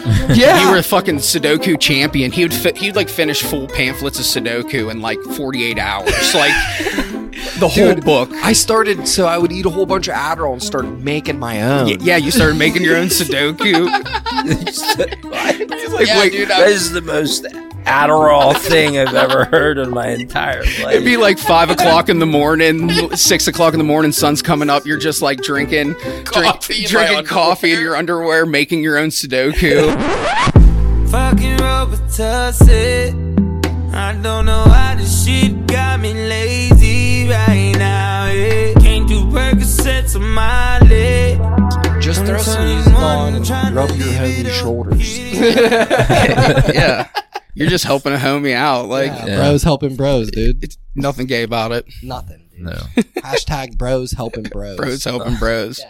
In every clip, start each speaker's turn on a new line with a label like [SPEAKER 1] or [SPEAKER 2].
[SPEAKER 1] Yeah.
[SPEAKER 2] you were a fucking Sudoku champion. He would fi- he'd like finish full pamphlets of Sudoku in like 48 hours, like the whole
[SPEAKER 1] Dude,
[SPEAKER 2] book.
[SPEAKER 1] I started, so I would eat a whole bunch of Adderall and start making my own.
[SPEAKER 2] Y- yeah, you started making your own Sudoku.
[SPEAKER 3] It's like,
[SPEAKER 2] Yeah,
[SPEAKER 3] wait,
[SPEAKER 2] dude, I-
[SPEAKER 3] that is the most Adderall thing I've ever heard in my entire
[SPEAKER 2] It'd
[SPEAKER 3] life.
[SPEAKER 2] be like five o'clock in the morning, six o'clock in the morning, sun's coming up. You're just like drinking, drink-
[SPEAKER 4] Coffee in my
[SPEAKER 2] drinking coffee in
[SPEAKER 4] underwear.
[SPEAKER 2] your underwear, making your own Sudoku.
[SPEAKER 5] Fucking Robitussin. I don't know how this shit got me lazy right now. Yeah. Can't do Percocets on my leg.
[SPEAKER 4] Just throw some
[SPEAKER 5] Turn
[SPEAKER 4] music
[SPEAKER 5] one,
[SPEAKER 4] on and
[SPEAKER 5] tryna
[SPEAKER 1] Rub your
[SPEAKER 5] live it
[SPEAKER 1] homie's
[SPEAKER 5] up.
[SPEAKER 1] shoulders.
[SPEAKER 2] yeah, you're just helping a homie out. Like
[SPEAKER 3] Yeah.
[SPEAKER 6] Uh, Bros helping bros, dude.
[SPEAKER 2] it's nothing gay about it.
[SPEAKER 6] Nothing. Dude.
[SPEAKER 3] no.
[SPEAKER 6] Hashtag bros helping bros.
[SPEAKER 2] Bros helping bros.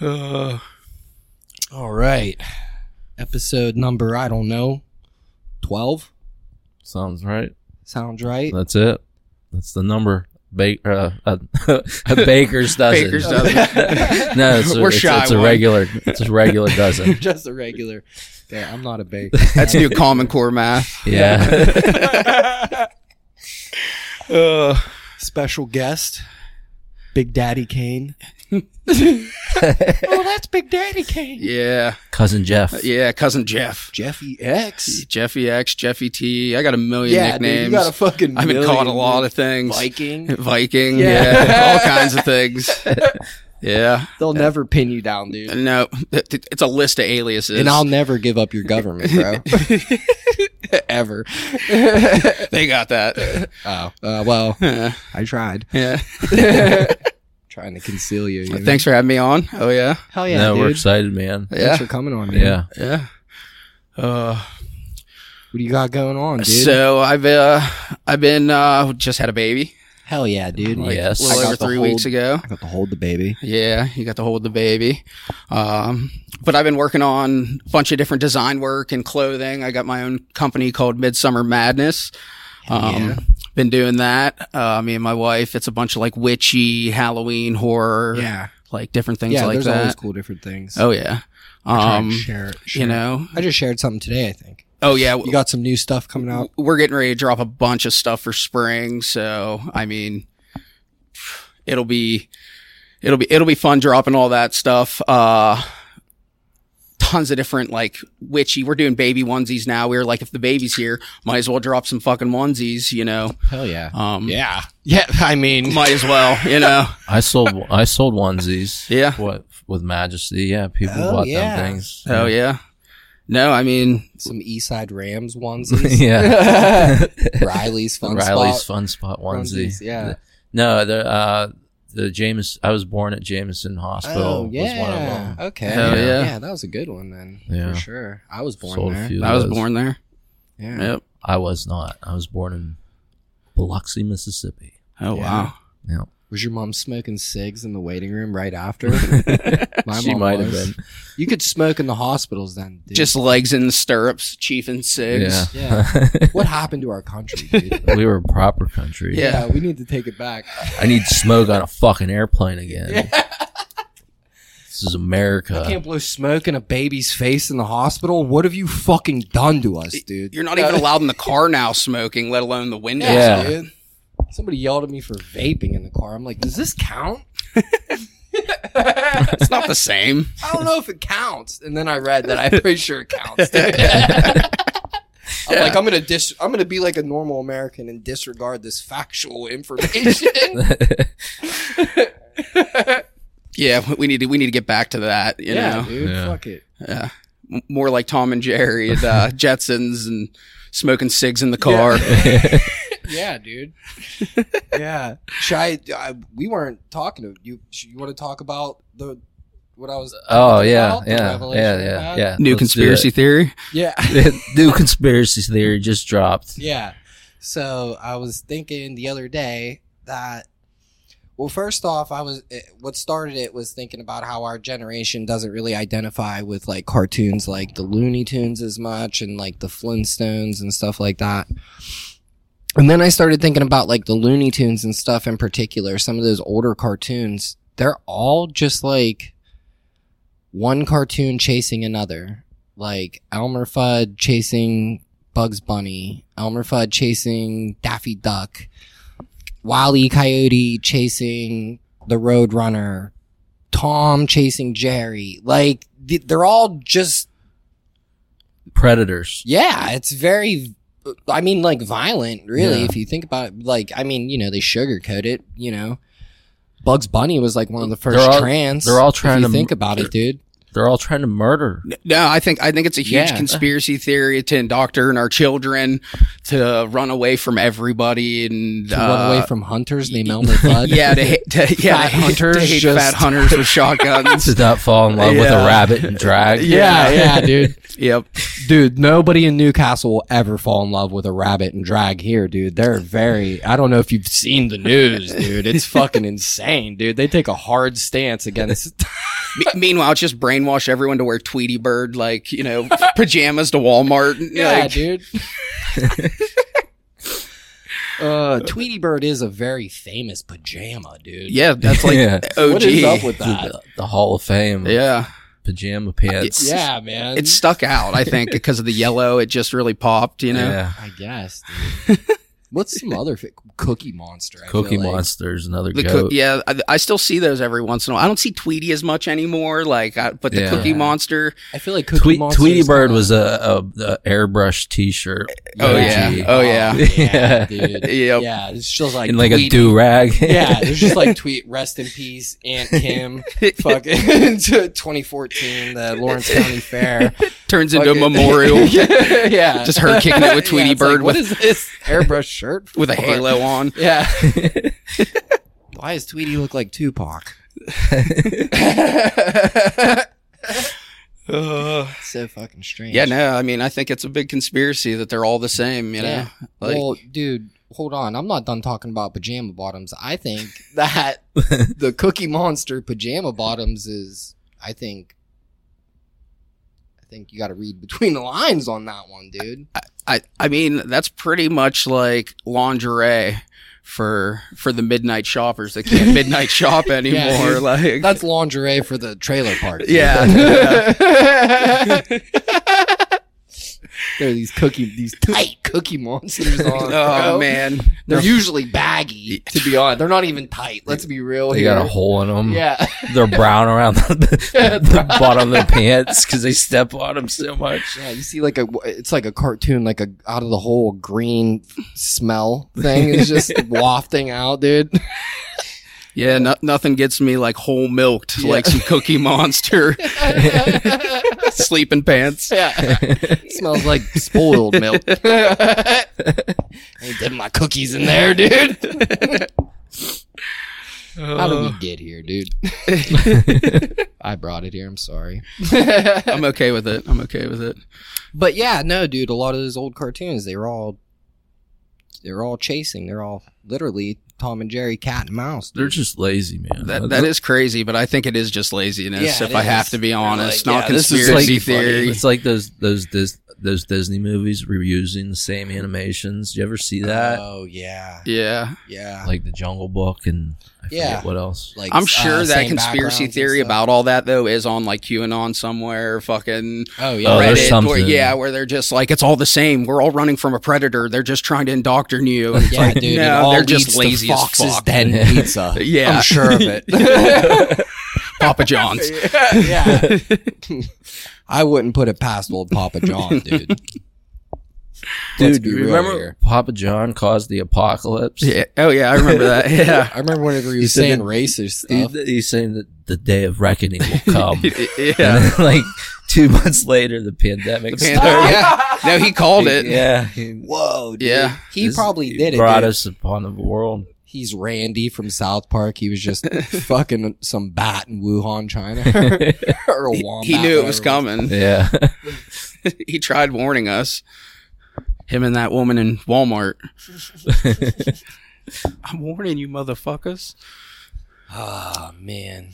[SPEAKER 2] Uh,
[SPEAKER 6] All right. Episode number, I don't know, 12?
[SPEAKER 3] Sounds right.
[SPEAKER 6] Sounds right.
[SPEAKER 3] That's it. That's the number. Baker, uh, a, a baker's dozen.
[SPEAKER 2] Baker's dozen.
[SPEAKER 3] no, it's a,
[SPEAKER 2] We're
[SPEAKER 3] it's,
[SPEAKER 2] shy
[SPEAKER 3] it's a
[SPEAKER 2] one.
[SPEAKER 3] regular. It's a regular dozen.
[SPEAKER 6] Just a regular. Yeah, I'm not a baker.
[SPEAKER 2] that's new Common Core math.
[SPEAKER 3] Yeah.
[SPEAKER 2] Uh,
[SPEAKER 6] Special guest, Big Daddy Kane. oh, that's Big Daddy Kane.
[SPEAKER 2] yeah,
[SPEAKER 3] Cousin Jeff.
[SPEAKER 2] yeah. Cousin Jeff,
[SPEAKER 6] Jeffy X.
[SPEAKER 2] Jeffy X, Jeffy T. I got a million
[SPEAKER 6] Yeah,
[SPEAKER 2] nicknames.
[SPEAKER 6] dude, you got a fucking.
[SPEAKER 2] I've been
[SPEAKER 6] million,
[SPEAKER 2] called a lot
[SPEAKER 6] dude.
[SPEAKER 2] of things.
[SPEAKER 6] Viking.
[SPEAKER 2] Viking,
[SPEAKER 6] Yeah.
[SPEAKER 2] yeah, all kinds of things. Yeah,
[SPEAKER 6] They'll never pin you down, dude.
[SPEAKER 2] no, it- it- it's a list of aliases.
[SPEAKER 6] And I'll never give up your government, bro. Ever.
[SPEAKER 2] they got that.
[SPEAKER 6] Oh, uh, well,
[SPEAKER 2] Yeah.
[SPEAKER 6] I tried.
[SPEAKER 2] yeah.
[SPEAKER 6] Trying to conceal you. you know?
[SPEAKER 2] Thanks for having me on. Oh yeah,
[SPEAKER 6] Hell yeah,
[SPEAKER 3] no,
[SPEAKER 6] dude.
[SPEAKER 3] we're excited, man.
[SPEAKER 6] Thanks
[SPEAKER 2] yeah,
[SPEAKER 6] for coming on, man.
[SPEAKER 3] Yeah.
[SPEAKER 2] yeah. Uh,
[SPEAKER 6] What do you got going on, dude?
[SPEAKER 2] so I've uh, I've been uh, just had a baby
[SPEAKER 6] Hell yeah, dude.
[SPEAKER 3] Like,
[SPEAKER 2] a
[SPEAKER 3] Yes.
[SPEAKER 2] little
[SPEAKER 6] I got
[SPEAKER 2] over
[SPEAKER 6] the
[SPEAKER 2] three
[SPEAKER 6] whole-
[SPEAKER 2] weeks ago.
[SPEAKER 6] I got to hold the baby.
[SPEAKER 2] Yeah, you got to hold the baby. Um, but I've been working on a bunch of different design work and clothing. I got my own company called Midsummer Madness. Um,
[SPEAKER 6] yeah.
[SPEAKER 2] been doing that. Uh, me and my wife, it's a bunch of like witchy Halloween horror, like different things
[SPEAKER 6] yeah,
[SPEAKER 2] like
[SPEAKER 6] there's always
[SPEAKER 2] that.
[SPEAKER 6] cool different things.
[SPEAKER 2] Oh yeah.
[SPEAKER 6] Try and
[SPEAKER 2] Um,
[SPEAKER 6] share, it, share
[SPEAKER 2] you
[SPEAKER 6] it.
[SPEAKER 2] know,
[SPEAKER 6] I just shared something today, I think.
[SPEAKER 2] oh yeah.
[SPEAKER 6] You got some new stuff coming out.
[SPEAKER 2] we're getting ready to drop a bunch of stuff for spring. So, I mean, it'll be, it'll be, it'll be fun dropping all that stuff. Uh, tons of different like witchy. We're doing baby onesies now. We were like, if the baby's here, might as well drop some fucking onesies, you know?
[SPEAKER 6] Hell yeah.
[SPEAKER 2] Um,
[SPEAKER 6] yeah. Yeah, I mean,
[SPEAKER 2] might as well, you know?
[SPEAKER 3] I sold. I sold onesies.
[SPEAKER 2] Yeah.
[SPEAKER 3] What with Majesty? Yeah. People
[SPEAKER 6] Oh,
[SPEAKER 3] bought
[SPEAKER 6] yeah.
[SPEAKER 3] them things.
[SPEAKER 2] Oh yeah. No, I mean,
[SPEAKER 6] some Eastside Rams onesies.
[SPEAKER 3] yeah.
[SPEAKER 6] Riley's fun
[SPEAKER 3] Riley's
[SPEAKER 6] spot.
[SPEAKER 3] fun spot onesie.
[SPEAKER 6] Onesies, yeah.
[SPEAKER 3] No, the uh, the James. I was born at Jameson Hospital.
[SPEAKER 6] Oh,
[SPEAKER 3] Was one of
[SPEAKER 6] yeah.
[SPEAKER 3] them.
[SPEAKER 6] Okay.
[SPEAKER 2] Hell yeah.
[SPEAKER 6] that was a good one then.
[SPEAKER 3] Yeah.
[SPEAKER 6] For sure. I was born
[SPEAKER 3] Sold a
[SPEAKER 6] there.
[SPEAKER 3] few of
[SPEAKER 2] I was
[SPEAKER 3] those.
[SPEAKER 2] born there.
[SPEAKER 6] Yeah.
[SPEAKER 2] Yep.
[SPEAKER 3] I was not. I was born in Biloxi, Mississippi.
[SPEAKER 2] Oh
[SPEAKER 6] Yeah.
[SPEAKER 2] wow.
[SPEAKER 3] Yeah.
[SPEAKER 6] Was your mom smoking cigs in the waiting room right after? My
[SPEAKER 3] she
[SPEAKER 6] mom
[SPEAKER 3] might have
[SPEAKER 6] was.
[SPEAKER 3] been.
[SPEAKER 6] You could smoke in the hospitals then. Dude.
[SPEAKER 2] Just legs in the stirrups, chief and cigs.
[SPEAKER 3] Yeah.
[SPEAKER 6] what happened to our country, dude?
[SPEAKER 3] we were a proper country.
[SPEAKER 2] Yeah.
[SPEAKER 6] yeah, we need to take it back.
[SPEAKER 3] I need smoke on a fucking airplane again. This is America.
[SPEAKER 6] I can't blow smoke in a baby's face in the hospital. What have you fucking done to us, dude?
[SPEAKER 2] You're not even allowed in the car now smoking, let alone the windows.
[SPEAKER 3] Yeah.
[SPEAKER 6] dude. Somebody yelled at me for vaping in the car. I'm like, does this count?
[SPEAKER 2] It's not the same.
[SPEAKER 6] I don't know if it counts. And then I read that I'm pretty sure it counts. dude. I'm like, I'm gonna dis- I'm gonna be like a normal American and disregard this factual information.
[SPEAKER 2] Yeah, we- we need to we need to get back to that. You
[SPEAKER 6] yeah,
[SPEAKER 2] know,
[SPEAKER 6] dude,
[SPEAKER 3] Yeah.
[SPEAKER 6] fuck it.
[SPEAKER 2] yeah, M- more like Tom and Jerry and uh, Jetsons and smoking cigs in the car.
[SPEAKER 6] Yeah, dude. yeah. Should I, I? We weren't talking to you. You want to talk about the what I was?
[SPEAKER 3] oh
[SPEAKER 6] talking
[SPEAKER 3] yeah,
[SPEAKER 6] about? The
[SPEAKER 3] yeah,
[SPEAKER 6] revelation
[SPEAKER 3] yeah,
[SPEAKER 6] I
[SPEAKER 3] yeah,
[SPEAKER 6] had?
[SPEAKER 3] yeah.
[SPEAKER 2] New
[SPEAKER 3] Let's do
[SPEAKER 2] conspiracy theory.
[SPEAKER 6] Yeah.
[SPEAKER 3] it. New conspiracy theory just dropped.
[SPEAKER 6] Yeah. So I was thinking the other day that, well, first off, I was eh, what started it was thinking about how our generation doesn't really identify with like cartoons like the Looney Tunes as much and like the Flintstones and stuff like that. And then I started thinking about like the Looney Tunes and stuff in particular, some of those older cartoons. They're all just like one cartoon chasing another, like Elmer Fudd chasing Bugs Bunny, Elmer Fudd chasing Daffy Duck, Wile E. Coyote chasing the Road Runner, Tom chasing Jerry. Like th- they're all just
[SPEAKER 3] Predators.
[SPEAKER 6] yeah, it's very. I mean, like violent, really.
[SPEAKER 3] Yeah.
[SPEAKER 6] If you think about it, like I mean, you know, they sugarcoat it. You know, Bugs Bunny was like one of the 1st
[SPEAKER 3] all-
[SPEAKER 6] trans.
[SPEAKER 3] they're all
[SPEAKER 6] if
[SPEAKER 3] trying
[SPEAKER 6] you
[SPEAKER 3] to-
[SPEAKER 6] think about it, dude.
[SPEAKER 3] They're all trying to murder.
[SPEAKER 2] No, I think I think it's a huge
[SPEAKER 6] Yeah.
[SPEAKER 2] conspiracy theory to indoctrinate our children to run away from everybody and
[SPEAKER 6] To run
[SPEAKER 2] uh,
[SPEAKER 6] away from hunters named Elmer Fudd.
[SPEAKER 2] yeah, to, hate- to yeah,
[SPEAKER 6] Fat
[SPEAKER 2] to hate- to
[SPEAKER 6] hunters
[SPEAKER 2] hate
[SPEAKER 6] just-
[SPEAKER 2] fat hunters with shotguns.
[SPEAKER 3] Did not fall in love with
[SPEAKER 2] Yeah.
[SPEAKER 3] a rabbit and drag.
[SPEAKER 6] yeah, yeah, dude.
[SPEAKER 2] yep.
[SPEAKER 6] Dude, nobody in Newcastle will ever fall in love with a rabbit and drag here, dude. They're very, I don't know if you've seen the news, dude. It's fucking insane, dude. They take a hard stance against.
[SPEAKER 2] Me- meanwhile, it's just brainwash everyone to wear Tweety Bird like you know pajamas to Walmart. and, like,
[SPEAKER 6] dude. uh, Tweety Bird is a very famous pajama, dude.
[SPEAKER 2] yeah, that's like
[SPEAKER 3] Yeah.
[SPEAKER 2] OG.
[SPEAKER 6] What is up with that?
[SPEAKER 3] The, the Hall of Fame. of
[SPEAKER 2] yeah,
[SPEAKER 3] Pajama pants.
[SPEAKER 6] Yeah, man.
[SPEAKER 2] it stuck out. I think because of the yellow, it just really popped. You know.
[SPEAKER 3] Yeah.
[SPEAKER 6] I guess. dude. What's some other fi- Cookie Monster? I
[SPEAKER 3] Cookie
[SPEAKER 6] feel like.
[SPEAKER 3] Monster's another
[SPEAKER 2] The
[SPEAKER 3] goat.
[SPEAKER 2] coo- yeah, I, I still see those every once in a while. I don't see Tweety as much anymore. Like, I, but the
[SPEAKER 3] Yeah.
[SPEAKER 2] Cookie Monster.
[SPEAKER 6] I feel like Cookie
[SPEAKER 3] Tweet,
[SPEAKER 6] Monster
[SPEAKER 3] Tweety
[SPEAKER 6] is
[SPEAKER 3] Bird
[SPEAKER 6] not-
[SPEAKER 3] was a, a, a airbrush T-shirt.
[SPEAKER 2] Oh
[SPEAKER 3] Yeah.
[SPEAKER 2] yeah, oh yeah,
[SPEAKER 3] Yeah.
[SPEAKER 6] dude.
[SPEAKER 2] Yep.
[SPEAKER 6] Yeah, it's just like
[SPEAKER 3] in like
[SPEAKER 6] tweet-
[SPEAKER 3] a do rag.
[SPEAKER 6] yeah, there's just like tweet rest in peace Aunt Kim, fucking to 2014 the Lawrence County Fair
[SPEAKER 2] turns into a
[SPEAKER 6] Fucking-
[SPEAKER 2] memorial
[SPEAKER 6] yeah, yeah.
[SPEAKER 2] Just her kicking it with Tweety
[SPEAKER 6] it's like,
[SPEAKER 2] Bird
[SPEAKER 6] what
[SPEAKER 2] with-
[SPEAKER 6] is this airbrush shirt
[SPEAKER 2] with a
[SPEAKER 6] for?
[SPEAKER 2] halo on.
[SPEAKER 6] Yeah. Why does Tweety look like Tupac? so fucking strange.
[SPEAKER 2] Yeah, no, I mean, I think it's a big conspiracy that they're all the same. You know,
[SPEAKER 6] Yeah.
[SPEAKER 2] like
[SPEAKER 6] well, dude, hold on. I'm not done talking about pajama bottoms. I think that the Cookie Monster pajama bottoms is, I think, I think you got to read between the lines on that one, dude.
[SPEAKER 2] I, I mean, that's pretty much like lingerie for for the midnight shoppers that can't midnight shop anymore.
[SPEAKER 6] dude.
[SPEAKER 2] like
[SPEAKER 6] That's lingerie for the trailer park. dude.
[SPEAKER 2] yeah,
[SPEAKER 6] There are these cookie, these tight cookie monsters on.
[SPEAKER 2] oh
[SPEAKER 6] bro.
[SPEAKER 2] man,
[SPEAKER 6] They're usually baggy, to be honest. They're not even tight. Let's be real.
[SPEAKER 3] they
[SPEAKER 6] here.
[SPEAKER 3] got a hole in them.
[SPEAKER 6] Yeah.
[SPEAKER 3] They're brown around the, the, the bottom of their pants because they step on them so much.
[SPEAKER 6] Yeah, you see like a it's like a cartoon, like a out of the hole green smell thing is just wafting out, dude.
[SPEAKER 2] yeah, no, nothing gets me like whole milked
[SPEAKER 6] Yeah.
[SPEAKER 2] like some Cookie Monster sleeping pants.
[SPEAKER 6] Yeah, smells like spoiled milk. Ain't did my cookies in there, dude. How did we get here, dude? I brought it here. I'm sorry.
[SPEAKER 2] I'm okay with it. I'm okay with it.
[SPEAKER 6] But yeah, no, dude. A lot of those old cartoons, they were all, they're all chasing. They're all literally Tom and Jerry, cat and mouse.
[SPEAKER 3] They're just lazy, man.
[SPEAKER 2] That that is crazy, but I think it is just laziness.
[SPEAKER 6] Yeah,
[SPEAKER 2] if
[SPEAKER 6] it
[SPEAKER 2] I
[SPEAKER 6] is.
[SPEAKER 2] have to be honest,
[SPEAKER 6] like,
[SPEAKER 2] not
[SPEAKER 6] yeah, this is
[SPEAKER 2] conspiracy
[SPEAKER 3] like-
[SPEAKER 2] theory.
[SPEAKER 3] It's like those those Dis- those Disney movies reusing the same animations. You ever see that?
[SPEAKER 2] Uh,
[SPEAKER 6] Oh yeah,
[SPEAKER 2] yeah,
[SPEAKER 6] yeah.
[SPEAKER 3] like the Jungle Book and I forget
[SPEAKER 6] Yeah.
[SPEAKER 3] what else.
[SPEAKER 6] Like
[SPEAKER 2] I'm
[SPEAKER 6] uh,
[SPEAKER 2] sure that
[SPEAKER 6] same
[SPEAKER 2] conspiracy
[SPEAKER 6] backgrounds and
[SPEAKER 2] theory
[SPEAKER 6] stuff.
[SPEAKER 2] about all that though is on like QAnon somewhere, fucking
[SPEAKER 6] oh yeah,
[SPEAKER 3] Oh,
[SPEAKER 6] right.
[SPEAKER 3] there's
[SPEAKER 2] Reddit,
[SPEAKER 3] something.
[SPEAKER 2] where, yeah, where they're just like it's all the same. We're all running from a predator. They're just trying to indoctrinate you. And it's
[SPEAKER 6] yeah,
[SPEAKER 2] like,
[SPEAKER 6] dude, it
[SPEAKER 2] no,
[SPEAKER 6] all
[SPEAKER 2] they're
[SPEAKER 6] leads
[SPEAKER 2] just
[SPEAKER 6] to
[SPEAKER 2] lazy as
[SPEAKER 6] Fox's
[SPEAKER 2] fuck.
[SPEAKER 6] Den pizza.
[SPEAKER 2] Yeah.
[SPEAKER 6] I'm sure of it.
[SPEAKER 2] Papa John's.
[SPEAKER 6] yeah, I wouldn't put it past old Papa John, dude. Let's
[SPEAKER 3] Dude,
[SPEAKER 6] be
[SPEAKER 3] you
[SPEAKER 6] real
[SPEAKER 3] remember
[SPEAKER 6] here.
[SPEAKER 3] Papa John caused the apocalypse?
[SPEAKER 2] Yeah. Oh yeah, I remember that. Yeah.
[SPEAKER 6] I remember whenever you
[SPEAKER 3] He
[SPEAKER 6] were
[SPEAKER 3] said
[SPEAKER 6] saying
[SPEAKER 3] that-
[SPEAKER 6] racist
[SPEAKER 3] He-
[SPEAKER 6] stuff.
[SPEAKER 3] he's saying that the day of reckoning will come.
[SPEAKER 2] yeah.
[SPEAKER 3] And then, like two months later, the pandemic.
[SPEAKER 2] The Panther, yeah. No, he called it. Yeah.
[SPEAKER 3] Yeah. Whoa.
[SPEAKER 2] Yeah.
[SPEAKER 6] He probably did it.
[SPEAKER 3] Brought
[SPEAKER 6] dude.
[SPEAKER 3] us upon the world.
[SPEAKER 6] He's Randy from South Park. He was just fucking some bat in Wuhan, China, or a wombat.
[SPEAKER 2] He knew it
[SPEAKER 6] whatever
[SPEAKER 2] was coming.
[SPEAKER 3] Yeah.
[SPEAKER 2] he tried warning us. Him and that woman in Walmart. I'm warning you, motherfuckers.
[SPEAKER 6] Oh man,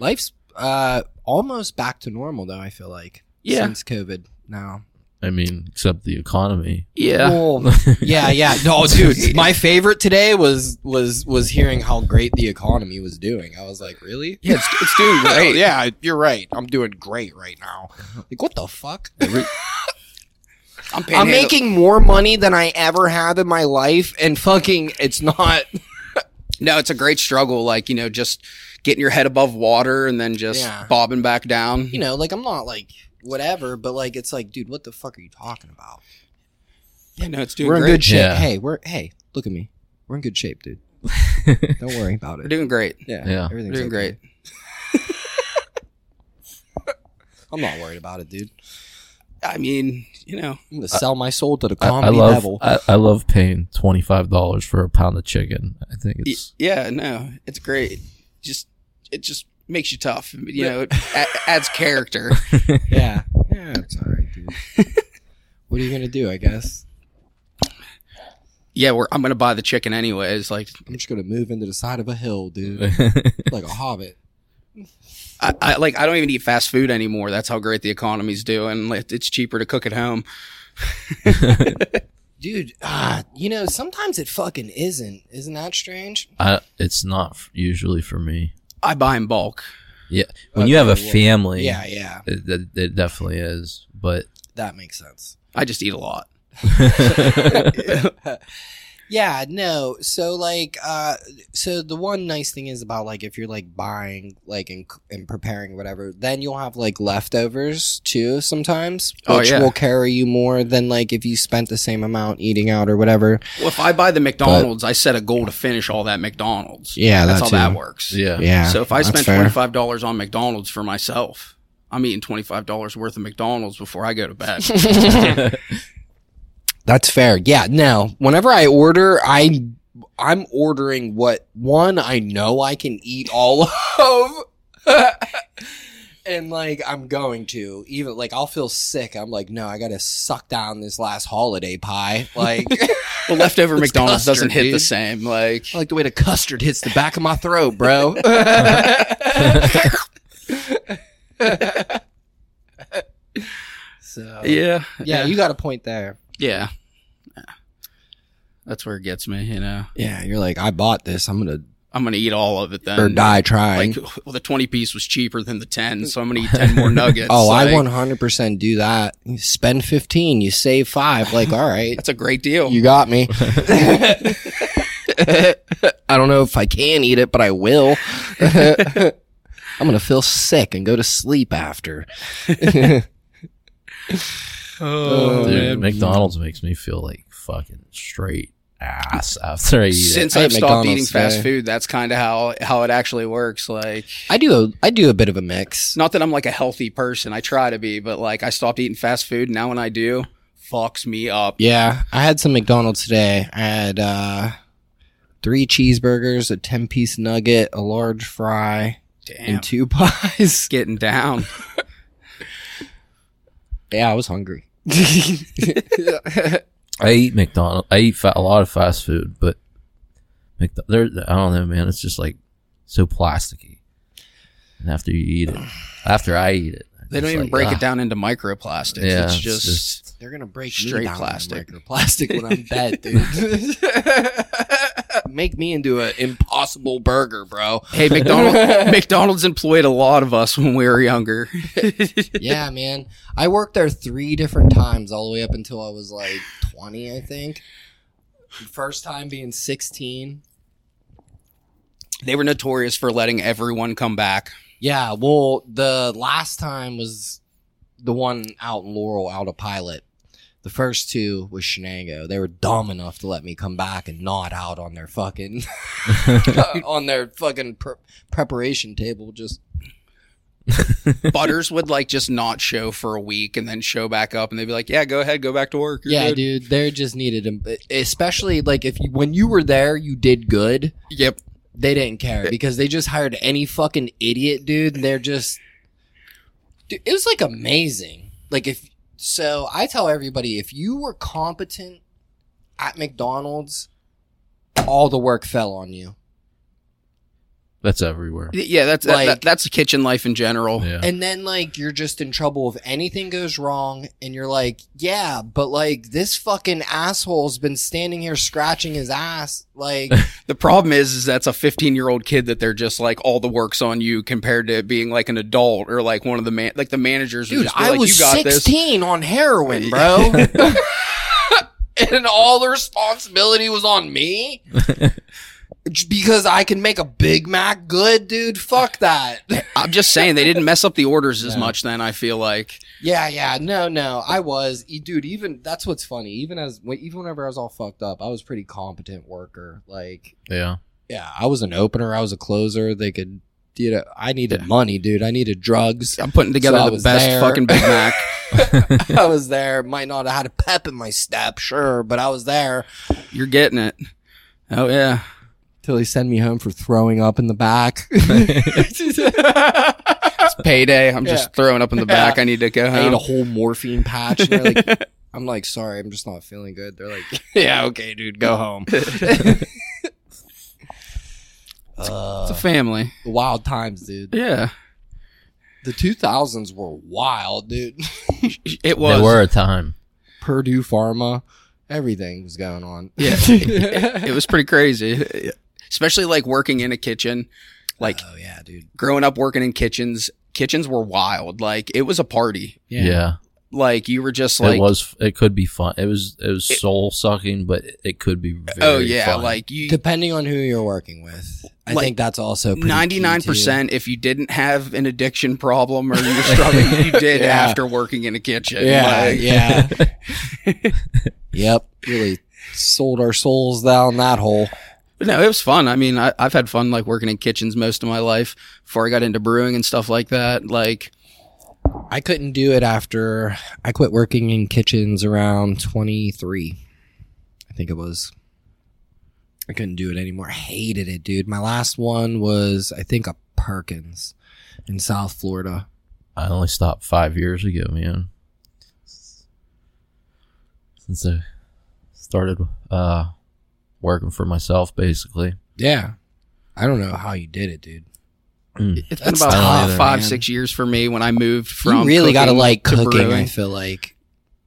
[SPEAKER 6] life's uh almost back to normal though. I feel like
[SPEAKER 2] Yeah.
[SPEAKER 6] since COVID now.
[SPEAKER 3] I mean, except the economy.
[SPEAKER 2] Yeah.
[SPEAKER 6] Well, yeah, yeah. No, dude, my favorite today was was was hearing how great the economy was doing. I was like, really?
[SPEAKER 1] Yeah, it's, it's doing great. yeah, you're right. I'm doing great right now.
[SPEAKER 6] Like, what the fuck?
[SPEAKER 2] I'm,
[SPEAKER 6] I'm
[SPEAKER 2] panhandling-
[SPEAKER 6] making more money than I ever have in my life, and fucking, it's not.
[SPEAKER 2] No, it's a great struggle. Like, you know, just getting your head above water and then just
[SPEAKER 6] Yeah.
[SPEAKER 2] bobbing back down.
[SPEAKER 6] You know, like I'm not like whatever, but like it's like, dude, what the fuck are you talking about?
[SPEAKER 2] Yeah, no, it's doing
[SPEAKER 6] We're in
[SPEAKER 2] great.
[SPEAKER 6] good shape.
[SPEAKER 3] Yeah.
[SPEAKER 6] Hey, we're hey, look at me. We're in good shape, dude. Don't worry about
[SPEAKER 2] We're
[SPEAKER 6] it.
[SPEAKER 2] doing great.
[SPEAKER 6] Yeah,
[SPEAKER 3] Yeah.
[SPEAKER 2] We're
[SPEAKER 6] everything's
[SPEAKER 2] doing
[SPEAKER 6] okay.
[SPEAKER 2] great.
[SPEAKER 6] I'm not worried about it, dude.
[SPEAKER 2] I mean, you know,
[SPEAKER 6] I'm gonna sell my soul to the
[SPEAKER 3] I, I
[SPEAKER 6] comedy
[SPEAKER 3] love
[SPEAKER 6] devil.
[SPEAKER 3] I, I love paying twenty five dollars for a pound of chicken. I think
[SPEAKER 2] y-
[SPEAKER 3] it's
[SPEAKER 2] yeah, no, it's great. Just, it just makes you tough. You know, it a- adds character.
[SPEAKER 6] yeah, yeah, it's all right, dude. what are you gonna do? I guess
[SPEAKER 2] Yeah, we're, I'm going to buy the chicken anyways. Like,
[SPEAKER 6] I'm just gonna move into the side of a hill, dude, like a hobbit.
[SPEAKER 2] I, I like, I don't even eat fast food anymore. That's how great the economy's doing. Like, it's cheaper to cook at home.
[SPEAKER 6] Dude, ah, you know, sometimes it fucking isn't. Isn't that strange?
[SPEAKER 3] I, it's not f- usually for me.
[SPEAKER 2] I buy in bulk.
[SPEAKER 3] Yeah, when you have a
[SPEAKER 6] Okay, well,
[SPEAKER 3] family,
[SPEAKER 6] Yeah, yeah,
[SPEAKER 3] it, it, it definitely is. But
[SPEAKER 6] that makes sense.
[SPEAKER 2] I just eat a lot.
[SPEAKER 6] Yeah, no. So like, uh, so the one nice thing is about like if you're like buying like and, and preparing whatever, then you'll have like leftovers too sometimes, which
[SPEAKER 2] Oh, yeah.
[SPEAKER 6] will carry you more than like if you spent the same amount eating out or whatever.
[SPEAKER 2] Well, if I buy the McDonald's, I set a goal to finish all that McDonald's.
[SPEAKER 6] Yeah,
[SPEAKER 2] that's
[SPEAKER 6] that
[SPEAKER 2] how
[SPEAKER 6] too.
[SPEAKER 2] that works.
[SPEAKER 3] yeah,
[SPEAKER 6] Yeah.
[SPEAKER 2] So if I
[SPEAKER 6] that's
[SPEAKER 2] spend
[SPEAKER 6] fair.
[SPEAKER 2] twenty five dollars on McDonald's for myself, I'm eating twenty five dollars worth of McDonald's before I go to bed.
[SPEAKER 6] That's fair. Yeah. No. Whenever I order, I I'm ordering what one I know I can eat all of. and like I'm going to even like I'll feel sick. I'm like, no, I gotta suck down this last holiday pie. Like
[SPEAKER 2] the leftover McDonald's
[SPEAKER 6] custard,
[SPEAKER 2] doesn't hit the
[SPEAKER 6] dude.
[SPEAKER 2] same. Like
[SPEAKER 6] I like the way the custard hits the back of my throat, bro. so
[SPEAKER 2] yeah,
[SPEAKER 6] Uh, yeah, you got a point there.
[SPEAKER 2] yeah. That's where it gets me. You know,
[SPEAKER 6] Yeah, you're like, I bought this, I'm gonna
[SPEAKER 2] I'm gonna eat all of it then.
[SPEAKER 6] or die trying.
[SPEAKER 2] Like, well, the twenty piece was cheaper than the ten, so I'm gonna eat ten more nuggets.
[SPEAKER 6] Oh, I
[SPEAKER 2] Like,
[SPEAKER 6] 100% do that. You spend 15, you save five. Like, all right,
[SPEAKER 2] That's a great deal.
[SPEAKER 6] you got me. I don't know if I can eat it, but I will. I'm going to feel sick and go to sleep after. Um,
[SPEAKER 2] oh,
[SPEAKER 3] Dude,
[SPEAKER 2] man.
[SPEAKER 3] McDonald's makes me feel like fucking straight ass after I eat it.
[SPEAKER 2] Since
[SPEAKER 6] I ate
[SPEAKER 2] I've stopped
[SPEAKER 6] McDonald's
[SPEAKER 2] eating fast
[SPEAKER 6] today.
[SPEAKER 2] food, that's kind of how how it actually works. Like,
[SPEAKER 6] I do a, I do a bit of a mix.
[SPEAKER 2] it's not that I'm like a healthy person. I try to be, but like I stopped eating fast food. Now when I do, fucks me up.
[SPEAKER 6] Yeah, I had some McDonald's today. I had uh, three cheeseburgers, a 10 piece nugget, a large fry,
[SPEAKER 2] Damn,
[SPEAKER 6] and two pies.
[SPEAKER 2] getting down.
[SPEAKER 6] Yeah, I was hungry.
[SPEAKER 3] I eat McDonald's. I eat fa- a lot of fast food, but McDo- there, I don't know, man. It's just like so plasticky. And after you eat it, after I eat it, I'm
[SPEAKER 2] They don't
[SPEAKER 3] just
[SPEAKER 2] even
[SPEAKER 3] like,
[SPEAKER 2] break
[SPEAKER 3] "Ah."
[SPEAKER 2] it down into microplastics.
[SPEAKER 3] Yeah,
[SPEAKER 2] it's
[SPEAKER 3] it's
[SPEAKER 2] just,
[SPEAKER 3] just-
[SPEAKER 6] They're gonna break
[SPEAKER 2] Straight
[SPEAKER 6] me down
[SPEAKER 2] plastic.
[SPEAKER 6] in microplastic when I'm dead, dude. Make me into an impossible burger, bro.
[SPEAKER 2] hey, McDonald's McDonald's employed a lot of us when we were younger.
[SPEAKER 6] Yeah, man. I worked there three different times all the way up until I was like 20, I think. First time being 16.
[SPEAKER 2] they were notorious for letting everyone come back.
[SPEAKER 6] Yeah, well, the last time was the one out in Laurel, out of Pilot. The first two was Shenango. They were dumb enough to let me come back and nod out on their fucking on their fucking pre- preparation table. Just
[SPEAKER 2] Butters would like just not show for a week and then show back up, and they'd be like, "Yeah, go ahead, go back to work." You're
[SPEAKER 6] yeah,
[SPEAKER 2] good."
[SPEAKER 6] dude, they just needed them. Especially like if you when you were there, you did good.
[SPEAKER 2] Yep.
[SPEAKER 6] They didn't care because they just hired any fucking idiot, dude. And they're just, dude, it was like amazing. Like if so, I tell everybody if you were competent at McDonald's, all the work fell on you.
[SPEAKER 3] That's everywhere.
[SPEAKER 2] Yeah, that's
[SPEAKER 6] Like-
[SPEAKER 2] that, that's kitchen life in general.
[SPEAKER 3] Yeah.
[SPEAKER 6] And then like you're just in trouble if anything goes wrong and you're like, yeah, but like this fucking asshole's been standing here scratching his ass like
[SPEAKER 2] The problem is, is that's a 15 year old kid that they're just like all the works on you compared to being like an adult or like one of the man like the managers. would
[SPEAKER 6] dude,
[SPEAKER 2] just be
[SPEAKER 6] I
[SPEAKER 2] like,
[SPEAKER 6] was
[SPEAKER 2] you got this.
[SPEAKER 6] 16 on heroin, bro. and all the responsibility was on me? J- because I can make a Big Mac good, dude. Fuck that.
[SPEAKER 2] I'm just saying they didn't mess up the orders as much. Then I feel like
[SPEAKER 6] Yeah, yeah, no, no, I was, e- dude. Even that's what's funny. Even as when- even whenever I was all fucked up, I was a pretty competent worker. Like,
[SPEAKER 3] Yeah.
[SPEAKER 6] yeah, I was an opener, I was a closer. They could, you know, I needed money, dude. I needed drugs.
[SPEAKER 2] I'm putting together
[SPEAKER 6] So I
[SPEAKER 2] the
[SPEAKER 6] was
[SPEAKER 2] best
[SPEAKER 6] there.
[SPEAKER 2] fucking Big Mac.
[SPEAKER 6] I was there. Might not have had a pep in my step, sure, but I was there.
[SPEAKER 2] You're getting it. Oh yeah.
[SPEAKER 6] Till they send me home for throwing up in the back.
[SPEAKER 2] It's payday. I'm
[SPEAKER 6] Yeah.
[SPEAKER 2] just throwing up in the back. I need to go
[SPEAKER 6] I ate
[SPEAKER 2] home.
[SPEAKER 6] a whole morphine patch. And they're like, I'm like, sorry, I'm just not feeling good. They're like, yeah, okay, dude, go home. Uh,
[SPEAKER 2] it's a family.
[SPEAKER 6] wild times, dude.
[SPEAKER 2] Yeah.
[SPEAKER 6] The 2000s were wild, dude.
[SPEAKER 2] It was.
[SPEAKER 3] There were a time.
[SPEAKER 6] Purdue Pharma, everything was going on.
[SPEAKER 2] Yeah. It was pretty crazy. Especially like working in a kitchen. Like
[SPEAKER 6] oh yeah, dude.
[SPEAKER 2] growing up working in kitchens, kitchens were wild. Like it was a party.
[SPEAKER 3] Yeah.
[SPEAKER 2] Like you were just like
[SPEAKER 3] it was. It could be fun. It was. It was
[SPEAKER 2] It-
[SPEAKER 3] soul sucking, but it could be. Very
[SPEAKER 2] Oh yeah,
[SPEAKER 3] fun.
[SPEAKER 2] like you
[SPEAKER 6] Depending on who you're working with, I
[SPEAKER 2] Like,
[SPEAKER 6] think that's also pretty key, too.
[SPEAKER 2] 99% if you didn't have an addiction problem or you were struggling, you did
[SPEAKER 6] Yeah.
[SPEAKER 2] after working in a kitchen.
[SPEAKER 6] Yeah,
[SPEAKER 2] Like,
[SPEAKER 6] yeah. yep, really sold our souls down that hole.
[SPEAKER 2] But no, it was fun. I mean, I, I've had fun like working in kitchens most of my life before I got into brewing and stuff like that. Like,
[SPEAKER 6] I couldn't do it after I quit working in kitchens around 23. I think it was. I couldn't do it anymore. I hated it, dude. My last one was, I think, a Perkins in South Florida.
[SPEAKER 3] I only stopped five years ago, man. Since I started uh, working for myself, basically.
[SPEAKER 6] Yeah. I don't know how you did it, dude.
[SPEAKER 2] it's been
[SPEAKER 6] That's
[SPEAKER 2] about
[SPEAKER 6] Hmm. tough,
[SPEAKER 2] uh, five,
[SPEAKER 6] man.
[SPEAKER 2] six years for me when I moved from.
[SPEAKER 6] you really got to
[SPEAKER 2] cooking
[SPEAKER 6] like cooking, I
[SPEAKER 2] brewing.
[SPEAKER 6] feel like.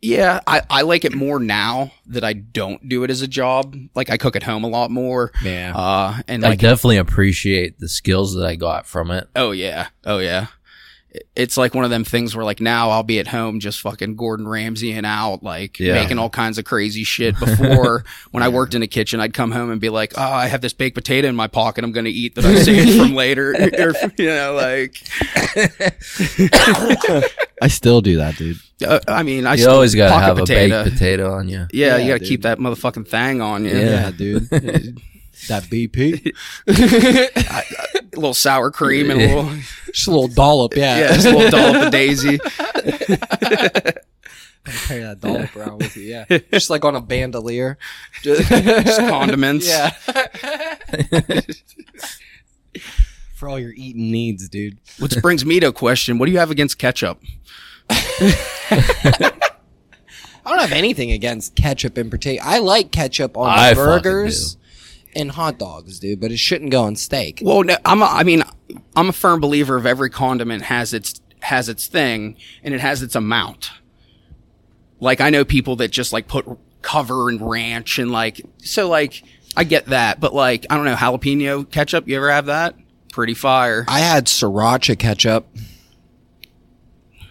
[SPEAKER 2] Yeah, I, I like it more now that I don't do it as a job. Like, I cook at home a lot more.
[SPEAKER 6] Yeah.
[SPEAKER 2] Uh, and
[SPEAKER 3] I
[SPEAKER 2] like,
[SPEAKER 3] definitely appreciate the skills that I got from it.
[SPEAKER 2] Oh yeah. Oh yeah. It- It's like one of them things where like now I'll be at home just fucking Gordon Ramsay and out like
[SPEAKER 3] Yeah.
[SPEAKER 2] making all kinds of crazy shit. Before when I worked in a kitchen, I'd come home and be like, "Oh, I have this baked potato in my pocket. I'm gonna eat that I saved from later." or, you know, like
[SPEAKER 6] I still do that, dude.
[SPEAKER 2] uh, I mean, I
[SPEAKER 3] you
[SPEAKER 2] still
[SPEAKER 3] always got to
[SPEAKER 2] pocket
[SPEAKER 3] have
[SPEAKER 2] potato.
[SPEAKER 3] a baked potato on you.
[SPEAKER 2] Yeah,
[SPEAKER 6] Yeah,
[SPEAKER 2] you got to
[SPEAKER 6] dude.
[SPEAKER 2] keep that motherfucking thing on you.
[SPEAKER 6] Yeah, dude. that BP.
[SPEAKER 2] A little sour cream and a little
[SPEAKER 6] Just a little dollop, yeah.
[SPEAKER 2] yeah, just a little dollop of daisy.
[SPEAKER 6] carry that dollop around with you, yeah. Just like on a bandolier. Just,
[SPEAKER 2] Just condiments.
[SPEAKER 6] Yeah. For all your eating needs, dude.
[SPEAKER 2] Which brings me to a question: What do you have against ketchup?
[SPEAKER 6] I don't have anything against ketchup in particular. I like ketchup on
[SPEAKER 3] I fucking
[SPEAKER 6] burgers and hot dogs, dude, but it shouldn't go on steak.
[SPEAKER 2] Well, no, I'm a, I mean, I'm a firm believer of every condiment has its has its thing and it has its amount. Like I know people that just like put cover and ranch and like so like I get that, but like I don't know jalapeno ketchup. You ever have that? Pretty fire.
[SPEAKER 6] I had sriracha ketchup.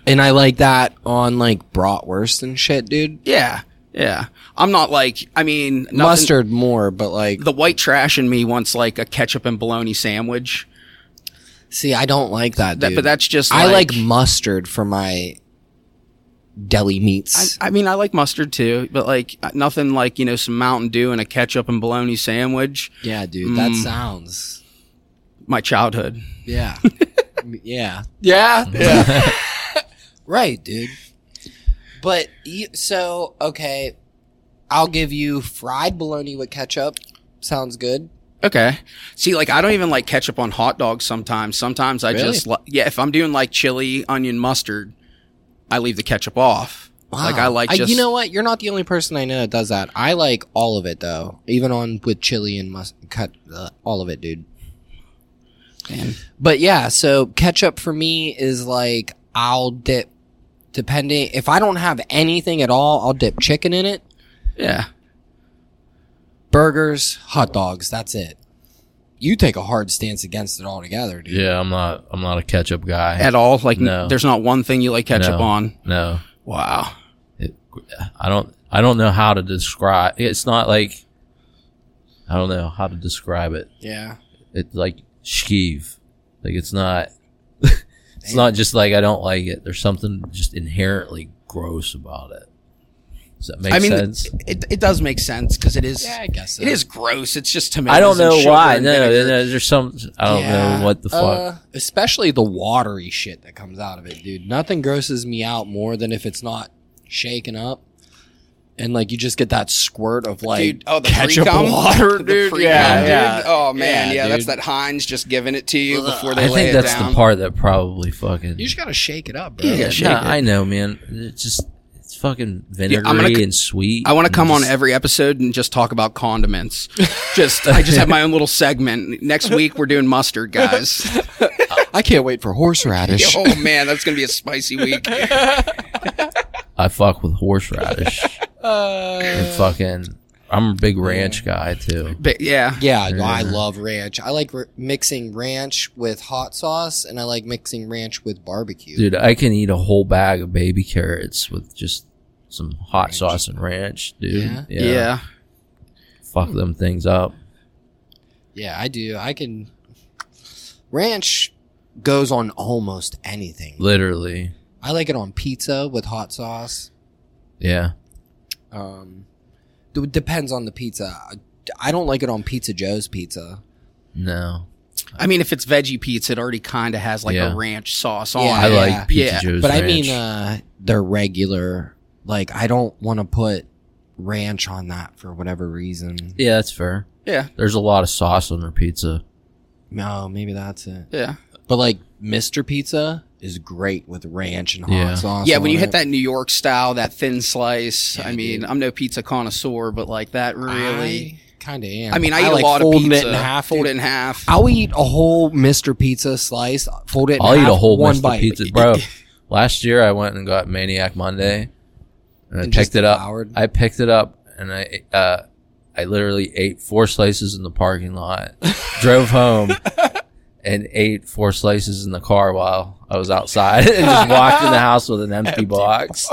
[SPEAKER 6] And I like that on like bratwurst and shit, dude.
[SPEAKER 2] yeah, yeah. I'm not like I mean nothing-
[SPEAKER 6] Mustard more, but like
[SPEAKER 2] The white trash in me wants like a ketchup and bologna sandwich.
[SPEAKER 6] see, I don't like that,
[SPEAKER 2] That,
[SPEAKER 6] dude.
[SPEAKER 2] but that's just
[SPEAKER 6] I like mustard for my deli
[SPEAKER 2] I,
[SPEAKER 6] meats.
[SPEAKER 2] I mean, I like mustard too, but like uh, nothing like you know some Mountain Dew and a ketchup and bologna sandwich.
[SPEAKER 6] yeah, dude, that
[SPEAKER 2] Mm.
[SPEAKER 6] sounds.
[SPEAKER 2] My childhood.
[SPEAKER 6] Yeah. yeah. Yeah.
[SPEAKER 2] Mhm.
[SPEAKER 6] Yeah. right, dude. But you, so okay, I'll give you fried bologna with ketchup. Sounds good.
[SPEAKER 2] Okay. See, like I don't even like ketchup on hot dogs. Sometimes, sometimes I
[SPEAKER 6] Really?
[SPEAKER 2] just li- yeah. If I'm doing like chili, onion, mustard, I leave the ketchup off. Like
[SPEAKER 6] Wow.
[SPEAKER 2] I like just
[SPEAKER 6] you know what? You're not the only person I know that does that. I like all of it though, even on with chili and must cut uh, all of it, dude.
[SPEAKER 2] Man.
[SPEAKER 6] But yeah, so ketchup for me is like I'll dip depending if I don't have anything at all, I'll dip chicken in it,
[SPEAKER 2] Yeah.
[SPEAKER 6] burgers, hot dogs, that's it. You take a hard stance against it altogether, dude.
[SPEAKER 3] Yeah, I'm not. I'm not a ketchup guy
[SPEAKER 2] At all. Like, n-
[SPEAKER 3] No.
[SPEAKER 2] there's not one thing you like ketchup
[SPEAKER 3] No.
[SPEAKER 2] on.
[SPEAKER 3] No,
[SPEAKER 2] Wow.
[SPEAKER 3] it, I don't. I don't know how to describe. It's not like. I don't know how to describe it.
[SPEAKER 6] Yeah.
[SPEAKER 3] It's like skeeve. Like it's not. it's not just like I don't like it. There's something just inherently gross about it. Does that make
[SPEAKER 2] I mean,
[SPEAKER 3] sense?
[SPEAKER 2] It, it does make sense because it is.
[SPEAKER 6] Yeah, I guess so.
[SPEAKER 2] It is gross. It's just tomatoes.
[SPEAKER 3] I don't
[SPEAKER 2] and
[SPEAKER 3] know
[SPEAKER 2] sugar
[SPEAKER 3] why.
[SPEAKER 2] and
[SPEAKER 3] No, no,
[SPEAKER 2] vinegar.
[SPEAKER 3] no, there's some. I don't
[SPEAKER 6] Yeah.
[SPEAKER 3] know what the fuck.
[SPEAKER 6] Uh, especially the watery shit that comes out of it, dude. Nothing grosses me out more than if it's not shaken up. And like you just get that squirt of like
[SPEAKER 2] dude, oh, the
[SPEAKER 6] ketchup
[SPEAKER 2] pre-cum?
[SPEAKER 6] water,
[SPEAKER 2] The
[SPEAKER 6] dude.
[SPEAKER 2] pre-cum,
[SPEAKER 6] yeah,
[SPEAKER 2] dude.
[SPEAKER 6] yeah.
[SPEAKER 2] Oh man,
[SPEAKER 6] Yeah,
[SPEAKER 2] yeah, that's
[SPEAKER 6] dude.
[SPEAKER 2] that Heinz just giving it to you before they
[SPEAKER 3] I
[SPEAKER 2] lay
[SPEAKER 3] think
[SPEAKER 2] it
[SPEAKER 3] that's
[SPEAKER 2] down.
[SPEAKER 3] the part that probably fucking.
[SPEAKER 6] You just gotta shake it up, bro.
[SPEAKER 2] Yeah,
[SPEAKER 3] No,
[SPEAKER 2] shake it.
[SPEAKER 3] I know, man. It's just it's fucking vinegary
[SPEAKER 2] gonna c-
[SPEAKER 3] and sweet.
[SPEAKER 2] I want to
[SPEAKER 3] and
[SPEAKER 2] come on
[SPEAKER 3] just-
[SPEAKER 2] every episode and just talk about condiments. just I just have my own little segment. Next week we're doing mustard, guys.
[SPEAKER 6] I can't wait for horseradish.
[SPEAKER 2] oh man, that's gonna be a spicy week.
[SPEAKER 3] I fuck with horseradish
[SPEAKER 6] Uh,
[SPEAKER 3] and fucking. I'm a big ranch guy too.
[SPEAKER 2] But yeah,
[SPEAKER 6] yeah, no, I love ranch. I like r mixing ranch with hot sauce, and I like mixing ranch with barbecue.
[SPEAKER 3] Dude, I can eat a whole bag of baby carrots with just some hot sauce and ranch, dude.
[SPEAKER 6] Yeah?
[SPEAKER 2] yeah, yeah.
[SPEAKER 3] Fuck them things up.
[SPEAKER 6] Yeah, I do. I can. Ranch goes on almost anything.
[SPEAKER 3] Literally.
[SPEAKER 6] I like it on pizza with hot sauce.
[SPEAKER 3] Yeah.
[SPEAKER 6] Um, it depends on the pizza. I- I don't like it on Pizza Joe's pizza.
[SPEAKER 3] No.
[SPEAKER 2] I mean, if it's veggie pizza, it already kind of has like
[SPEAKER 3] Yeah.
[SPEAKER 2] a ranch sauce
[SPEAKER 6] Yeah.
[SPEAKER 2] on.
[SPEAKER 3] I
[SPEAKER 2] it.
[SPEAKER 3] like Pizza
[SPEAKER 2] Yeah,
[SPEAKER 3] Joe's
[SPEAKER 6] but I
[SPEAKER 3] ranch.
[SPEAKER 6] mean, uh, they're regular. Like, I don't want to put ranch on that for whatever reason.
[SPEAKER 3] yeah, that's fair.
[SPEAKER 2] Yeah,
[SPEAKER 3] There's a lot of sauce on their pizza.
[SPEAKER 6] No, Oh, maybe that's it.
[SPEAKER 2] yeah,
[SPEAKER 6] But like, Mr. Pizza is great with ranch and hot
[SPEAKER 3] Yeah.
[SPEAKER 6] sauce.
[SPEAKER 2] yeah. When you
[SPEAKER 6] on
[SPEAKER 2] hit
[SPEAKER 6] it.
[SPEAKER 2] that New York style, that thin slice.
[SPEAKER 6] Yeah,
[SPEAKER 2] I mean,
[SPEAKER 6] dude.
[SPEAKER 2] I'm no pizza connoisseur, but like that really.
[SPEAKER 6] kind of am.
[SPEAKER 2] I, mean, I, eat
[SPEAKER 6] like
[SPEAKER 2] a lot of
[SPEAKER 6] folding
[SPEAKER 2] pizza.
[SPEAKER 6] It in half,
[SPEAKER 2] fold
[SPEAKER 6] dude.
[SPEAKER 2] it in half.
[SPEAKER 6] I'll eat a whole Mr. Pizza slice, fold it. In
[SPEAKER 3] I'll
[SPEAKER 6] half,
[SPEAKER 3] eat a whole
[SPEAKER 6] one
[SPEAKER 3] Mr.
[SPEAKER 6] bite.
[SPEAKER 3] Pizza, bro. last year I went and got Maniac Monday, and I
[SPEAKER 6] And just
[SPEAKER 3] picked it up.
[SPEAKER 6] devoured.
[SPEAKER 3] I picked it up, and I uh, I literally ate four slices in the parking lot, drove home, and ate four slices in the car while I was outside, and just walked in the house with an empty, box.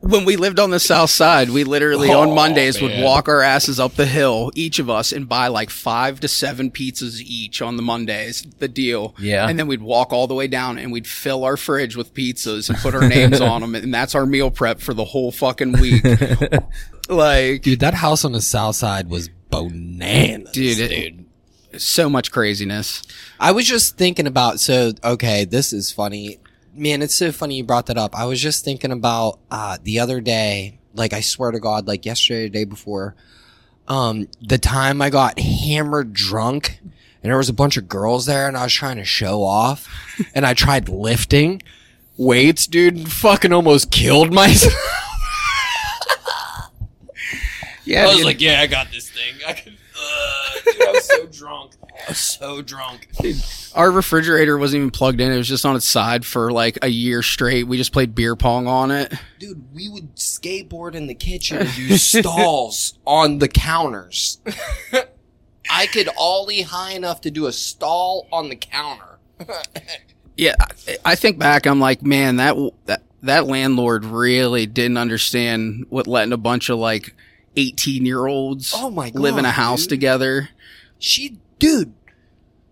[SPEAKER 2] when we lived on the south side, we literally on Mondays would walk our asses up the hill, each of us, and buy like five to seven pizzas each on the Mondays, the deal.
[SPEAKER 3] Yeah.
[SPEAKER 2] And then we'd walk all the way down and we'd fill our fridge with pizzas and put our names on them. And that's our meal prep for the whole fucking week. like,
[SPEAKER 6] Dude, that house on the south side was bananas.
[SPEAKER 2] Dude, it- so much craziness.
[SPEAKER 6] I was just thinking about. So, okay, this is funny. Man, it's so funny you brought that up. I was just thinking about uh, the other day, like I swear to God, like yesterday, the day before, um, the time I got hammered drunk, and there was a bunch of girls there, and I was trying to show off, and I tried lifting weights, dude, and fucking almost killed myself.
[SPEAKER 2] Yeah. dude.
[SPEAKER 5] yeah, I got this thing. I could. Uh, dude, I was so drunk. I was so drunk.
[SPEAKER 2] our refrigerator wasn't even plugged in. It was just on its side for like a year straight. We just played beer pong on it.
[SPEAKER 6] Dude, we would skateboard in the kitchen and do stalls on the counters. I could ollie high enough to do a stall on the counter.
[SPEAKER 2] yeah I, I think back i'm like man that that that landlord really didn't understand what letting a bunch of like 18 year olds
[SPEAKER 6] Oh my God,
[SPEAKER 2] live in a house
[SPEAKER 6] dude.
[SPEAKER 2] together
[SPEAKER 6] She, dude,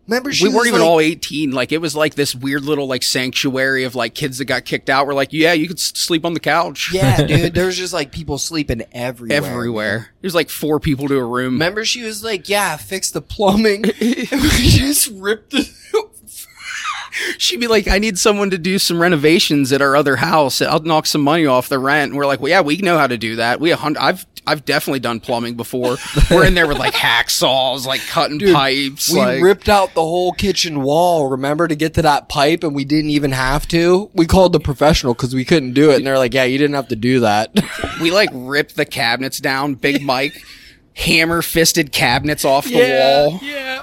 [SPEAKER 6] remember she
[SPEAKER 2] we weren't
[SPEAKER 6] was
[SPEAKER 2] even
[SPEAKER 6] like-
[SPEAKER 2] all 18 like it was like this weird little like sanctuary of like kids that got kicked out were like yeah you could s- sleep on the couch
[SPEAKER 6] Yeah, dude, there's just like people sleeping everywhere.
[SPEAKER 2] everywhere there's like four people to a room
[SPEAKER 6] Remember she was like, yeah, fix the plumbing. and we just ripped the.
[SPEAKER 2] she'd be like i need someone to do some renovations at our other house i'll knock some money off the rent and we're like well yeah we know how to do that we a hundred i've i've definitely done plumbing before we're in there with like hacksaws like cutting pipes
[SPEAKER 6] We
[SPEAKER 2] like
[SPEAKER 6] ripped out the whole kitchen wall, remember, to get to that pipe, and we didn't even have to. We called the professional because we couldn't do it, and they're like, yeah, you didn't have to do that.
[SPEAKER 2] we like ripped the cabinets down big mike hammer fisted cabinets off the wall.
[SPEAKER 3] Yeah. Yeah.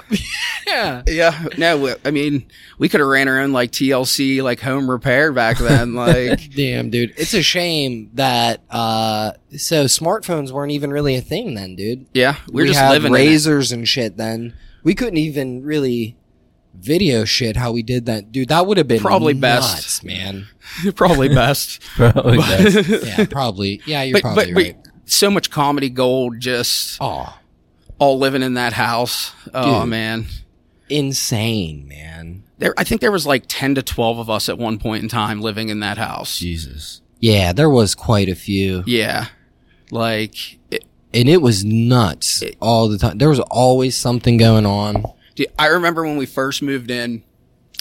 [SPEAKER 2] Yeah, no, we- I mean, we could have ran our own like TLC, like home repair back then. Like,
[SPEAKER 6] Damn, dude. It's a shame that uh so smartphones weren't even really a thing then, dude.
[SPEAKER 2] yeah, we're
[SPEAKER 6] we
[SPEAKER 2] just
[SPEAKER 6] had
[SPEAKER 2] living. in it.
[SPEAKER 6] razors and shit then. We couldn't even really video shit how we did that. Dude, that would have been
[SPEAKER 2] Probably best.
[SPEAKER 6] nuts, man.
[SPEAKER 2] probably best.
[SPEAKER 3] Probably does.
[SPEAKER 6] Yeah, probably. Yeah, you're
[SPEAKER 2] but, but,
[SPEAKER 6] probably
[SPEAKER 2] but
[SPEAKER 6] right.
[SPEAKER 2] so much comedy gold, just
[SPEAKER 6] Aw.
[SPEAKER 2] all living in that house. Oh
[SPEAKER 6] Dude.
[SPEAKER 2] man,
[SPEAKER 6] Insane, man.
[SPEAKER 2] there. I think there was like ten to twelve of us at one point in time living in that house.
[SPEAKER 3] Jesus.
[SPEAKER 6] Yeah, there was quite a few.
[SPEAKER 2] Yeah, like, it,
[SPEAKER 6] And it was nuts all the time. There was always something going on.
[SPEAKER 2] dude, I remember when we first moved in.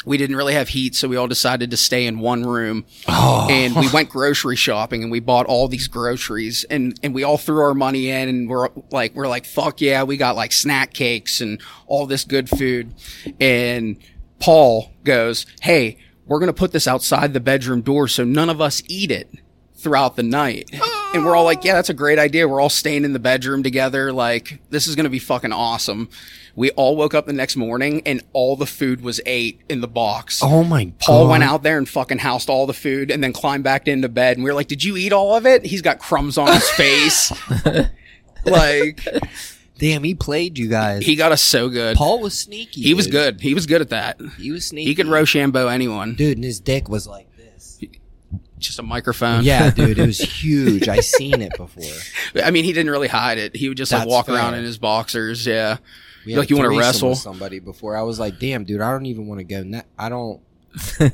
[SPEAKER 2] We didn't really have heat, so we all decided to stay in one room.
[SPEAKER 6] Oh,
[SPEAKER 2] and we went grocery shopping and we bought all these groceries and, and we all threw our money in and we're like we're like fuck yeah we got like snack cakes and all this good food and Paul goes hey we're gonna put this outside the bedroom door so none of us eat it throughout the night and we're all like yeah that's a great idea we're all staying in the bedroom together like this is gonna be fucking awesome we all woke up the next morning and all the food was ate in the box
[SPEAKER 6] oh my god.
[SPEAKER 2] Paul went out there and fucking housed all the food and then climbed back into bed. And we were like, Did you eat all of it? He's got crumbs on his face. like,
[SPEAKER 6] Damn, he played you guys.
[SPEAKER 2] he got us so good.
[SPEAKER 6] Paul was sneaky.
[SPEAKER 2] he was
[SPEAKER 6] dude.
[SPEAKER 2] good. He was good at that.
[SPEAKER 6] He was sneaky.
[SPEAKER 2] He could Rochambeau anyone.
[SPEAKER 6] dude, and his dick was like this.
[SPEAKER 2] Just a microphone.
[SPEAKER 6] Yeah, dude, it was huge. I seen it before.
[SPEAKER 2] I mean, he didn't really hide it. He would just like
[SPEAKER 6] That's
[SPEAKER 2] walk around
[SPEAKER 6] fair.
[SPEAKER 2] in his boxers. Yeah.
[SPEAKER 6] We
[SPEAKER 2] Like, you
[SPEAKER 6] had a
[SPEAKER 2] wanna
[SPEAKER 6] threesome
[SPEAKER 2] wrestle?
[SPEAKER 6] with somebody before? I was like, damn, dude, I don't even want to go. Ne- I don't.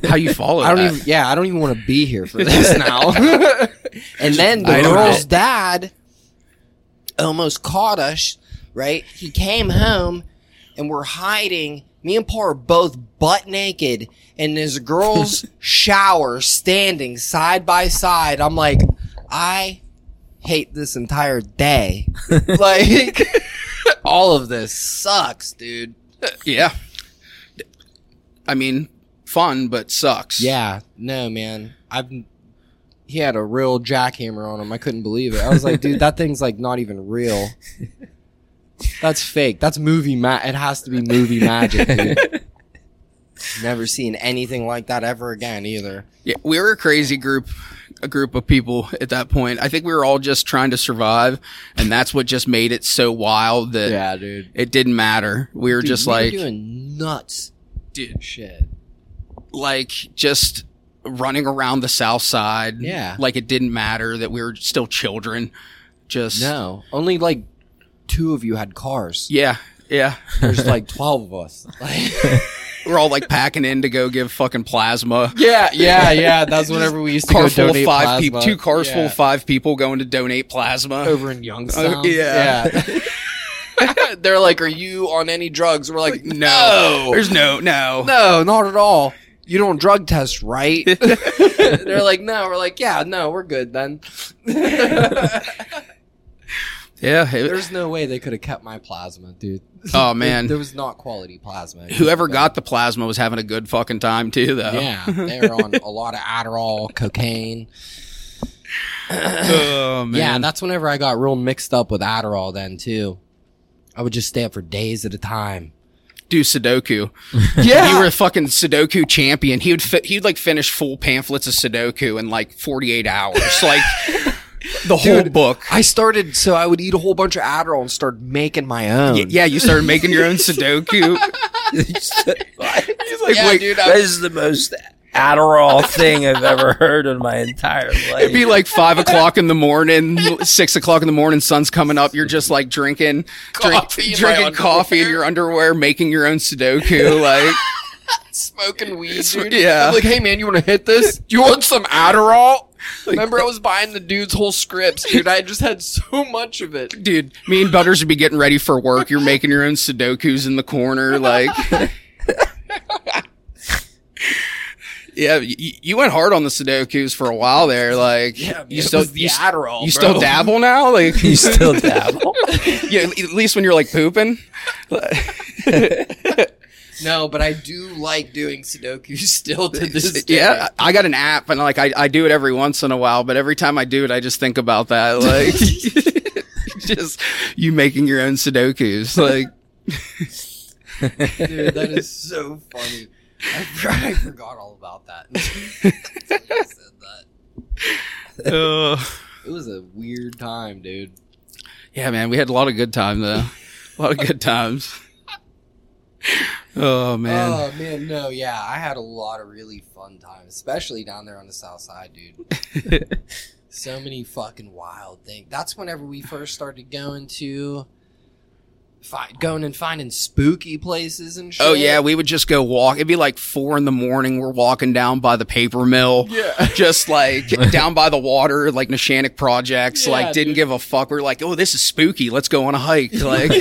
[SPEAKER 2] How you follow
[SPEAKER 6] I don't
[SPEAKER 2] that?
[SPEAKER 6] even. Yeah, I don't even want to be here for this now. and then the
[SPEAKER 2] I don't
[SPEAKER 6] girl's
[SPEAKER 2] know.
[SPEAKER 6] dad almost caught us. Right, he came home, and we're hiding. Me and Paul are both butt naked in this girl's shower, standing side by side. I'm like, I hate this entire day. like, all of this sucks, dude.
[SPEAKER 2] yeah. I mean, fun, but sucks.
[SPEAKER 6] Yeah, no, man. I've he had a real jackhammer on him. I couldn't believe it. I was like, dude, that thing's like not even real. That's fake. That's movie ma It has to be movie magic. Dude. Never seen anything like that ever again either.
[SPEAKER 2] Yeah, we were a crazy group, a group of people at that point. I think we were all just trying to survive, and that's what just made it so wild that
[SPEAKER 6] dude.
[SPEAKER 2] it didn't matter. We were just
[SPEAKER 6] we were
[SPEAKER 2] like,
[SPEAKER 6] doing nuts
[SPEAKER 2] dude,
[SPEAKER 6] shit.
[SPEAKER 2] like just running around the south side.
[SPEAKER 6] Yeah.
[SPEAKER 2] like it didn't matter that we were still children. Just
[SPEAKER 6] No, only like two of you had cars.
[SPEAKER 2] yeah, yeah.
[SPEAKER 6] There's like twelve of us. Like,
[SPEAKER 2] We're all like packing in to go give fucking plasma.
[SPEAKER 6] yeah, yeah, yeah. That's whenever we used
[SPEAKER 2] Car full of five people,
[SPEAKER 6] plasma.
[SPEAKER 2] two cars full
[SPEAKER 6] Yeah.
[SPEAKER 2] of five people going to donate plasma.
[SPEAKER 6] over in Youngstown.
[SPEAKER 2] Oh, yeah.
[SPEAKER 6] They're like, "Are you on any drugs?" We're like,
[SPEAKER 2] no,
[SPEAKER 6] "No,
[SPEAKER 2] there's no, no,
[SPEAKER 6] no, not at all. You don't drug test, right?" They're like, "No." We're like, "Yeah, no, we're good then."
[SPEAKER 2] Yeah, it-
[SPEAKER 6] There's no way they could have kept my plasma, dude.
[SPEAKER 2] Oh, man.
[SPEAKER 6] there was not quality plasma.
[SPEAKER 2] whoever got the plasma was having a good fucking time too, though.
[SPEAKER 6] yeah, they're on a lot of Adderall, cocaine.
[SPEAKER 2] Oh man.
[SPEAKER 6] Yeah, that's whenever I got real mixed up with Adderall. Then too, I would just stay up for days at a time.
[SPEAKER 2] do Sudoku.
[SPEAKER 6] Yeah,
[SPEAKER 2] You were a fucking Sudoku champion. He would fi- he'd like finish full pamphlets of Sudoku in like 48 hours. like the whole book.
[SPEAKER 1] I started so I would eat a whole bunch of Adderall and start making my own.
[SPEAKER 2] Y- yeah, you started making your own Sudoku.
[SPEAKER 3] He's like,
[SPEAKER 6] Yeah,
[SPEAKER 3] wait,
[SPEAKER 6] dude, I-
[SPEAKER 3] that is the most Adderall thing I've ever heard in my entire life.
[SPEAKER 2] It'd be like five o'clock in the morning, six o'clock in the morning, sun's coming up. You're just like drinking, drink,
[SPEAKER 6] Coffee in my
[SPEAKER 2] drinking coffee in your underwear, making your own Sudoku. Like,
[SPEAKER 6] smoking weed,
[SPEAKER 2] dude. yeah. I'm like,
[SPEAKER 6] hey man, you want to hit this? You want some Adderall? Remember, I was buying the dude's whole scripts, dude. I just had so much of it.
[SPEAKER 2] dude, me and Butters would be getting ready for work. You're making your own Sudokus in the corner, like. yeah, you, you went hard on the Sudokus for a while there. Like, you still you, s-
[SPEAKER 6] Adderall.
[SPEAKER 2] you still dabble now? Like,
[SPEAKER 3] you still dabble.
[SPEAKER 2] yeah, at least when you're like pooping.
[SPEAKER 6] No, but I do like doing Sudoku still to this day.
[SPEAKER 2] Yeah, I I got an app and like I, I do it every once in a while, but every time I do it, I just think about that. Like, just you making your own Sudokus. Like,
[SPEAKER 6] Dude, that is so funny. I, I forgot all about that. Said that.
[SPEAKER 2] uh,
[SPEAKER 6] It was a weird time, dude.
[SPEAKER 2] yeah, man, we had a lot of good time though. a lot of good times. Oh man.
[SPEAKER 6] Oh man, no, yeah, I had a lot of really fun times, especially down there on the south side, dude. so many fucking wild things. That's whenever we first started going to, fi- going and finding spooky places and shit.
[SPEAKER 2] Oh yeah, we would just go walk. It'd be like four in the morning. We're walking down by the paper mill, yeah. just like down by the water, like Neshanic projects.
[SPEAKER 6] Yeah,
[SPEAKER 2] like didn't
[SPEAKER 6] dude.
[SPEAKER 2] give a fuck. We're like, oh, this is spooky. Let's go on a hike. Like,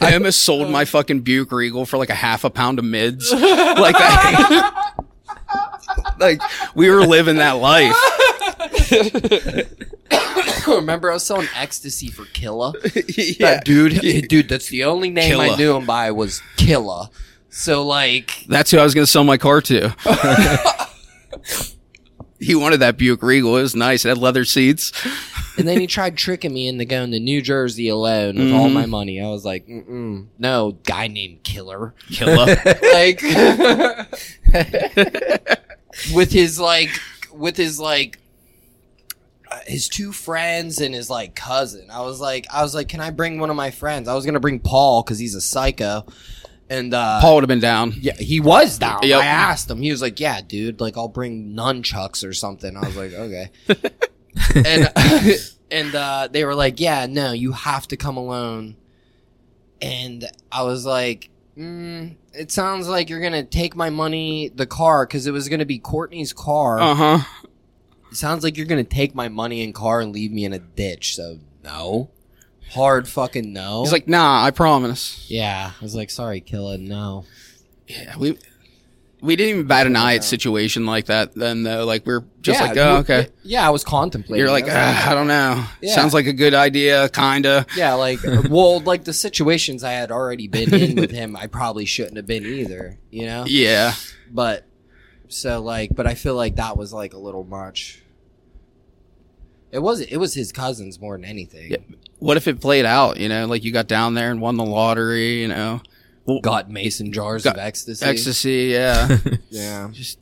[SPEAKER 2] I almost sold my fucking Buick Regal for like a half a pound of mids. Like that. like we were living that life.
[SPEAKER 6] remember I was selling ecstasy for Killa.
[SPEAKER 2] yeah.
[SPEAKER 6] That dude, dude, that's the only name I
[SPEAKER 2] Killa.
[SPEAKER 6] knew him by was Killa. So like,
[SPEAKER 2] That's who I was going to sell my car to. he wanted that Buick Regal. It was nice. It had leather seats.
[SPEAKER 6] and then he tried tricking me into going to New Jersey alone with all
[SPEAKER 2] Mhm.
[SPEAKER 6] my money. I was like, Mm-mm, no, guy named Killer.
[SPEAKER 2] Killer.
[SPEAKER 6] like with his like with his like uh, his two friends and his like cousin. I was like I was like can I bring one of my friends? I was going to bring Paul cuz he's a psycho. And uh
[SPEAKER 2] Paul would have been down.
[SPEAKER 6] yeah, he was down.
[SPEAKER 2] Yep.
[SPEAKER 6] I asked him. He was like, "Yeah, dude, like I'll bring nunchucks or something." I was like, "Okay." and and uh, they were like, "Yeah, no, you have to come alone." And I was like, mm, "It sounds like you're gonna take my money, the car, because it was gonna be Courtney's car.
[SPEAKER 2] Uh huh.
[SPEAKER 6] It sounds like you're gonna take my money and car and leave me in a ditch." So no, hard fucking no.
[SPEAKER 2] He's like, nah, I promise.
[SPEAKER 6] "Yeah." I was like, "Sorry, Killa, no."
[SPEAKER 2] Yeah, we we didn't even bat an eye at situation like that then though. Like we are just
[SPEAKER 6] Yeah,
[SPEAKER 2] like, oh
[SPEAKER 6] we-
[SPEAKER 2] okay.
[SPEAKER 6] Yeah, I was contemplating.
[SPEAKER 2] You're like,
[SPEAKER 6] I was like,
[SPEAKER 2] ah, I don't know.
[SPEAKER 6] Yeah.
[SPEAKER 2] Sounds like a good idea, kinda.
[SPEAKER 6] Yeah, like uh, well, like the situations I had already been in with him, I probably shouldn't have been either, you know.
[SPEAKER 2] Yeah.
[SPEAKER 6] But so like, but I feel like that was like a little much. It was it was his cousins more than anything.
[SPEAKER 2] Yeah. What if it played out? You know, like you got down there and won the lottery. You know,
[SPEAKER 6] Got mason jars
[SPEAKER 2] Got-
[SPEAKER 6] of ecstasy.
[SPEAKER 2] ecstasy. Yeah,
[SPEAKER 6] Yeah,
[SPEAKER 2] just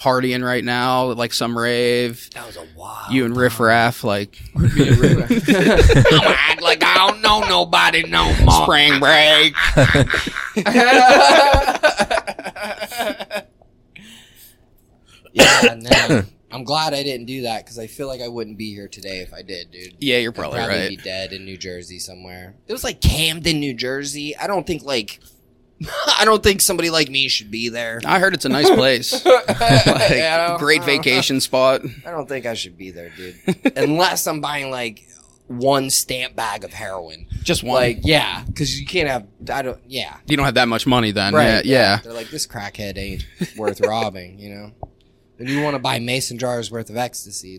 [SPEAKER 2] partying right now, like some rave.
[SPEAKER 6] that was a wild.
[SPEAKER 2] You and Riff Raff, like
[SPEAKER 6] I'm act like I don't know nobody no more.
[SPEAKER 2] spring break.
[SPEAKER 6] yeah, no. I'm glad I didn't do that because I feel like I wouldn't be here today if I did, dude.
[SPEAKER 2] Yeah, you're
[SPEAKER 6] I'd
[SPEAKER 2] probably
[SPEAKER 6] be
[SPEAKER 2] right.
[SPEAKER 6] dead in New Jersey somewhere. It was like Camden, New Jersey. I don't think like I don't think somebody like me should be there.
[SPEAKER 2] I heard it's a nice place. Like,
[SPEAKER 6] Yeah, I don't-
[SPEAKER 2] great
[SPEAKER 6] I don't know.
[SPEAKER 2] vacation spot.
[SPEAKER 6] I don't think I should be there, dude. Unless I'm buying like one stamp bag of heroin.
[SPEAKER 2] Just one.
[SPEAKER 6] Like, yeah, because you can't have. I don't. Yeah,
[SPEAKER 2] you don't have that much money then.
[SPEAKER 6] Right,
[SPEAKER 2] Yeah.
[SPEAKER 6] they're like this crackhead ain't worth robbing. You know, when you want to buy mason jars worth of ecstasy,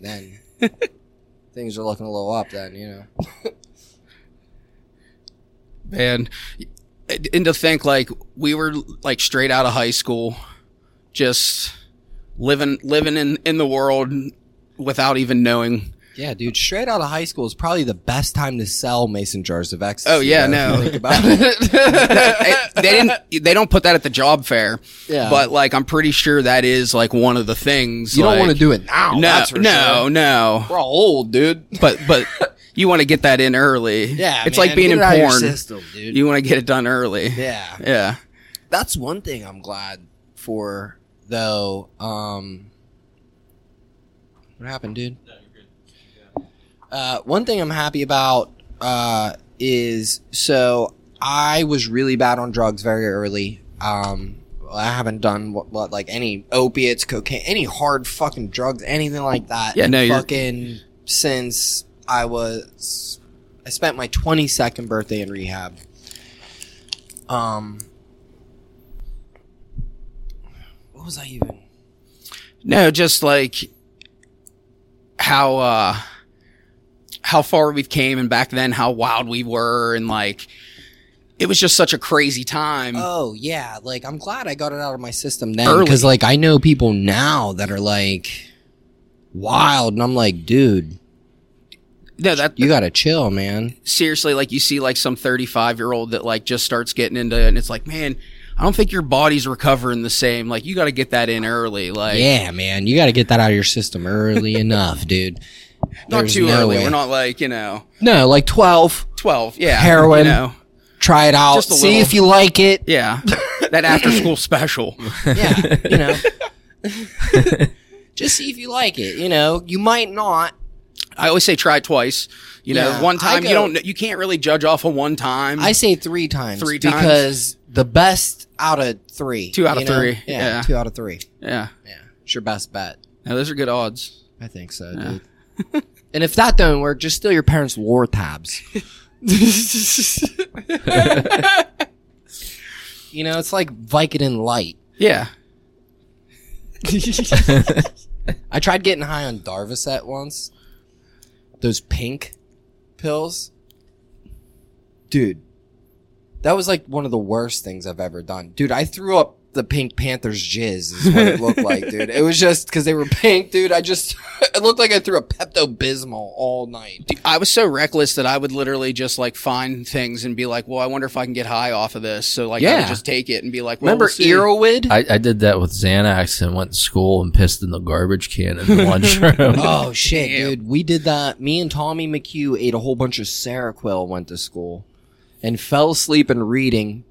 [SPEAKER 6] then things are looking a little up. Then you know.
[SPEAKER 2] yeah. And and to think like we were like straight out of high school, just living living in in the world without even knowing.
[SPEAKER 6] Yeah, dude, straight out of high school is probably the best time to sell mason jars of ecstasy.
[SPEAKER 2] Oh yeah,
[SPEAKER 6] though, if you
[SPEAKER 2] no.
[SPEAKER 6] think about it.
[SPEAKER 2] It- they didn't. They don't put that at the job fair.
[SPEAKER 6] Yeah.
[SPEAKER 2] But like, I'm pretty sure that is like one of the things.
[SPEAKER 6] you don't want to
[SPEAKER 2] like-
[SPEAKER 6] do it now.
[SPEAKER 2] No,
[SPEAKER 6] that's for
[SPEAKER 2] no,
[SPEAKER 6] sure.
[SPEAKER 2] no.
[SPEAKER 6] we're all old, dude.
[SPEAKER 2] But but you want to get that in early.
[SPEAKER 6] Yeah,
[SPEAKER 2] It's
[SPEAKER 6] man,
[SPEAKER 2] like being in
[SPEAKER 6] get it out of your
[SPEAKER 2] porn.
[SPEAKER 6] system, dude.
[SPEAKER 2] You want to get it done early.
[SPEAKER 6] yeah,
[SPEAKER 2] Yeah.
[SPEAKER 6] that's one thing I'm glad for, though. Um, what happened, dude? Uh, one thing I'm happy about uh, is so I was really bad on drugs very early. Um, I haven't done what, what like any opiates, cocaine, any hard fucking drugs, anything like that.
[SPEAKER 2] Yeah, no, you're-
[SPEAKER 6] fucking since I was, I spent my 22nd birthday in rehab. Um, what was I even?
[SPEAKER 2] No, just like how uh how far we've came and back then how wild we were and like it was just such a crazy time.
[SPEAKER 6] Oh yeah, like I'm glad I got it out of my system then
[SPEAKER 2] Mm. Early.
[SPEAKER 6] because like I know people now that are like wild, and I'm like, dude,
[SPEAKER 2] no, that
[SPEAKER 6] You gotta chill, man.
[SPEAKER 2] seriously, like you see like some 35 year old that like just starts getting into it and it's like, man, I don't think your body's recovering the same. Like you got to get that in early. Like
[SPEAKER 6] yeah, man. You gotta get that out of your system early enough, dude.
[SPEAKER 2] not
[SPEAKER 6] There's
[SPEAKER 2] too
[SPEAKER 6] no
[SPEAKER 2] early.
[SPEAKER 6] way.
[SPEAKER 2] We're not like, you know,
[SPEAKER 6] No, like twelve.
[SPEAKER 2] 12. Yeah.
[SPEAKER 6] Heroin.
[SPEAKER 2] You know,
[SPEAKER 6] Try it out.
[SPEAKER 2] Just a
[SPEAKER 6] See
[SPEAKER 2] little.
[SPEAKER 6] if you like it.
[SPEAKER 2] yeah. that after school special.
[SPEAKER 6] Yeah, you know. Just see if you like it. You know, you might not.
[SPEAKER 2] I always say try twice. You know,
[SPEAKER 6] Yeah,
[SPEAKER 2] one
[SPEAKER 6] I
[SPEAKER 2] time you
[SPEAKER 6] go-
[SPEAKER 2] don't, kn- you can't really judge off of one time.
[SPEAKER 6] I say three times.
[SPEAKER 2] Three times.
[SPEAKER 6] because the best out of three.
[SPEAKER 2] Two out
[SPEAKER 6] you
[SPEAKER 2] of
[SPEAKER 6] know?
[SPEAKER 2] three,
[SPEAKER 6] Yeah,
[SPEAKER 2] yeah.
[SPEAKER 6] two out of three.
[SPEAKER 2] yeah.
[SPEAKER 6] Yeah, it's your best bet.
[SPEAKER 2] Now those are good odds.
[SPEAKER 6] I think so, dude. and if that don't work, just steal your parents' war tabs. you know, it's like Vicodin light.
[SPEAKER 2] Yeah.
[SPEAKER 6] I tried getting high on Darvocet once. Those pink pills. Dude, that was like one of the worst things I've ever done. Dude, I threw up the Pink Panther's jizz is what it looked like, dude. It was just because they were pink, dude. I just, it looked like I threw a Pepto Bismol all night.
[SPEAKER 2] Dude, I was so reckless that I would literally just like find things and be like, well, I wonder if I can get high off of this. So like, I
[SPEAKER 6] Yeah.
[SPEAKER 2] would just take it and be like, well,
[SPEAKER 6] Remember
[SPEAKER 2] we'll see.
[SPEAKER 6] Irowid?
[SPEAKER 3] I, I did that with Xanax and went to school and pissed in the garbage can in the lunchroom.
[SPEAKER 6] oh, shit,
[SPEAKER 2] Damn.
[SPEAKER 6] dude. We did that. Me and Tommy McHugh ate a whole bunch of Seroquel, went to school, and fell asleep in reading.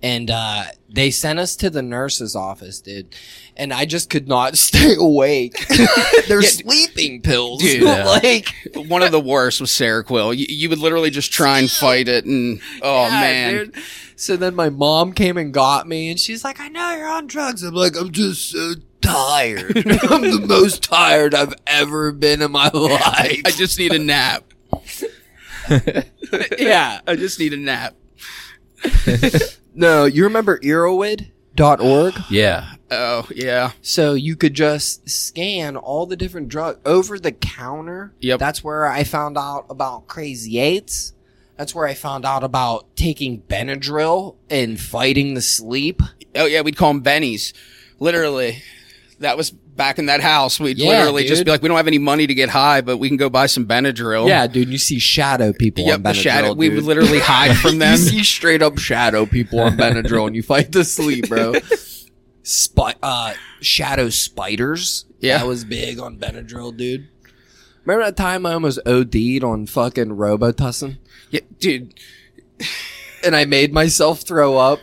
[SPEAKER 6] And uh, they sent us to the nurse's office, dude. And I just could not stay awake. They're sleeping pills.
[SPEAKER 2] Dude, yeah.
[SPEAKER 6] like,
[SPEAKER 2] one of the worst was Seroquel. You, you would literally just try and fight it, and oh
[SPEAKER 6] Yeah,
[SPEAKER 2] man,
[SPEAKER 6] dude. So then my mom came and got me, and she's like, "I know you're on drugs." I'm like, "I'm just so tired. I'm the most tired I've ever been in my life."
[SPEAKER 2] I just need a nap. yeah, I just need a nap.
[SPEAKER 6] no, you remember Irowid.org?
[SPEAKER 3] yeah.
[SPEAKER 2] Oh yeah,
[SPEAKER 6] So you could just scan all the different drugs over the counter.
[SPEAKER 2] Yep.
[SPEAKER 6] That's where I found out about Crazy Eights. That's where I found out about taking Benadryl and fighting the sleep.
[SPEAKER 2] oh yeah. We'd call them Bennies. Literally, that was back in that house. We'd
[SPEAKER 6] Yeah,
[SPEAKER 2] literally just
[SPEAKER 6] dude.
[SPEAKER 2] be like, we don't have any money to get high, but we can go buy some Benadryl.
[SPEAKER 6] dude, you see shadow people
[SPEAKER 2] Yep, the shadow. We would literally hide from them.
[SPEAKER 6] you see straight up shadow people on Benadryl and you fight to sleep, bro. Spy, uh, shadow spiders.
[SPEAKER 2] Yeah.
[SPEAKER 6] That was big on Benadryl, dude. Remember that time I almost OD'd on fucking Robitussin?
[SPEAKER 2] Yeah, dude,
[SPEAKER 6] And I made myself throw up.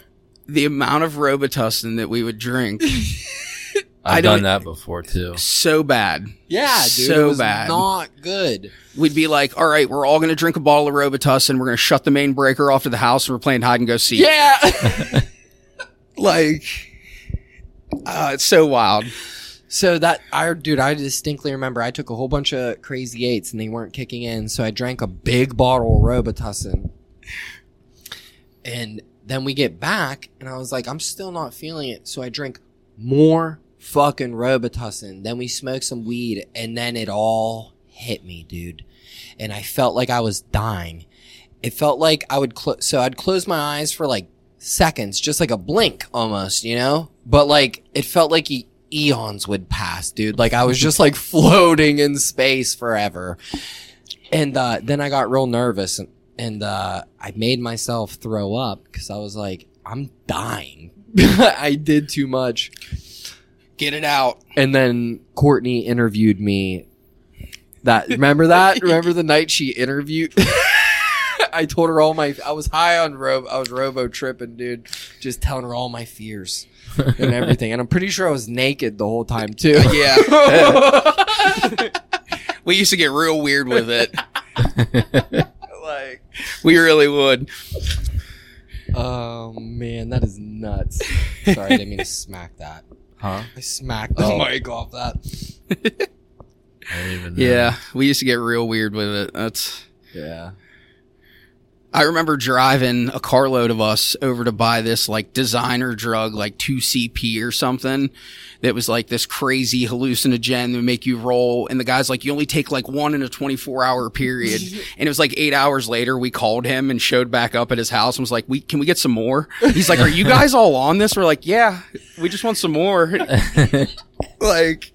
[SPEAKER 2] the amount of Robitussin that we would drink I
[SPEAKER 3] I've
[SPEAKER 2] don't-
[SPEAKER 3] done that before too.
[SPEAKER 2] so bad.
[SPEAKER 6] Yeah, dude.
[SPEAKER 2] So
[SPEAKER 6] it was
[SPEAKER 2] bad.
[SPEAKER 6] Not good.
[SPEAKER 2] We'd be like, all right, we're all going to drink a bottle of Robitussin. We're going to shut the main breaker off to the house and we're playing hide and go seek.
[SPEAKER 6] Yeah.
[SPEAKER 2] Like, uh, it's so wild.
[SPEAKER 6] So that I dude, I distinctly remember I took a whole bunch of crazy eights and they weren't kicking in, so I drank a big bottle of Robitussin. And then we get back and I was like, I'm still not feeling it, so I drink more fucking Robitussin. Then we smoked some weed and then it all hit me, dude. And I felt like I was dying. It felt like I would close so I'd close my eyes for like seconds, just like a blink almost, you know? But like it felt like e- eons would pass, dude. Like I was just like floating in space forever. And uh, then I got real nervous and, and uh, I made myself throw up because I was like, I'm dying. I did too much.
[SPEAKER 2] Get it out.
[SPEAKER 6] And then Courtney interviewed me. That remember that? remember the night she interviewed? I told her all my I was high on robo I was robo tripping, dude. Just telling her all my fears and everything. And I'm pretty sure I was naked the whole time too.
[SPEAKER 2] Yeah. we used to get real weird with it. like, we really would.
[SPEAKER 6] oh man, that is nuts. Sorry, I didn't mean to smack that.
[SPEAKER 3] Huh?
[SPEAKER 6] I smacked the mic off that.
[SPEAKER 3] I don't even know.
[SPEAKER 2] Yeah. We used to get real weird with it. That's.
[SPEAKER 6] Yeah.
[SPEAKER 2] I remember driving a carload of us over to buy this like designer drug, like 2CP or something that was like this crazy hallucinogen that would make you roll. And the guy's like, you only take like one in a 24 hour period. and it was like eight hours later, we called him and showed back up at his house and was like, we, can we get some more? He's like, are you guys all on this? We're like, yeah, we just want some more. like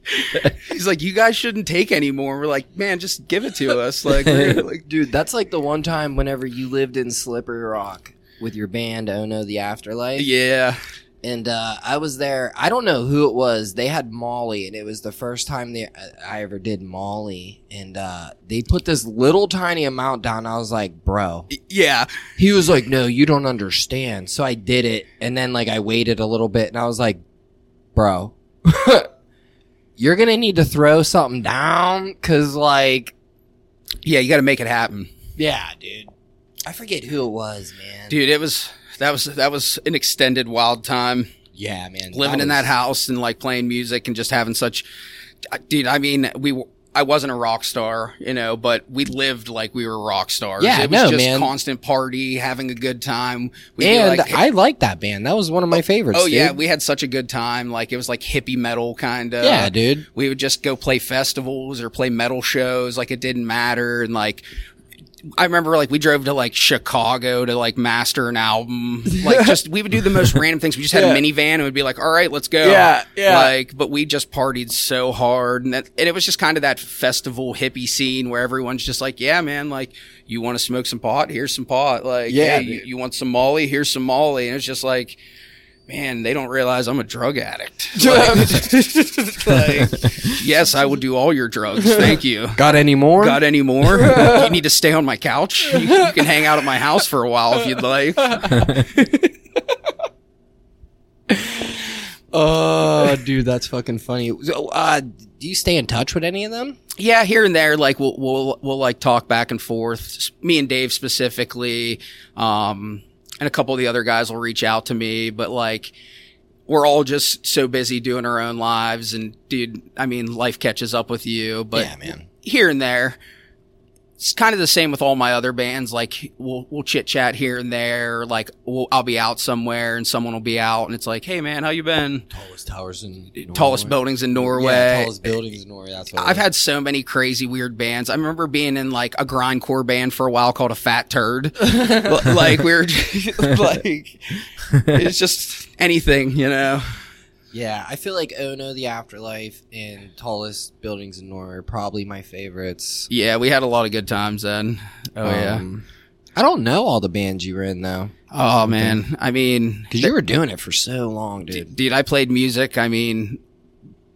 [SPEAKER 2] he's like, you guys shouldn't take any more. We're like, man, just give it to us. Like, we're- like
[SPEAKER 6] Dude, that's like the one time whenever you lived in Slippery Rock with your band Oh No the Afterlife.
[SPEAKER 2] yeah,
[SPEAKER 6] And uh, I was there. I don't know who it was. They had Molly, and it was the first time they, uh, I ever did Molly. And uh, they put this little tiny amount down. I was like, bro.
[SPEAKER 2] yeah,
[SPEAKER 6] He was like, no, you don't understand. So I did it. And then, like, I waited a little bit, and I was like, bro, you're going to need to throw something down. Cause, like,
[SPEAKER 2] yeah. You got to make it happen,
[SPEAKER 6] yeah, dude. I forget who it was, man.
[SPEAKER 2] dude. It was that was that was an extended wild time.
[SPEAKER 6] Yeah, man.
[SPEAKER 2] living in that
[SPEAKER 6] was-
[SPEAKER 2] house and like playing music and just having such I- dude i mean we w- i wasn't a rock star you know but we lived like we were rock stars
[SPEAKER 6] Yeah,
[SPEAKER 2] it was
[SPEAKER 6] no,
[SPEAKER 2] just
[SPEAKER 6] man.
[SPEAKER 2] constant party having a good time we
[SPEAKER 6] And
[SPEAKER 2] like,
[SPEAKER 6] I like that band. That was one of my favorites.
[SPEAKER 2] oh yeah
[SPEAKER 6] dude.
[SPEAKER 2] we had such a good time like it was like hippie metal kind of
[SPEAKER 6] yeah, dude.
[SPEAKER 2] we uh, would just go play festivals or play metal shows like it didn't matter and like I remember like we drove to like Chicago to like master an album. Like just we would do the most random things. We just had a minivan and we'd be like, "All right, let's go."
[SPEAKER 6] Yeah, yeah.
[SPEAKER 2] Like, but we just partied so hard, and that, and it was just kind of that festival hippie scene where everyone's just like, "Yeah, man, like you want to smoke some pot? Here's some pot. Like,
[SPEAKER 6] Yeah,
[SPEAKER 2] yeah, you,
[SPEAKER 6] dude.
[SPEAKER 2] you want some Molly? Here's some Molly." And it's just like, man, they don't realize I'm a drug addict. Like, yes, I will do all your drugs. Thank you.
[SPEAKER 6] Got any more?
[SPEAKER 2] Got any more? you need to stay on my couch. You, you can hang out at my house for a while if you'd like.
[SPEAKER 6] Oh, dude, that's fucking funny. So, uh, do you stay in touch with any of them?
[SPEAKER 2] Yeah, here and there, like we'll we'll we'll like talk back and forth. S- Me and Dave specifically, um, and a couple of the other guys will reach out to me, but like we're all just so busy doing our own lives, and dude, I mean, life catches up with you. But
[SPEAKER 6] man.
[SPEAKER 2] here and there. It's kind of the same with all my other bands. Like we'll we'll chit chat here and there. Like we'll, I'll be out somewhere and someone will be out, and it's like, hey man, how you been?
[SPEAKER 6] Tallest towers in
[SPEAKER 2] Tallest buildings in Norway.
[SPEAKER 6] tallest buildings in Norway. That's what
[SPEAKER 2] I've had so many crazy weird bands. I remember being in like a grindcore band for a while called a Fat Turd. L- like we were just, like it's just anything, you know.
[SPEAKER 6] Yeah, I feel like Oh No, the Afterlife and Tallest Buildings in Norway are probably my favorites.
[SPEAKER 2] Yeah, we had a lot of good times then. Oh yeah.
[SPEAKER 6] Um, I don't know all the bands you were in though,
[SPEAKER 2] Oh man. I mean,
[SPEAKER 6] because you were doing it for so long, dude.
[SPEAKER 2] dude, I played music. I mean,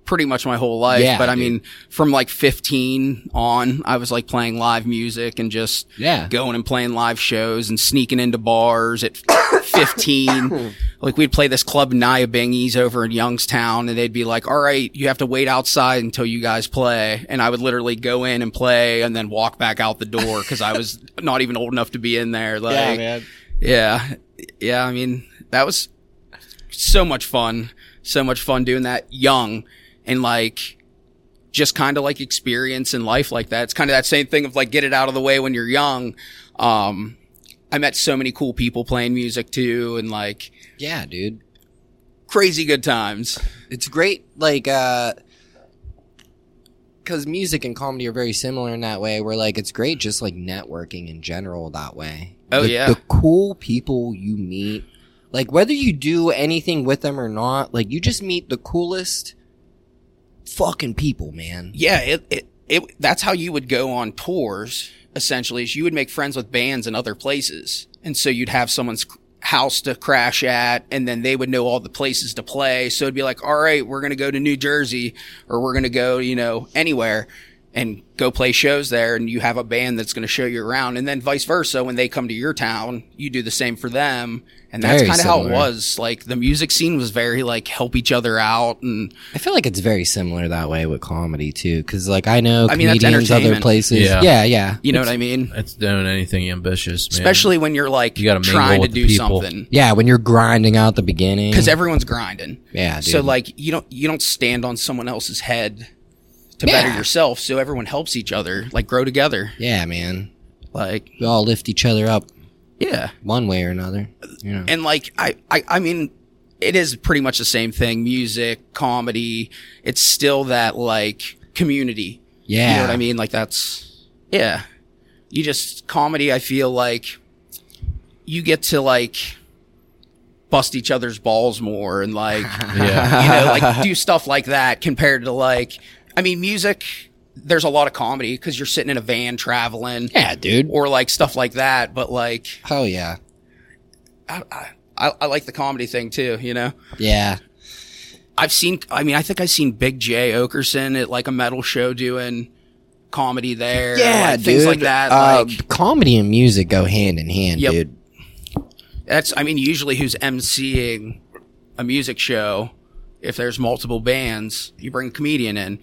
[SPEAKER 2] pretty much my whole life.
[SPEAKER 6] Yeah,
[SPEAKER 2] but I
[SPEAKER 6] dude.
[SPEAKER 2] mean, from like 15 on, I was like playing live music and just
[SPEAKER 6] Yeah,
[SPEAKER 2] going and playing live shows and sneaking into bars at 15. like we'd play this club Nyabingies over in Youngstown and they'd be like, all right, you have to wait outside until you guys play. And I would literally go in and play and then walk back out the door because I was not even old enough to be in there. Like,
[SPEAKER 6] yeah, man.
[SPEAKER 2] yeah. Yeah. I mean, that was so much fun. So much fun doing that young and like just kind of like experience in life like that. It's kind of that same thing of like get it out of the way when you're young. Um, I met so many cool people playing music too and like
[SPEAKER 6] Yeah, dude.
[SPEAKER 2] crazy good times.
[SPEAKER 6] It's great, like, uh, because music and comedy are very similar in that way. Where like it's great, just like networking in general that way.
[SPEAKER 2] Oh,
[SPEAKER 6] The-
[SPEAKER 2] yeah.
[SPEAKER 6] the cool people you meet, like whether you do anything with them or not, like you just meet the coolest fucking people, man.
[SPEAKER 2] Yeah. It, it, it, that's how you would go on tours essentially is you would make friends with bands in other places. And so you'd have someone's house to crash at and then they would know all the places to play. So it'd be like, all right, we're going to go to New Jersey or we're going to go, you know, anywhere and go play shows there. And you have a band that's going to show you around and then vice versa. When they come to your town, you do the same for them. And that's
[SPEAKER 6] Very
[SPEAKER 2] kind of how it
[SPEAKER 6] similar.
[SPEAKER 2] was. Like the music scene was very like help each other out and
[SPEAKER 6] I feel like it's very similar that way with comedy too, because like I know
[SPEAKER 2] I mean, that's
[SPEAKER 6] comedians other
[SPEAKER 2] entertainment.
[SPEAKER 6] places.
[SPEAKER 3] Yeah.
[SPEAKER 6] yeah, yeah.
[SPEAKER 2] you know what I mean?
[SPEAKER 3] That's doing anything ambitious, man.
[SPEAKER 2] especially when you're like
[SPEAKER 3] You gotta mingle
[SPEAKER 2] trying to
[SPEAKER 3] with the
[SPEAKER 2] do
[SPEAKER 3] people.
[SPEAKER 2] something
[SPEAKER 6] Yeah, when you're grinding out the beginning.
[SPEAKER 2] because everyone's grinding.
[SPEAKER 6] yeah, dude.
[SPEAKER 2] So like you don't you don't stand on someone else's head to
[SPEAKER 6] Yeah.
[SPEAKER 2] better yourself. So everyone helps each other, like grow together.
[SPEAKER 6] yeah, man.
[SPEAKER 2] Like
[SPEAKER 6] We all lift each other up
[SPEAKER 2] yeah,
[SPEAKER 6] one way or another. You know.
[SPEAKER 2] and like I I, I mean it is pretty much the same thing. Music, comedy. It's still that like community.
[SPEAKER 6] yeah.
[SPEAKER 2] You know what I mean? Like that's yeah. You just comedy I feel like you get to like bust each other's balls more and like
[SPEAKER 3] Yeah.
[SPEAKER 2] you know, like do stuff like that compared to like, I mean, music. There's a lot of comedy because you're sitting in a van traveling,
[SPEAKER 6] Yeah, dude.
[SPEAKER 2] or like stuff like that. But like,
[SPEAKER 6] Hell yeah.
[SPEAKER 2] I, I, I I like the comedy thing too. You know,
[SPEAKER 6] Yeah.
[SPEAKER 2] I've seen. I mean, I think I've seen Big J Okerson at like a metal show doing comedy there. like, things like
[SPEAKER 6] dude.
[SPEAKER 2] that.
[SPEAKER 6] Uh,
[SPEAKER 2] like
[SPEAKER 6] comedy and music go hand in hand,
[SPEAKER 2] Yep.
[SPEAKER 6] dude.
[SPEAKER 2] that's. I mean, usually who's emceeing a music show? If there's multiple bands, you bring a comedian in.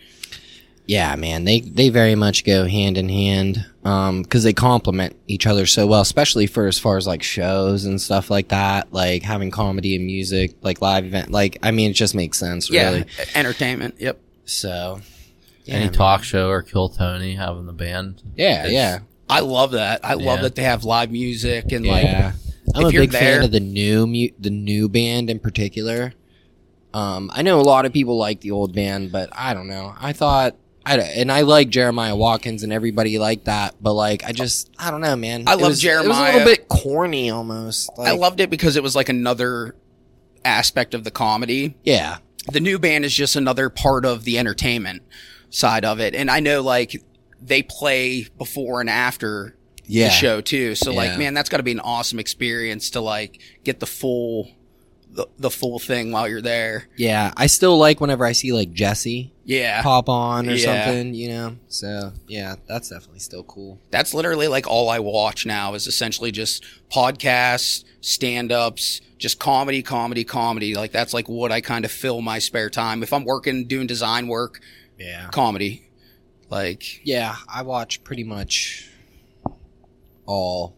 [SPEAKER 6] Yeah, man, they they very much go hand in hand Um, 'cause because they complement each other so well, especially for as far as like shows and stuff like that. Like having comedy and music, like live event, like I mean, it just makes sense, really.
[SPEAKER 2] Yeah, entertainment. Yep.
[SPEAKER 6] So, yeah,
[SPEAKER 3] Any
[SPEAKER 6] man.
[SPEAKER 3] talk show or Kill Tony having the band.
[SPEAKER 6] yeah,
[SPEAKER 3] It's-
[SPEAKER 6] yeah,
[SPEAKER 2] I love that. I love
[SPEAKER 3] Yeah.
[SPEAKER 2] that they have live music and like
[SPEAKER 6] yeah. I'm
[SPEAKER 2] if
[SPEAKER 6] a
[SPEAKER 2] you're
[SPEAKER 6] big
[SPEAKER 2] there-
[SPEAKER 6] fan of the new mu- the new band in particular. Um, I know a lot of people like the old band, but I don't know. I thought. I, and I like Jeremiah Watkins and everybody like that, but like I just I don't know, man.
[SPEAKER 2] I love
[SPEAKER 6] It was- It was a
[SPEAKER 2] Jeremiah.
[SPEAKER 6] little bit corny almost.
[SPEAKER 2] I
[SPEAKER 6] Like,
[SPEAKER 2] loved it because it was like another aspect of the comedy.
[SPEAKER 6] yeah,
[SPEAKER 2] The new band is just another part of the entertainment side of it. And I know like they play before and after
[SPEAKER 6] yeah,
[SPEAKER 2] the show too. So like
[SPEAKER 6] Yeah.
[SPEAKER 2] man, that's got to be an awesome experience to like get the full the, the full thing while you're there.
[SPEAKER 6] yeah. I still like whenever I see like Jesse
[SPEAKER 2] Yeah.
[SPEAKER 6] pop on or
[SPEAKER 2] Yeah.
[SPEAKER 6] something, you know. So yeah, that's definitely still cool.
[SPEAKER 2] That's literally like all I watch now is essentially just podcasts, stand ups, just comedy, comedy, comedy. Like that's like what I kind of fill my spare time. If I'm working, doing design work,
[SPEAKER 6] Yeah,
[SPEAKER 2] comedy. Like,
[SPEAKER 6] yeah. I watch pretty much all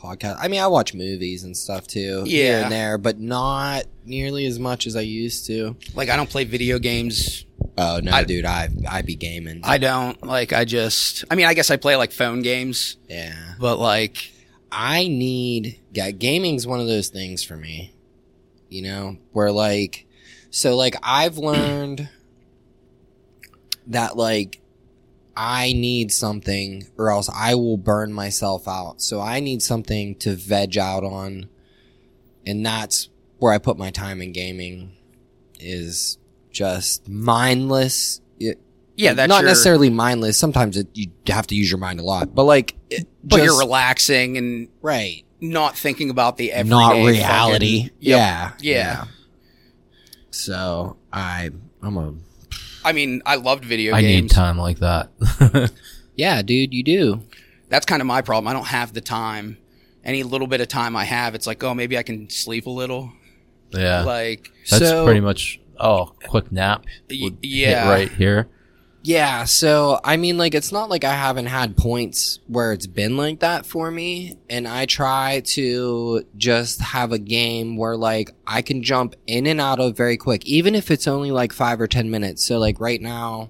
[SPEAKER 6] podcast. I mean, I watch movies and stuff too, here
[SPEAKER 2] Yeah.
[SPEAKER 6] and there, but not nearly as much as I used to.
[SPEAKER 2] like I don't play video games.
[SPEAKER 6] Oh no,
[SPEAKER 2] I-
[SPEAKER 6] dude, I I be gaming.
[SPEAKER 2] I don't like, I just, I mean, I guess I play like phone games,
[SPEAKER 6] yeah,
[SPEAKER 2] but like,
[SPEAKER 6] I need yeah, gaming's one of those things for me. You know, where like so like I've learned that like I need something or else I will burn myself out. So I need something to veg out on and that's where I put my time in gaming is just mindless
[SPEAKER 2] yeah, that's
[SPEAKER 6] not
[SPEAKER 2] your-
[SPEAKER 6] necessarily mindless. Sometimes it, you have to use your mind a lot, but like, it-
[SPEAKER 2] but you're
[SPEAKER 6] just-
[SPEAKER 2] relaxing and
[SPEAKER 6] right
[SPEAKER 2] not thinking about the everyday.
[SPEAKER 6] not
[SPEAKER 2] fucking-
[SPEAKER 6] reality.
[SPEAKER 2] Yep.
[SPEAKER 6] Yeah,
[SPEAKER 2] Yeah.
[SPEAKER 6] So I, I'm a
[SPEAKER 2] I mean, I loved video
[SPEAKER 3] I
[SPEAKER 2] games.
[SPEAKER 3] need time like that.
[SPEAKER 6] yeah, dude. You do.
[SPEAKER 2] that's kind of my problem. I don't have the time. Any little bit of time I have, it's like, oh, maybe I can sleep a little.
[SPEAKER 3] yeah.
[SPEAKER 2] Like,
[SPEAKER 3] That's
[SPEAKER 6] so,
[SPEAKER 3] pretty much oh, quick nap.
[SPEAKER 2] Y-
[SPEAKER 3] would hit
[SPEAKER 2] yeah.
[SPEAKER 3] right here.
[SPEAKER 6] Yeah. So I mean, like, it's not like I haven't had points where it's been like that for me, and I try to just have a game where like I can jump in and out of very quick, even if it's only like five or ten minutes. So like right now.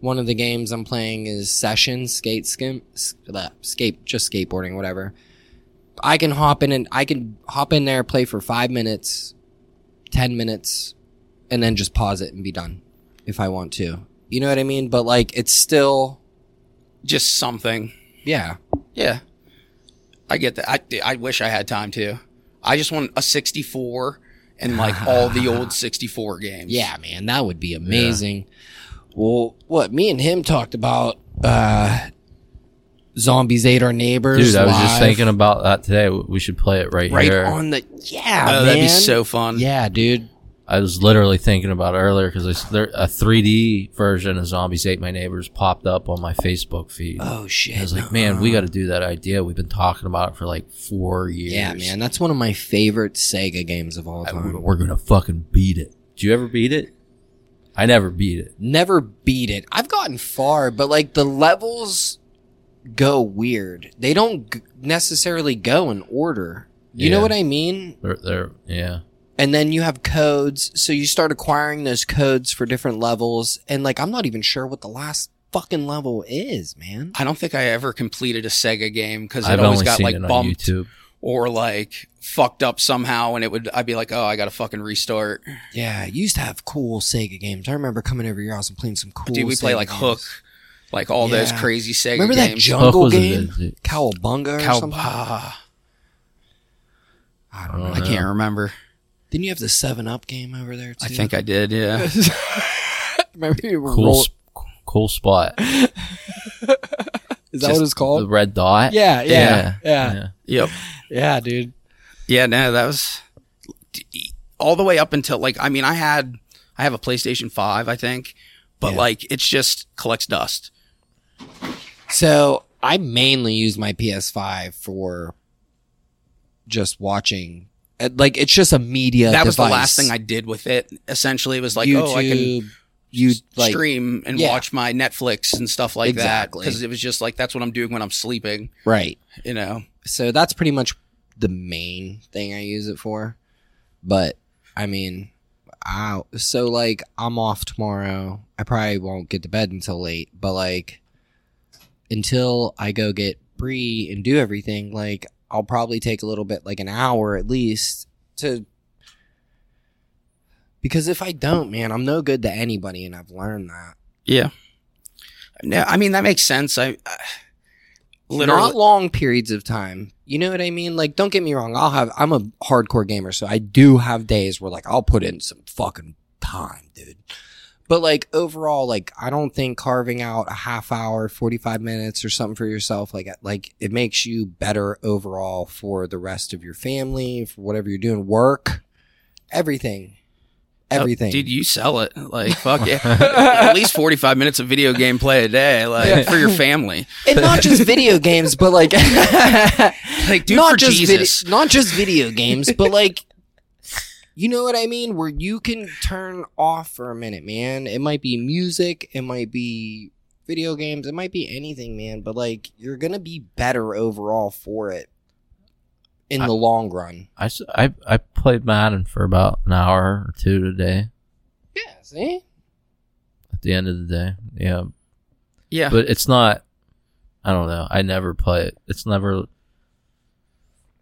[SPEAKER 6] One of the games I'm playing is Session Skate Skim, s- bleh, skate just skateboarding, whatever. I can hop in and I can hop in there, play for five minutes, ten minutes, and then just pause it and be done if I want to. You know what I mean? But like, it's still
[SPEAKER 2] just something.
[SPEAKER 6] yeah,
[SPEAKER 2] Yeah. I get that. I, I wish I had time to. I just want a 64 and like all the old 64 games.
[SPEAKER 6] yeah, man, that would be amazing. Well, what me and him talked about, uh, zombies ate our neighbors.
[SPEAKER 3] Dude, I was just
[SPEAKER 6] live.
[SPEAKER 3] thinking about that today. We should play it right,
[SPEAKER 2] Right
[SPEAKER 3] here.
[SPEAKER 6] on the yeah,
[SPEAKER 2] Oh, that'd be
[SPEAKER 6] man.
[SPEAKER 2] so fun.
[SPEAKER 6] yeah, dude.
[SPEAKER 3] I was literally thinking about it earlier because a 3D version of Zombies Ate My Neighbors popped up on my Facebook feed.
[SPEAKER 6] Oh
[SPEAKER 3] I
[SPEAKER 6] shit,
[SPEAKER 3] was like, man,
[SPEAKER 6] uh,
[SPEAKER 3] we got to do that idea. We've been talking about it for like four years.
[SPEAKER 6] yeah, man, that's one of my favorite Sega games of all
[SPEAKER 3] I-
[SPEAKER 6] time.
[SPEAKER 3] We're going to fucking beat it. Did you ever beat it? I never beat it.
[SPEAKER 6] never beat it. I've gotten far, but like the levels go weird. They don't g- necessarily go in order. You know
[SPEAKER 3] Yeah.
[SPEAKER 6] what I mean?
[SPEAKER 3] They're, they're, yeah.
[SPEAKER 6] And then you have codes, so you start acquiring those codes for different levels, and like I'm not even sure what the last fucking level is, man.
[SPEAKER 2] I don't think I ever completed a Sega game because it
[SPEAKER 3] I've
[SPEAKER 2] always
[SPEAKER 3] only
[SPEAKER 2] got
[SPEAKER 3] seen
[SPEAKER 2] like
[SPEAKER 3] it on
[SPEAKER 2] bumped
[SPEAKER 3] YouTube.
[SPEAKER 2] or like fucked up somehow. And it would, I'd be like, oh, I got to fucking restart.
[SPEAKER 6] Yeah, you used to have cool Sega games. I remember coming over your house and playing some cool.
[SPEAKER 2] Dude, we play
[SPEAKER 6] Sega
[SPEAKER 2] like
[SPEAKER 6] games.
[SPEAKER 2] Hook, like all those
[SPEAKER 6] Yeah.
[SPEAKER 2] crazy Sega
[SPEAKER 6] Remember that
[SPEAKER 2] games.
[SPEAKER 6] jungle
[SPEAKER 3] Hook was a
[SPEAKER 6] game,
[SPEAKER 3] good-
[SPEAKER 6] Cowabunga or
[SPEAKER 2] Cow-
[SPEAKER 6] something?
[SPEAKER 2] ah,
[SPEAKER 6] I don't know.
[SPEAKER 2] Uh-huh. I can't remember.
[SPEAKER 6] Didn't you have the Seven Up game over there? Too?
[SPEAKER 2] I think I did. Yeah.
[SPEAKER 6] Remember you were
[SPEAKER 3] Cool,
[SPEAKER 6] roll-
[SPEAKER 3] sp- cool spot.
[SPEAKER 6] Is that what it's
[SPEAKER 3] The
[SPEAKER 6] called?
[SPEAKER 3] red dot.
[SPEAKER 6] Yeah, yeah, Oh. yeah, yeah,
[SPEAKER 3] yeah.
[SPEAKER 2] yep.
[SPEAKER 6] dude.
[SPEAKER 2] Yeah, no, that was all the way up until like I mean, I had I have a PlayStation 5, I think, but
[SPEAKER 6] Yeah.
[SPEAKER 2] like it's just collects dust.
[SPEAKER 6] So I mainly use my PS5 for just watching. Uh, Like it's just a media.
[SPEAKER 2] that was the
[SPEAKER 6] device.
[SPEAKER 2] last thing I did with it. Essentially, it was like, oh, I can
[SPEAKER 6] YouTube, you like
[SPEAKER 2] stream and
[SPEAKER 6] yeah.
[SPEAKER 2] watch my Netflix and stuff like
[SPEAKER 6] Exactly.
[SPEAKER 2] that because it was just like that's what I'm doing when I'm sleeping,
[SPEAKER 6] right.
[SPEAKER 2] you know.
[SPEAKER 6] So that's pretty much the main thing I use it for. But I mean, I so like I'm off tomorrow. I probably won't get to bed until late, but like until I go get Bree and do everything, like I'll probably take a little bit, like an hour at least, to because if I don't, man, I'm no good to anybody, and I've learned that.
[SPEAKER 2] Yeah. No, I mean that makes sense. I, I literally
[SPEAKER 6] not long periods of time. You know what I mean? Like, don't get me wrong. I'll have. I'm a hardcore gamer, so I do have days where like I'll put in some fucking time, dude. But like overall, like I don't think carving out a half hour, forty five minutes, or something for yourself, like like it makes you better overall for the rest of your family, for whatever you're doing, work, everything, everything.
[SPEAKER 2] Oh, Dude, you sell it. Like, fuck yeah. At least 45 minutes of video game play a day, like, for your family.
[SPEAKER 6] and not just video games, but like,
[SPEAKER 2] Like, dude, for
[SPEAKER 6] just vid-
[SPEAKER 2] Jesus.
[SPEAKER 6] not just video games, but like, you know what I mean, where you can turn off for a minute, man. It might be music, it might be video games, it might be anything, man. But like, you're gonna be better overall for it in the long run.
[SPEAKER 3] I, s- I, I played Madden for about an hour or two today.
[SPEAKER 6] Yeah. See.
[SPEAKER 3] At the end of the day, yeah.
[SPEAKER 2] Yeah.
[SPEAKER 3] But it's not. I don't know. I never play it. It's never.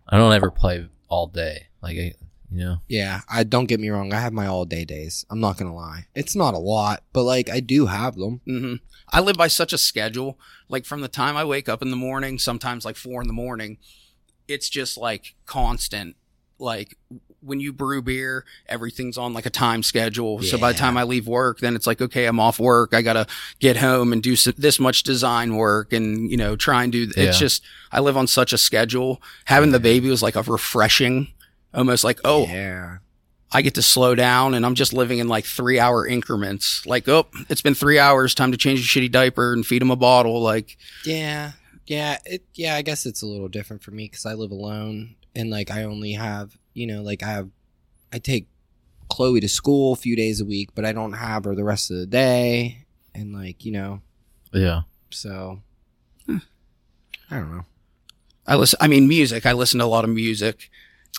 [SPEAKER 3] I don't ever play all day. Like I, you know.
[SPEAKER 6] Yeah, I don't get me wrong. I have my all day days. I'm not gonna lie. It's not a lot, but like I do have them.
[SPEAKER 2] hmm I live by such a schedule. Like, from the time I wake up in the morning, sometimes like four in the morning, it's just like constant. Like, when you brew beer, everything's on like a time schedule. So by the
[SPEAKER 6] Yeah.
[SPEAKER 2] time I leave work, then it's like, okay, I'm off work. I got to get home and do s this much design work and, you know, try and do, it's
[SPEAKER 3] Yeah.
[SPEAKER 2] just, I live on such a schedule. Having the baby was like a refreshing, almost like, oh,
[SPEAKER 6] yeah.
[SPEAKER 2] I get to slow down and I'm just living in like three hour increments. Like, oh, it's been three hours. Time to change your shitty diaper and feed him a bottle. Like,
[SPEAKER 6] Yeah, yeah, it, yeah. I guess it's a little different for me because I live alone and like I only have, you know, like I have, I take Chloe to school a few days a week, but I don't have her the rest of the day, and like you know,
[SPEAKER 3] Yeah.
[SPEAKER 6] so I don't know.
[SPEAKER 2] I listen, I mean, music. I listen to a lot of music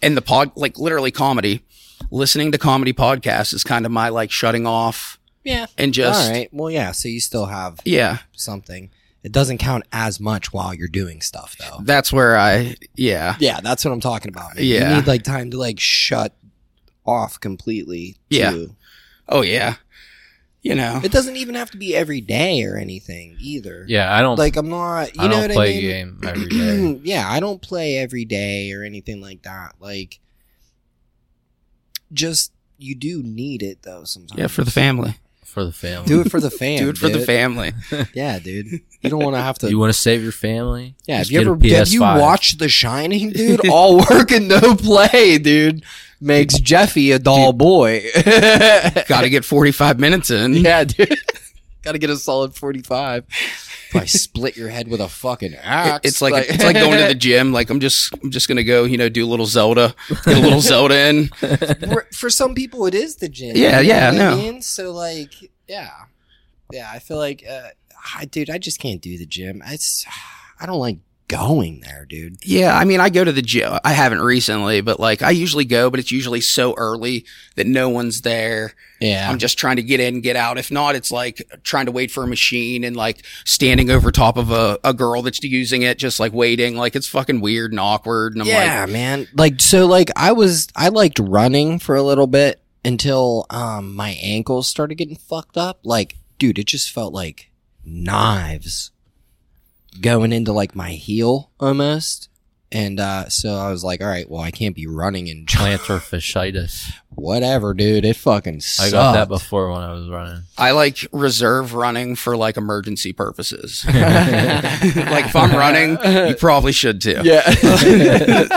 [SPEAKER 2] and the pod, like literally comedy. Listening to comedy podcasts is kind of my like shutting off
[SPEAKER 6] Yeah.
[SPEAKER 2] and just,
[SPEAKER 6] All right. Well, yeah. So you still have
[SPEAKER 2] yeah,
[SPEAKER 6] something. It doesn't count as much while you're doing stuff, though.
[SPEAKER 2] that's where I, yeah.
[SPEAKER 6] Yeah, that's what I'm talking about. man.
[SPEAKER 2] Yeah.
[SPEAKER 6] You need like time to like shut off completely.
[SPEAKER 2] Yeah.
[SPEAKER 6] too.
[SPEAKER 2] Oh, yeah. You know,
[SPEAKER 6] It doesn't even have to be every day or anything either.
[SPEAKER 3] Yeah. I don't.
[SPEAKER 6] Like I'm not you
[SPEAKER 3] I
[SPEAKER 6] know
[SPEAKER 3] don't
[SPEAKER 6] what
[SPEAKER 3] play
[SPEAKER 6] I mean?
[SPEAKER 3] game every day.
[SPEAKER 6] yeah, I don't play every day or anything like that. Like just you do need it though sometimes.
[SPEAKER 2] yeah, for the family.
[SPEAKER 3] for the family.
[SPEAKER 6] Do it for the fam.
[SPEAKER 2] Do it for the
[SPEAKER 6] dude.
[SPEAKER 2] family.
[SPEAKER 6] Yeah, dude. You don't want to have to
[SPEAKER 3] you want to save your family?
[SPEAKER 6] Yeah, have
[SPEAKER 3] Just
[SPEAKER 6] you
[SPEAKER 3] get a
[SPEAKER 6] ever have you
[SPEAKER 3] PS5.
[SPEAKER 6] watched The Shining, dude? All work and no play, dude. Makes Jeffy a doll boy.
[SPEAKER 2] got to get 45 minutes in.
[SPEAKER 6] Yeah, dude. Got to get a solid 45. I split your head with a fucking axe.
[SPEAKER 2] It- it's like, it's like going to the gym. Like I'm just I'm just gonna go, you know, do a little Zelda, get a little Zelda in.
[SPEAKER 6] For- for some people it is the gym.
[SPEAKER 2] Yeah,
[SPEAKER 6] you know
[SPEAKER 2] yeah,
[SPEAKER 6] what
[SPEAKER 2] no.
[SPEAKER 6] I mean? So like, yeah, yeah. I feel like, uh, I, dude, I just can't do the gym. It's, I don't like going there, dude.
[SPEAKER 2] Yeah, I mean, I go to the gym. I haven't recently, but like I usually go, but it's usually so early that no one's there.
[SPEAKER 6] Yeah,
[SPEAKER 2] I'm just trying to get in, and get out. If not, it's like trying to wait for a machine and like standing over top of a, a girl that's using it, just like waiting. Like it's fucking weird and awkward. And I'm
[SPEAKER 6] yeah,
[SPEAKER 2] like,
[SPEAKER 6] man. Like, so like, I was, I liked running for a little bit until um my ankles started getting fucked up. Like, dude, it just felt like knives going into like my heel almost. And uh, so I was like, all right, well, I can't be running and
[SPEAKER 3] Plantar fasciitis.
[SPEAKER 6] whatever, dude. It fucking sucked.
[SPEAKER 3] I got that before when I was running.
[SPEAKER 2] I like reserve running for like emergency purposes. like if I'm running, you probably should too.
[SPEAKER 6] Yeah.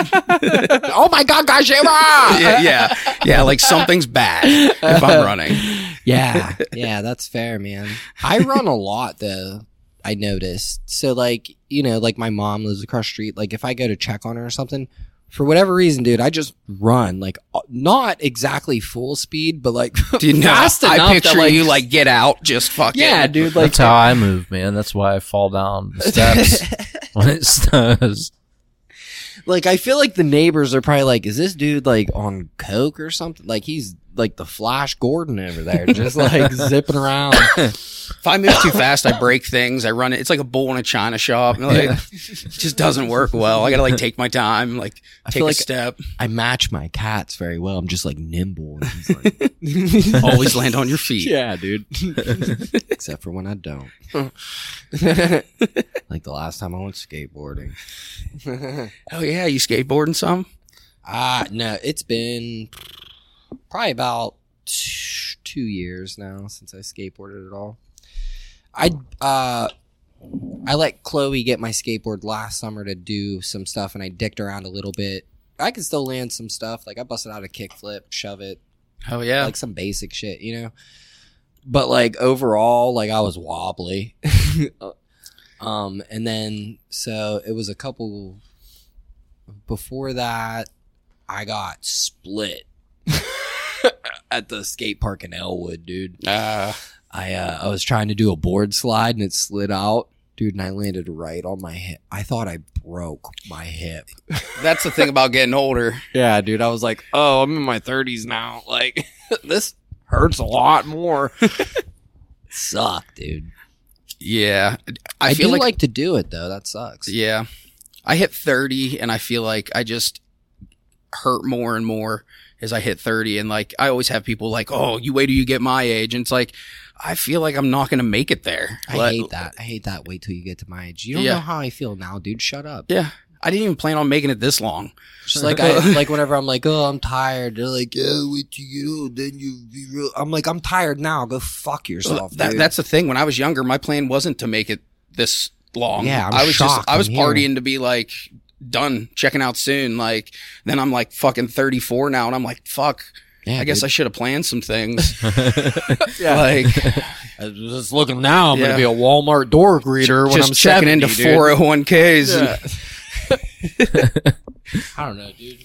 [SPEAKER 6] oh my god, Kashima!
[SPEAKER 2] yeah, yeah, yeah. Like something's bad if I'm running.
[SPEAKER 6] Yeah, yeah, that's fair, man. I run a lot though. I noticed. So like, you know, like my mom lives across the street. Like if I go to check on her or something, for whatever reason, dude, I just run like uh, not exactly full speed, but like
[SPEAKER 2] Do you know?
[SPEAKER 6] fast enough
[SPEAKER 2] I picture
[SPEAKER 6] that, like,
[SPEAKER 2] you like get out, just fucking
[SPEAKER 6] yeah, dude, like
[SPEAKER 3] That's how I move, man. That's why I fall down the steps when it snows.
[SPEAKER 6] like I feel like the neighbors are probably like, is this dude like on coke or something? Like he's like the Flash Gordon over there, just like zipping around.
[SPEAKER 2] If I move too fast, I break things. I run it. It's like a bull in a china shop. And, like, it just doesn't work well. I gotta like take my time, like
[SPEAKER 6] I
[SPEAKER 2] take a
[SPEAKER 6] feel like
[SPEAKER 2] step,
[SPEAKER 6] I match my cats very well. I'm just like nimble. And he's like,
[SPEAKER 2] always land on your feet.
[SPEAKER 6] Yeah, dude. Except for when I don't. like the last time I went skateboarding.
[SPEAKER 2] Oh yeah, you skateboarding some?
[SPEAKER 6] Ah, no, it's been probably about t- two years now since I skateboarded at all. I uh, I let Chloe get my skateboard last summer to do some stuff, and I dicked around a little bit. I could still land some stuff. Like I busted out a kickflip, shove it,
[SPEAKER 2] Oh yeah.
[SPEAKER 6] like some basic shit, you know. But like overall, like I was wobbly. um, and then so it was a couple before that. I got split at the skate park in Elwood, dude.
[SPEAKER 2] uh,
[SPEAKER 6] I uh, I was trying to do a board slide and it slid out, dude, and I landed right on my hip. I thought I broke my hip.
[SPEAKER 2] that's the thing about getting older.
[SPEAKER 6] Yeah, dude. I was like, oh, I'm in my 30s now. Like, this hurts a lot more. Suck, dude.
[SPEAKER 2] Yeah, I,
[SPEAKER 6] I,
[SPEAKER 2] feel
[SPEAKER 6] do
[SPEAKER 2] like,
[SPEAKER 6] like, to do it though. That sucks.
[SPEAKER 2] yeah, I hit thirty, and I feel like I just hurt more and more as I hit thirty. And like I always have people like, "Oh, you wait till you get my age," and it's like I feel like I'm not gonna make it there.
[SPEAKER 6] I
[SPEAKER 2] Like,
[SPEAKER 6] hate that. I hate that. Wait till you get to my age. You don't
[SPEAKER 2] Yeah.
[SPEAKER 6] know how I feel now, dude. Shut up.
[SPEAKER 2] Yeah, I didn't even plan on making it this long.
[SPEAKER 6] Just like I like whenever I'm like, oh, I'm tired. They're like, oh, wait till you know, then you be real. I'm like, I'm tired now. Go fuck yourself.
[SPEAKER 2] That,
[SPEAKER 6] dude.
[SPEAKER 2] that's the thing. When I was younger, my plan wasn't to make it this long.
[SPEAKER 6] Yeah, I'm
[SPEAKER 2] I was
[SPEAKER 6] shocked.
[SPEAKER 2] I was
[SPEAKER 6] I'm here.
[SPEAKER 2] partying to be like done, checking out soon. Like then I'm like fucking 34 now, and I'm like, fuck.
[SPEAKER 6] yeah,
[SPEAKER 2] I guess I
[SPEAKER 6] dude.
[SPEAKER 2] should have planned some things. Like
[SPEAKER 6] I was just looking now. I'm
[SPEAKER 2] Yeah.
[SPEAKER 6] gonna be a Walmart door greeter when
[SPEAKER 2] just
[SPEAKER 6] I'm
[SPEAKER 2] checking
[SPEAKER 6] 70,
[SPEAKER 2] into
[SPEAKER 6] dude.
[SPEAKER 2] 401ks. and-
[SPEAKER 6] I don't know, dude.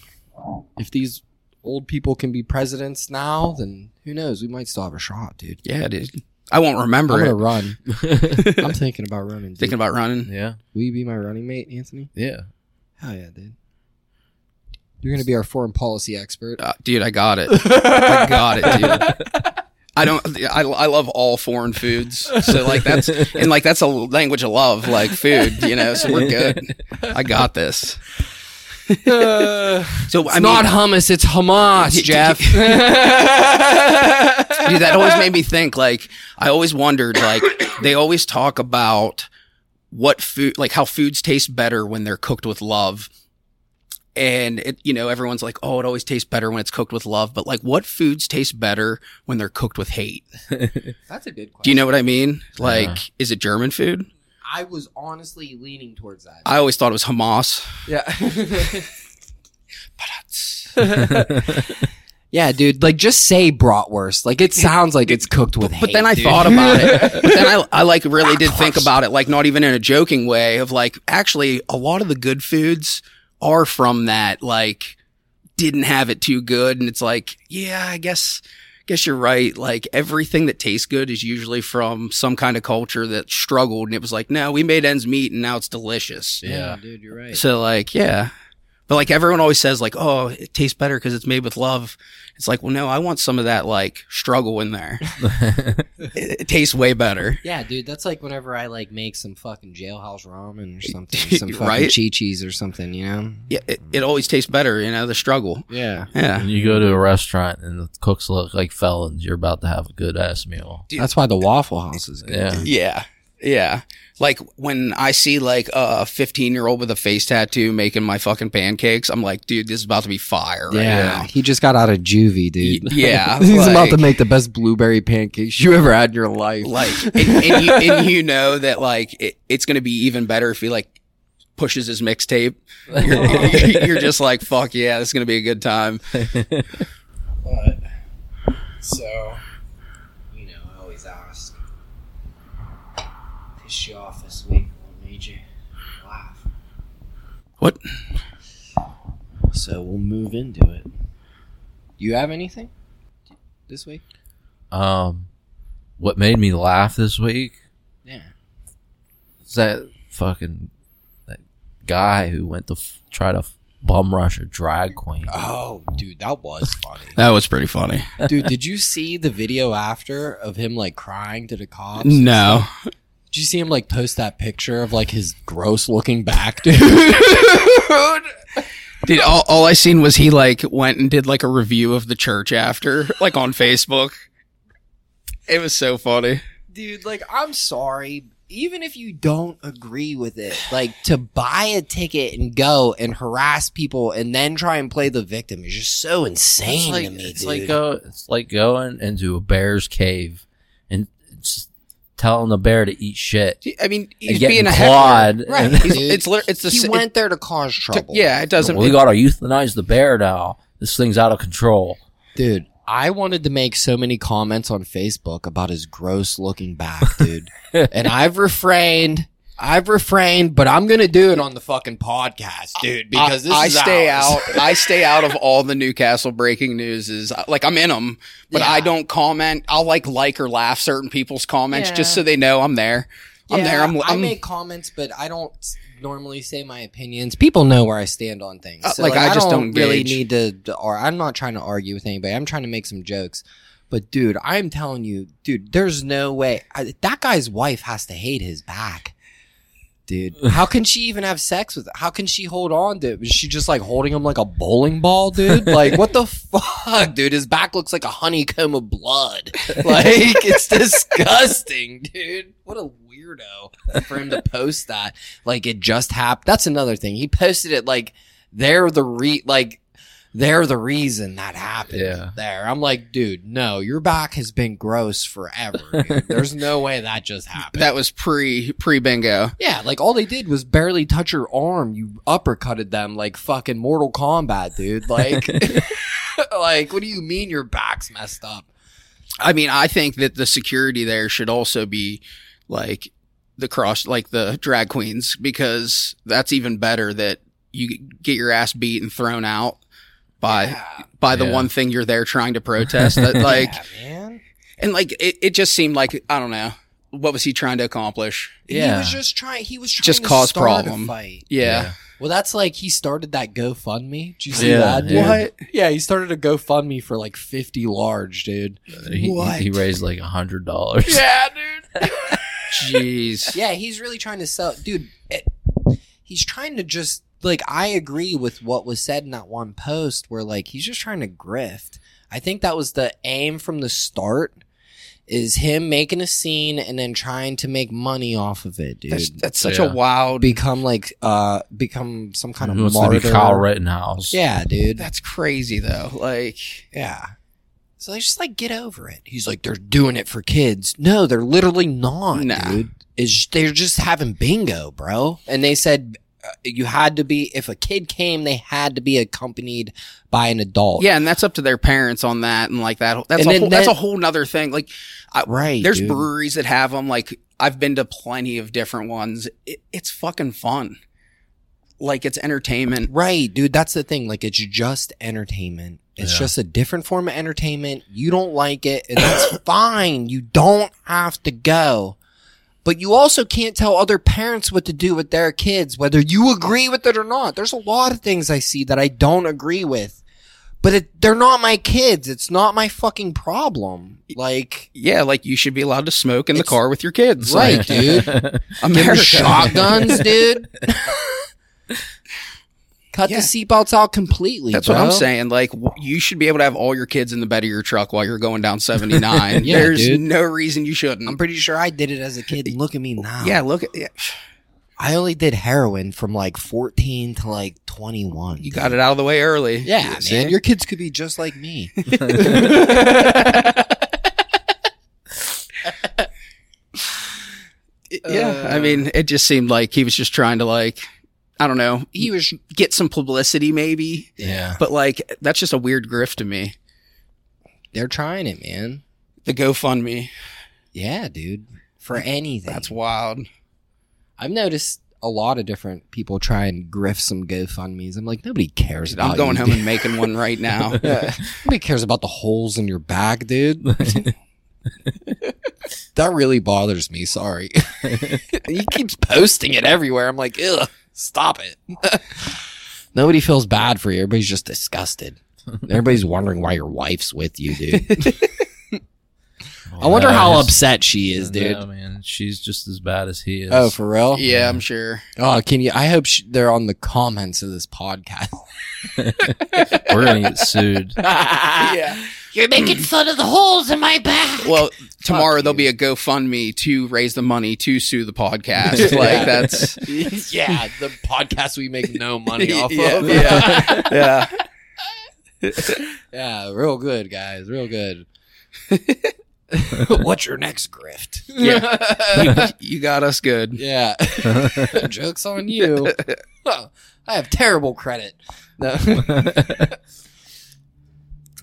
[SPEAKER 6] If these old people can be presidents now, then who knows? We might still have a shot, dude.
[SPEAKER 2] yeah, dude. I won't remember
[SPEAKER 6] I'm
[SPEAKER 2] it.
[SPEAKER 6] gonna run. I'm thinking about running. Dude.
[SPEAKER 2] Thinking about running.
[SPEAKER 3] yeah.
[SPEAKER 6] Will you be my running mate, Anthony?
[SPEAKER 3] Yeah.
[SPEAKER 6] Hell yeah, dude. You're gonna be our foreign policy expert.
[SPEAKER 2] Uh, dude, I got it. I got it, dude. I don't. I, I love all foreign foods. So like that's and like that's a language of love, like food. You know, so we're good. I got this.
[SPEAKER 6] Uh,
[SPEAKER 2] So I mean,
[SPEAKER 6] hummus, it's Hamas,
[SPEAKER 2] Jeff. dude, that always made me think. Like I always wondered. Like they always talk about what food, like how foods taste better when they're cooked with love. And it, you know, everyone's like, "Oh, it always tastes better when it's cooked with love." But like, what foods taste better when they're cooked with hate?
[SPEAKER 6] That's a good question.
[SPEAKER 2] Do you know what I mean? Like,
[SPEAKER 3] Uh.
[SPEAKER 2] is it German food?
[SPEAKER 6] I was honestly leaning towards that.
[SPEAKER 2] I always thought it was Hamas.
[SPEAKER 6] yeah. yeah, dude. Like, just say bratwurst. Like, it sounds like it's cooked with.
[SPEAKER 2] But then I thought about it. But then I, I like really did think about it, like not even in a joking way of like, actually, a lot of the good foods are from that, like, didn't have it too good. And it's like, yeah, I guess, guess you're right. Like everything that tastes good is usually from some kind of culture that struggled. And it was like, no, we made ends meet and now it's delicious.
[SPEAKER 3] Yeah.
[SPEAKER 6] dude, you're right.
[SPEAKER 2] So like, yeah. But like everyone always says like, oh, it tastes better because it's made with love. It's like, well, no, I want some of that like struggle in there. it, it tastes way better.
[SPEAKER 6] Yeah, dude, that's like whenever I like make some fucking jailhouse ramen or something, some fucking
[SPEAKER 2] Right?
[SPEAKER 6] chi-chis or something, you know?
[SPEAKER 2] Yeah, it, it always tastes better, you know, the struggle.
[SPEAKER 6] Yeah.
[SPEAKER 2] Yeah.
[SPEAKER 3] When you go to a restaurant and the cooks look like felons, you're about to have a good ass meal.
[SPEAKER 2] Mm-hmm.
[SPEAKER 6] That's why the Waffle House is good.
[SPEAKER 3] Yeah.
[SPEAKER 2] Yeah. Yeah. Like when I see like a 15 year old with a face tattoo making my fucking pancakes, I'm like, dude, this is about to be fire right now.
[SPEAKER 6] he just got out of juvie, dude.
[SPEAKER 2] Y- yeah,
[SPEAKER 6] he's about to
[SPEAKER 2] like-
[SPEAKER 6] make the best blueberry pancakes you ever had in your life.
[SPEAKER 2] Like, and, and, you, and you know that like it, it's going to be even better if he like pushes his mixtape. You're, you're just like, fuck yeah, this is going to be a good time.
[SPEAKER 6] But, so, you know, I always ask, piss you off this week? What made you laugh?
[SPEAKER 2] What?
[SPEAKER 6] So we'll move into it. You have anything this week?
[SPEAKER 3] Um, what made me laugh this week
[SPEAKER 6] Yeah.
[SPEAKER 3] is that fucking that guy who went to f- try to f- bum rush a drag queen.
[SPEAKER 6] Oh, dude, that was funny.
[SPEAKER 2] That was pretty funny.
[SPEAKER 6] dude, did you see the video after of him like crying to the cops?
[SPEAKER 2] No.
[SPEAKER 6] Did you see him like post that picture of like his gross looking back, dude?
[SPEAKER 2] Dude, all, all I seen was he like went and did like a review of the church after, like on Facebook. It was so funny.
[SPEAKER 6] dude like i'm sorry even if you don't agree with it like to buy a ticket and go and harass people and then try and play the victim is just so insane
[SPEAKER 3] like,
[SPEAKER 6] to me
[SPEAKER 3] it's
[SPEAKER 6] dude
[SPEAKER 3] like
[SPEAKER 2] uh,
[SPEAKER 3] go, it's like going into a bear's cave and just telling the bear to eat shit.
[SPEAKER 2] I mean,
[SPEAKER 3] And
[SPEAKER 2] he's
[SPEAKER 3] getting
[SPEAKER 2] being a
[SPEAKER 3] clawed.
[SPEAKER 2] heckler.
[SPEAKER 6] right
[SPEAKER 2] He's-
[SPEAKER 6] dude.
[SPEAKER 2] it's lit- it's the
[SPEAKER 6] he
[SPEAKER 2] sa-
[SPEAKER 6] went there to cause trouble
[SPEAKER 2] Yeah, it doesn't.
[SPEAKER 3] we gotta euthanize the bear now. This thing's out of control.
[SPEAKER 6] dude i wanted to make so many comments on facebook about his gross looking back dude and i've refrained I've refrained, but I'm gonna do it on the fucking podcast, dude. Because
[SPEAKER 2] I,
[SPEAKER 6] this
[SPEAKER 2] I
[SPEAKER 6] is
[SPEAKER 2] stay
[SPEAKER 6] ours.
[SPEAKER 2] out. I stay out of all the Newcastle breaking news. Is like I'm in them, but I
[SPEAKER 6] Yeah.
[SPEAKER 2] don't comment. I'll like like or laugh certain people's comments just so they know I'm there. I'm there. I'm,
[SPEAKER 6] I
[SPEAKER 2] I'm
[SPEAKER 6] make comments, but I don't normally say my opinions. People know where I stand on things.
[SPEAKER 2] Uh,
[SPEAKER 6] So,
[SPEAKER 2] like, I just don't
[SPEAKER 6] really
[SPEAKER 2] engage.
[SPEAKER 6] need to, to- Or I'm not trying to argue with anybody. I'm trying to make some jokes. But dude, I'm telling you, dude, there's no way I, that guy's wife has to hate his back. Dude, how can she even have sex with? How can she hold on to? It? Was she just like holding him like a bowling ball, dude? Like what the fuck, dude? His back looks like a honeycomb of blood. Like it's disgusting, dude. What a weirdo for him to post that. Like it just happened. That's another thing. He posted it like they're the re like they're the reason that happened.
[SPEAKER 3] Yeah.
[SPEAKER 6] There, I'm like, dude, no, your back has been gross forever. dude. There's no way that just happened.
[SPEAKER 2] that was pre pre bingo.
[SPEAKER 6] yeah, like all they did was barely touch your arm. You uppercutted them like fucking Mortal Kombat, dude. Like, like what do you mean your back's messed up?
[SPEAKER 2] I mean, I think that the security there should also be like the cross, like the drag queens, because that's even better that you get your ass beat and thrown out by by the
[SPEAKER 3] Yeah.
[SPEAKER 2] one thing you're there trying to protest. that like,
[SPEAKER 6] Yeah, man.
[SPEAKER 2] and like it, it just seemed like I don't know what was he trying to accomplish.
[SPEAKER 6] He
[SPEAKER 3] Yeah.
[SPEAKER 6] was just trying. He was trying
[SPEAKER 2] Just
[SPEAKER 6] to
[SPEAKER 2] cause
[SPEAKER 6] start
[SPEAKER 2] problem.
[SPEAKER 6] A fight.
[SPEAKER 2] Yeah,
[SPEAKER 6] Well, that's like he started that GoFundMe. Do you see
[SPEAKER 3] Yeah,
[SPEAKER 6] that? Dude?
[SPEAKER 3] yeah.
[SPEAKER 2] What?
[SPEAKER 6] Yeah, he started a GoFundMe for like fifty large, dude.
[SPEAKER 3] He,
[SPEAKER 2] What?
[SPEAKER 3] he raised like a hundred dollars.
[SPEAKER 6] Yeah, dude.
[SPEAKER 2] jeez.
[SPEAKER 6] yeah, he's really trying to sell, dude. It, he's trying to just like I agree with what was said in that one post where like he's just trying to grift. I think that was the aim from the start. Is him making a scene and then trying to make money off of it, dude?
[SPEAKER 2] That's, that's such
[SPEAKER 3] Yeah.
[SPEAKER 2] a wild.
[SPEAKER 6] become like uh become some kind of
[SPEAKER 3] He wants
[SPEAKER 6] martyr.
[SPEAKER 3] to be Kyle Rittenhouse.
[SPEAKER 6] Yeah, dude.
[SPEAKER 2] That's crazy though. Like,
[SPEAKER 6] Yeah. So they just like get over it. He's like, they're doing it for kids. No, they're literally not,
[SPEAKER 2] Nah.
[SPEAKER 6] dude. It's they're just having bingo, bro. And they said uh, you had to be if a kid came, they had to be accompanied by an adult.
[SPEAKER 2] yeah, and that's up to their parents on that, and like that. That's
[SPEAKER 6] And
[SPEAKER 2] a
[SPEAKER 6] then
[SPEAKER 2] whole, that's
[SPEAKER 6] that-
[SPEAKER 2] a whole nother thing. Like.
[SPEAKER 6] right.
[SPEAKER 2] There's
[SPEAKER 6] dude.
[SPEAKER 2] breweries that have them. Like I've been to plenty of different ones. It, it's fucking fun. Like it's entertainment.
[SPEAKER 6] Right, dude. That's the thing. Like, it's just entertainment. It's
[SPEAKER 3] Yeah.
[SPEAKER 6] just a different form of entertainment. You don't like it, and that's fine. You don't have to go. But you also can't tell other parents what to do with their kids, whether you agree with it or not. There's a lot of things I see that I don't agree with, but it, they're not my kids. It's not my fucking problem. Like,
[SPEAKER 2] Yeah, like you should be allowed to smoke in the
[SPEAKER 6] It's-
[SPEAKER 2] car with your kids.
[SPEAKER 6] right,
[SPEAKER 2] Like,
[SPEAKER 6] dude.
[SPEAKER 2] America.
[SPEAKER 6] Shotguns, dude. Cut
[SPEAKER 2] Yeah.
[SPEAKER 6] the seatbelts out completely.
[SPEAKER 2] That's what I'm
[SPEAKER 6] bro.
[SPEAKER 2] saying. Like w- you should be able to have all your kids in the bed of your truck while you're going down 79.
[SPEAKER 6] Yeah,
[SPEAKER 2] There's
[SPEAKER 6] dude.
[SPEAKER 2] no reason you shouldn't.
[SPEAKER 6] I'm pretty sure I did it as a kid. and Look at me now.
[SPEAKER 2] yeah, look at yeah.
[SPEAKER 6] I only did heroin from like 14 to like 21.
[SPEAKER 2] you got it out of the way early.
[SPEAKER 6] Yeah,
[SPEAKER 2] See?
[SPEAKER 6] man. Your kids could be just like me.
[SPEAKER 2] yeah. I
[SPEAKER 6] uh,
[SPEAKER 2] mean, it just seemed like he was just trying to like I don't know,
[SPEAKER 6] He was.
[SPEAKER 2] get some publicity maybe,
[SPEAKER 6] Yeah.
[SPEAKER 2] but like that's just a weird grift to me.
[SPEAKER 6] They're trying it, man.
[SPEAKER 2] The GoFundMe,
[SPEAKER 6] Yeah, dude. For anything.
[SPEAKER 2] that's wild.
[SPEAKER 6] I've noticed a lot of different people try and grift some GoFundMe's. I'm like, nobody cares about
[SPEAKER 2] I'm going
[SPEAKER 6] you,
[SPEAKER 2] home
[SPEAKER 6] dude.
[SPEAKER 2] and making one right now.
[SPEAKER 6] Nobody cares about the holes in your back, dude. that really bothers me. Sorry. he keeps posting it everywhere. I'm like, ugh, stop it. Nobody feels bad for you. Everybody's just disgusted. Everybody's wondering why your wife's with you, dude. I wonder how upset she is, dude.
[SPEAKER 3] No, man, she's just as bad as he is.
[SPEAKER 6] Oh, for real?
[SPEAKER 2] Yeah, I'm sure.
[SPEAKER 6] Oh, can you? I hope sh- they're on the comments of this podcast.
[SPEAKER 3] We're gonna get sued.
[SPEAKER 2] yeah.
[SPEAKER 6] You're making fun of the holes in my back.
[SPEAKER 2] Well, tomorrow there'll be a GoFundMe to raise the money to sue the podcast. Like that's
[SPEAKER 6] yeah, the podcast we make no money off
[SPEAKER 2] yeah,
[SPEAKER 6] of.
[SPEAKER 2] yeah, yeah.
[SPEAKER 6] Yeah, real good, guys. Real good. What's your next grift?
[SPEAKER 2] Yeah. you got us good.
[SPEAKER 6] Yeah. Joke's on you. I have terrible credit. No.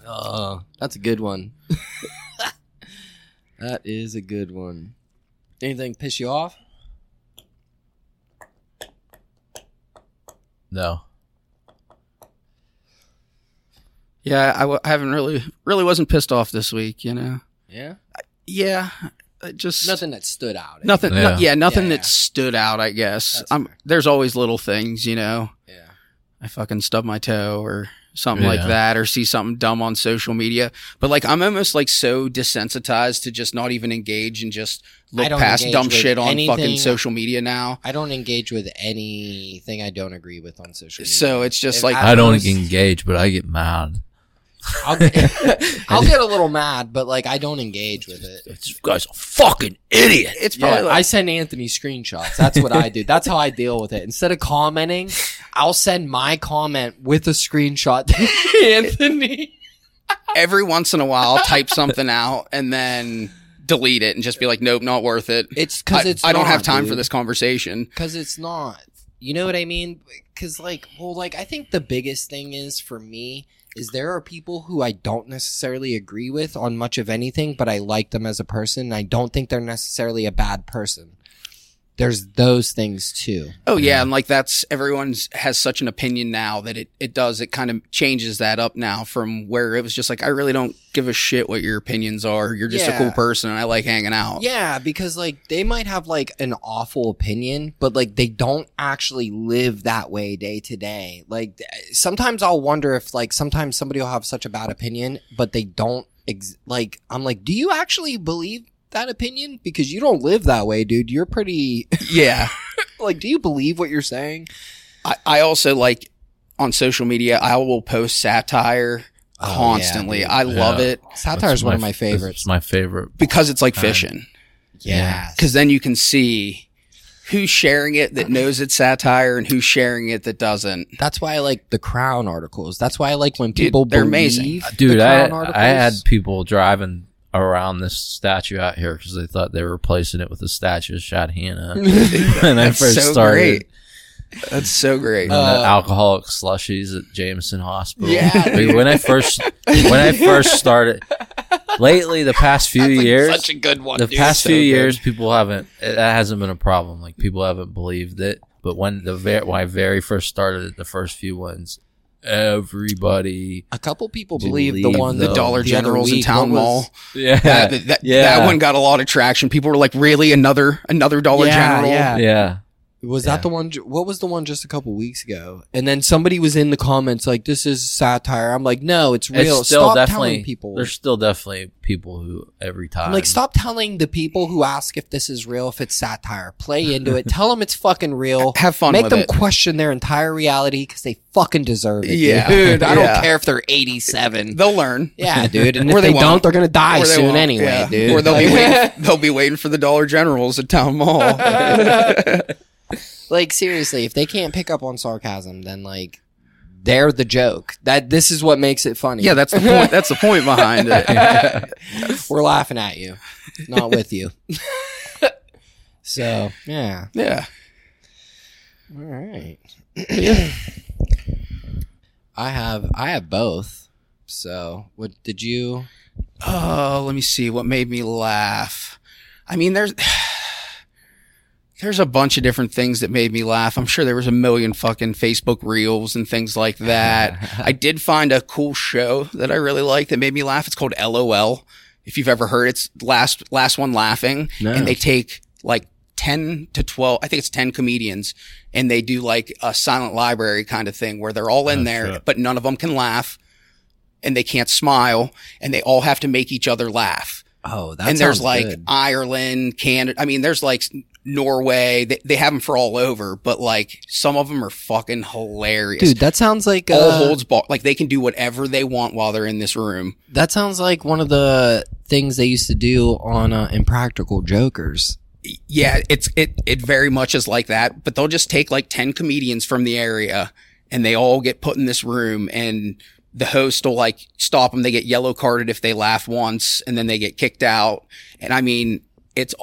[SPEAKER 6] oh, that's a good one. that is a good one. Anything piss you off?
[SPEAKER 3] No,
[SPEAKER 2] Yeah, I, w- I haven't really, really wasn't pissed off this week. You know.
[SPEAKER 6] Yeah.
[SPEAKER 2] Yeah, I just
[SPEAKER 6] Nothing that stood out.
[SPEAKER 2] nothing. no- Yeah,
[SPEAKER 3] Yeah.
[SPEAKER 2] nothing
[SPEAKER 6] Yeah, yeah.
[SPEAKER 2] that stood out. I guess.
[SPEAKER 6] That's
[SPEAKER 2] I'm,
[SPEAKER 6] fair.
[SPEAKER 2] there's always little things, you know.
[SPEAKER 6] Yeah.
[SPEAKER 2] I fucking stub my toe or something like
[SPEAKER 3] Yeah.
[SPEAKER 2] that or see something dumb on social media. But like I'm almost like so desensitized to just not even engage and just
[SPEAKER 6] I
[SPEAKER 2] look
[SPEAKER 6] don't
[SPEAKER 2] past
[SPEAKER 6] engage
[SPEAKER 2] dumb
[SPEAKER 6] with
[SPEAKER 2] shit on fucking
[SPEAKER 6] anything.
[SPEAKER 2] social media now.
[SPEAKER 6] I don't engage with anything I don't agree with on social media.
[SPEAKER 2] So it's just
[SPEAKER 6] If
[SPEAKER 2] like
[SPEAKER 3] I don't
[SPEAKER 6] Apples.
[SPEAKER 3] engage, but I get mad.
[SPEAKER 6] I'll get, I'll get a little mad, but like I don't engage with it.
[SPEAKER 3] This guy's a fucking idiot.
[SPEAKER 2] it's
[SPEAKER 6] Yeah,
[SPEAKER 2] probably
[SPEAKER 6] I
[SPEAKER 2] like,
[SPEAKER 6] send Anthony screenshots. That's what I do. That's how I deal with it. Instead of commenting, I'll send my comment with a screenshot to Anthony.
[SPEAKER 2] every once in a while I'll type something out and then delete it and just be like, nope, not worth it.
[SPEAKER 6] It's
[SPEAKER 2] I,
[SPEAKER 6] because it's
[SPEAKER 2] I don't
[SPEAKER 6] not,
[SPEAKER 2] have time for
[SPEAKER 6] dude.
[SPEAKER 2] this conversation.
[SPEAKER 6] Cause it's not. You know what I mean? Cause like, well, like I think the biggest thing is for me is there are people who I don't necessarily agree with on much of anything, but I like them as a person. And I don't think they're necessarily a bad person. There's those things too.
[SPEAKER 2] Oh yeah, and like that's everyone's has such an opinion now that it it does it kind of changes that up now from where it was just like I really don't give a shit what your opinions are. You're just a
[SPEAKER 6] Yeah.
[SPEAKER 2] cool person and I like hanging out.
[SPEAKER 6] Yeah, because like they might have like an awful opinion, but like they don't actually live that way day to day. Like th- sometimes I'll wonder if like sometimes somebody will have such a bad opinion, but they don't ex- like I'm like, do you actually believe that opinion? Because you don't live that way, dude. You're pretty
[SPEAKER 2] Yeah.
[SPEAKER 6] like, do you believe what you're saying?
[SPEAKER 2] I, I also like on social media I will post satire
[SPEAKER 6] Oh, yeah,
[SPEAKER 2] constantly.
[SPEAKER 6] dude.
[SPEAKER 2] I love
[SPEAKER 3] Yeah.
[SPEAKER 2] it
[SPEAKER 6] Satire
[SPEAKER 3] That's
[SPEAKER 6] is one of
[SPEAKER 3] my-
[SPEAKER 6] my
[SPEAKER 3] It's
[SPEAKER 6] favorites.
[SPEAKER 3] my favorite.
[SPEAKER 2] because it's like
[SPEAKER 3] Uh,
[SPEAKER 2] fishing.
[SPEAKER 6] Yeah,
[SPEAKER 2] Because then you can see who's sharing it that knows it's satire and who's sharing it that doesn't.
[SPEAKER 6] that's why I like the Crown articles. That's why I like when
[SPEAKER 2] Dude,
[SPEAKER 6] people
[SPEAKER 2] they're
[SPEAKER 6] believe
[SPEAKER 2] amazing.
[SPEAKER 6] the
[SPEAKER 3] Dude, I
[SPEAKER 6] Crown articles.
[SPEAKER 3] I had people driving around this statue out here because they thought they were replacing it with a statue of Shad Hannah. when I
[SPEAKER 2] That's
[SPEAKER 3] first
[SPEAKER 2] so
[SPEAKER 3] started.
[SPEAKER 2] great. That's so great.
[SPEAKER 3] and the
[SPEAKER 6] Uh,
[SPEAKER 3] alcoholic slushies at Jameson Hospital.
[SPEAKER 2] Yeah,
[SPEAKER 3] Like, when I first when I first started lately the past few years
[SPEAKER 6] such a good one.
[SPEAKER 3] the
[SPEAKER 6] dude.
[SPEAKER 3] past
[SPEAKER 2] so
[SPEAKER 3] few
[SPEAKER 2] good.
[SPEAKER 3] years people haven't it- that hasn't been a problem. Like people haven't believed it. But when the ver- when I very first started it, the first few ones, everybody
[SPEAKER 6] A couple people
[SPEAKER 3] Do you
[SPEAKER 6] believe the
[SPEAKER 3] believe
[SPEAKER 6] one
[SPEAKER 3] the
[SPEAKER 6] that-
[SPEAKER 2] Dollar
[SPEAKER 6] the other
[SPEAKER 2] Generals in
[SPEAKER 6] week,
[SPEAKER 2] Town
[SPEAKER 6] what was-
[SPEAKER 2] Mall.
[SPEAKER 3] Yeah.
[SPEAKER 2] that, that, that-
[SPEAKER 3] yeah.
[SPEAKER 6] Oh,
[SPEAKER 2] that one got a lot of traction. People were like, "Really, another another Dollar
[SPEAKER 6] Yeah,
[SPEAKER 2] General?"
[SPEAKER 6] yeah.
[SPEAKER 3] Yeah.
[SPEAKER 6] Was
[SPEAKER 3] Yeah.
[SPEAKER 6] that the one? ju- What was the one just a couple weeks ago? And then somebody was in the comments like, "This is satire." I'm like, "No, it's real."
[SPEAKER 3] It's still
[SPEAKER 6] stop
[SPEAKER 3] definitely
[SPEAKER 6] telling people.
[SPEAKER 3] There's still definitely people who every time
[SPEAKER 6] I'm like, stop telling the people who ask if this is real if it's satire. Play into it. Tell them it's fucking real.
[SPEAKER 2] Have fun
[SPEAKER 6] Make
[SPEAKER 2] with
[SPEAKER 6] them
[SPEAKER 2] it.
[SPEAKER 6] question their entire reality because they fucking deserve it.
[SPEAKER 2] Yeah.
[SPEAKER 6] dude.
[SPEAKER 2] Yeah.
[SPEAKER 6] I don't care if they're 87.
[SPEAKER 2] They'll learn.
[SPEAKER 6] Yeah, dude. And
[SPEAKER 2] Or
[SPEAKER 6] if
[SPEAKER 2] they
[SPEAKER 6] they,
[SPEAKER 2] won't.
[SPEAKER 6] don't, they're gonna die
[SPEAKER 2] Or they
[SPEAKER 6] soon
[SPEAKER 2] won't.
[SPEAKER 6] anyway,
[SPEAKER 2] Yeah.
[SPEAKER 6] dude.
[SPEAKER 2] Or they'll be
[SPEAKER 6] Like-
[SPEAKER 2] waiting, they'll be waiting for the Dollar Generals at town mall.
[SPEAKER 6] like seriously, if they can't pick up on sarcasm, then like they're the joke. That this is what makes it funny.
[SPEAKER 2] yeah, that's the point. That's the point behind it.
[SPEAKER 6] we're laughing at you, not with you. so yeah,
[SPEAKER 2] Yeah.
[SPEAKER 6] all right. I have I have both. So what did you?
[SPEAKER 2] Oh, let me see what made me laugh. I mean, there's there's a bunch of different things that made me laugh. I'm sure there was a million fucking Facebook reels and things like that. I did find a cool show that I really liked that made me laugh. It's called LOL. If you've ever heard, it's last last one laughing,
[SPEAKER 6] No.
[SPEAKER 2] and they take like. 10 to 12 i think it's 10 comedians and they do like a silent library kind of thing where they're all
[SPEAKER 6] Oh,
[SPEAKER 2] in there but none of them can laugh and they can't smile and they all have to make each other laugh
[SPEAKER 6] Oh, that
[SPEAKER 2] and there's
[SPEAKER 6] sounds
[SPEAKER 2] like
[SPEAKER 6] good.
[SPEAKER 2] Ireland, Canada. I mean, there's like Norway. They, they have them for all over, but like some of them are fucking hilarious.
[SPEAKER 6] dude. That sounds like
[SPEAKER 2] all
[SPEAKER 6] uh,
[SPEAKER 2] holds bar. Like they can do whatever they want while they're in this room.
[SPEAKER 6] that sounds like one of the things they used to do on uh, Impractical Jokers.
[SPEAKER 2] Yeah, it's it it very much is like that. But they'll just take like ten comedians from the area, and they all get put in this room, and the host will like stop them. They get yellow carded if they laugh once, and then they get kicked out. And I mean, it's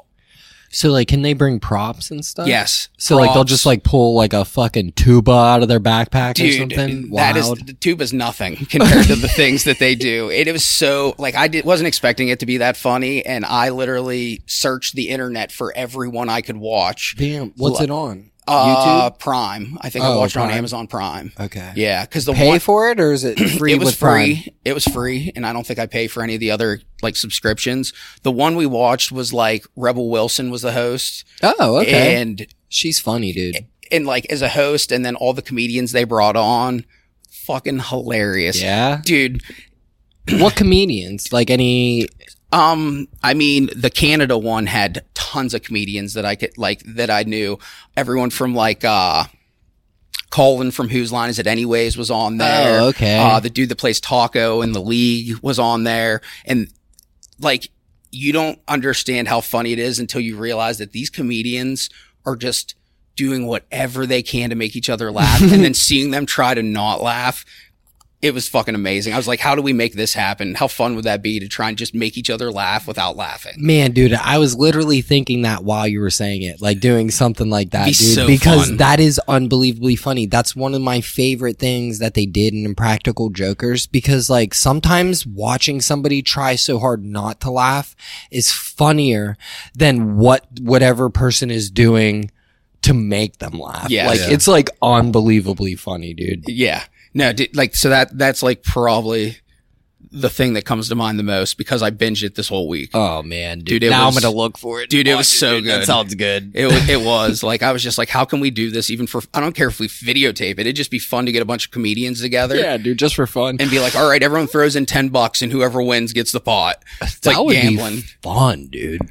[SPEAKER 6] So like, can they bring props and stuff?
[SPEAKER 2] yes.
[SPEAKER 6] So like they'll
[SPEAKER 2] props.
[SPEAKER 6] just like pull like a fucking tuba out of their backpack or
[SPEAKER 2] Dude,
[SPEAKER 6] something.
[SPEAKER 2] that is
[SPEAKER 6] Wild.
[SPEAKER 2] the tube is nothing compared to the things that they do. It, was so like I did, wasn't expecting it to be that funny, and I literally searched the internet for everyone I could watch.
[SPEAKER 6] damn. What's
[SPEAKER 2] Lo-
[SPEAKER 6] it on?
[SPEAKER 2] Uh, Prime, I think I
[SPEAKER 6] Oh,
[SPEAKER 2] watched it on
[SPEAKER 6] Prime.
[SPEAKER 2] Amazon Prime.
[SPEAKER 6] Okay.
[SPEAKER 2] Yeah, because the
[SPEAKER 6] Pay
[SPEAKER 2] one
[SPEAKER 6] for it or is it free?
[SPEAKER 2] it was
[SPEAKER 6] with Prime?
[SPEAKER 2] free, it was free, and I don't think I pay for any of the other like subscriptions. The one we watched was like Rebel Wilson was the host,
[SPEAKER 6] Oh, okay.
[SPEAKER 2] and
[SPEAKER 6] She's funny, dude.
[SPEAKER 2] and like as a host, and then all the comedians they brought on, fucking hilarious.
[SPEAKER 6] Yeah.
[SPEAKER 2] Dude,
[SPEAKER 6] what comedians? Like any?
[SPEAKER 2] Um, I mean, the Canada one had tons of comedians that I could like that I knew. Everyone from like uh Colin from Whose Line Is It Anyways was on there.
[SPEAKER 6] Oh, okay.
[SPEAKER 2] Uh the dude that plays Taco in the league was on there. And like you don't understand how funny it is until you realize that these comedians are just doing whatever they can to make each other laugh and then seeing them try to not laugh it was fucking amazing. I was like, how do we make this happen? How fun would that be to try and just make each other laugh without laughing?
[SPEAKER 6] Man, dude, I was literally thinking that while you were saying it, like doing something like that,
[SPEAKER 2] Be
[SPEAKER 6] dude,
[SPEAKER 2] so
[SPEAKER 6] because
[SPEAKER 2] fun.
[SPEAKER 6] that is unbelievably funny. That's one of my favorite things that they did in Impractical Jokers because, like, sometimes watching somebody try so hard not to laugh is funnier than what whatever person is doing to make them laugh.
[SPEAKER 2] Yeah.
[SPEAKER 6] like
[SPEAKER 2] Yeah.
[SPEAKER 6] it's like unbelievably funny, dude.
[SPEAKER 2] Yeah. No, d- like, so that, that's like probably the thing that comes to mind the most because I binged it this whole week.
[SPEAKER 6] Oh man, dude!
[SPEAKER 2] Dude, it
[SPEAKER 6] now
[SPEAKER 2] was-
[SPEAKER 6] I'm gonna look for it.
[SPEAKER 2] Dude, it was
[SPEAKER 6] Watch
[SPEAKER 2] so
[SPEAKER 6] dude. That
[SPEAKER 2] good.
[SPEAKER 6] sounds good.
[SPEAKER 2] It, wa- it was like, I was just like, how can we do this even for, I don't care if we videotape it. It'd just be fun to get a bunch of comedians together
[SPEAKER 6] Yeah, dude, just for fun.
[SPEAKER 2] and be like, all right, everyone throws in 10 bucks and whoever wins gets the pot. It's
[SPEAKER 6] That
[SPEAKER 2] like
[SPEAKER 6] would
[SPEAKER 2] gambling.
[SPEAKER 6] be fun, dude.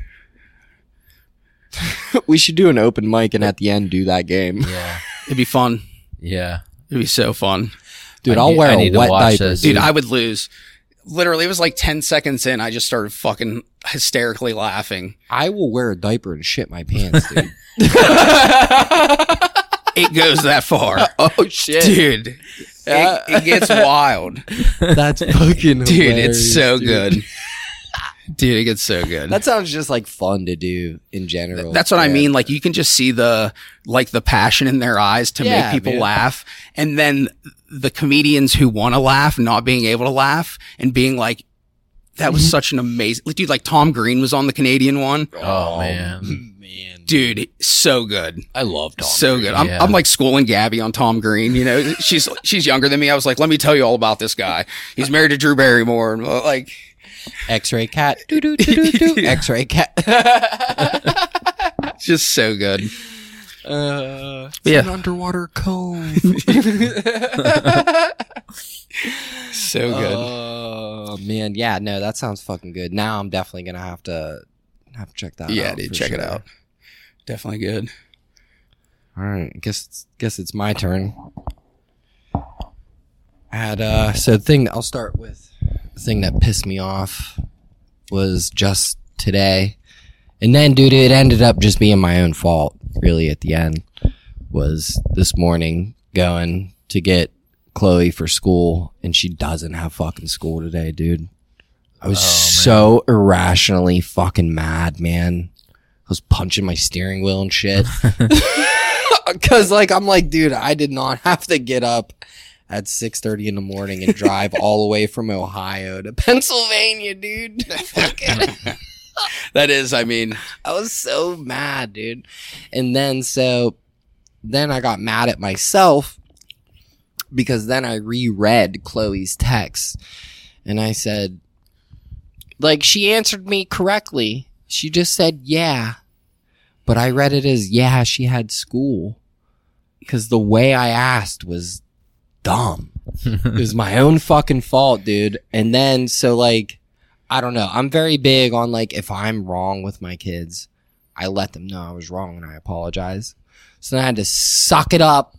[SPEAKER 6] we should do an open mic and at the end do that game,
[SPEAKER 3] yeah,
[SPEAKER 2] It'd be fun.
[SPEAKER 3] yeah.
[SPEAKER 2] It'd be so fun.
[SPEAKER 6] dude.
[SPEAKER 3] I
[SPEAKER 6] I'll
[SPEAKER 3] need-
[SPEAKER 6] wear
[SPEAKER 3] I
[SPEAKER 6] a
[SPEAKER 3] need to
[SPEAKER 6] wet
[SPEAKER 3] watch
[SPEAKER 6] diaper.
[SPEAKER 3] this.
[SPEAKER 2] Dude, I would lose. Literally, it was like 10 seconds in. I just started fucking hysterically laughing.
[SPEAKER 6] I will wear a diaper and shit my pants, dude.
[SPEAKER 2] It goes that far.
[SPEAKER 6] oh shit,
[SPEAKER 2] Dude, it, it gets wild.
[SPEAKER 6] that's fucking
[SPEAKER 2] Dude, it's so
[SPEAKER 6] hilarious,
[SPEAKER 2] good.
[SPEAKER 6] dude.
[SPEAKER 2] Dude, it gets so good.
[SPEAKER 6] That sounds just like fun to do in general.
[SPEAKER 2] That's what I
[SPEAKER 6] Yeah.
[SPEAKER 2] mean. Like you can just see the like the passion in their eyes to
[SPEAKER 6] Yeah,
[SPEAKER 2] make people
[SPEAKER 6] man.
[SPEAKER 2] laugh, and then the comedians who want to laugh not being able to laugh and being like, "That
[SPEAKER 6] Mm-hmm.
[SPEAKER 2] was such an amazing like, dude." Like Tom Green was on the Canadian one.
[SPEAKER 3] Oh, man,
[SPEAKER 2] Dude, so good,
[SPEAKER 6] I love Tom.
[SPEAKER 2] so good. I'm,
[SPEAKER 3] yeah.
[SPEAKER 2] I'm like schooling Gabby on Tom Green. You know, she's she's younger than me. I was like, "Let me tell you all about this guy. He's married to Drew Barrymore." And uh, like,
[SPEAKER 6] X-ray cat. Doo, doo, doo, doo, doo. X-ray cat.
[SPEAKER 2] just so good.
[SPEAKER 6] Uh,
[SPEAKER 2] But yeah.
[SPEAKER 1] An underwater cove.
[SPEAKER 2] So
[SPEAKER 6] Uh,
[SPEAKER 2] good.
[SPEAKER 6] Oh man, yeah, no, that sounds fucking good. Now I'm definitely gonna have to have to check that.
[SPEAKER 2] yeah,
[SPEAKER 6] out
[SPEAKER 2] dude,
[SPEAKER 6] oh, for
[SPEAKER 2] check it
[SPEAKER 6] sure.
[SPEAKER 2] out. Definitely good.
[SPEAKER 6] All right, guess it's, guess it's my turn. I had uh, so the thing I'll start with the thing that pissed me off was just today, and then dude, it ended up just being my own fault. Really, at the end was this morning going to get Chloe for school, and she doesn't have fucking school today, dude. I was so irrationally fucking mad, man. I was punching my steering wheel and shit. Cause like I'm like, dude, I did not have to get up at 6:30 in the morning and drive all the way from Ohio to Pennsylvania, dude. Fucking-
[SPEAKER 2] That is, I mean,
[SPEAKER 6] I was so mad, dude. And then so then I got mad at myself because then I reread Chloe's text and I said like she answered me correctly. She just said, "Yeah." But I read it as, "Yeah, she had school." Cuz the way I asked was dumb. it was my own fucking fault, dude. And then so like I don't know. I'm very big on like if I'm wrong with my kids, I let them know I was wrong and I apologize. So then I had to suck it up.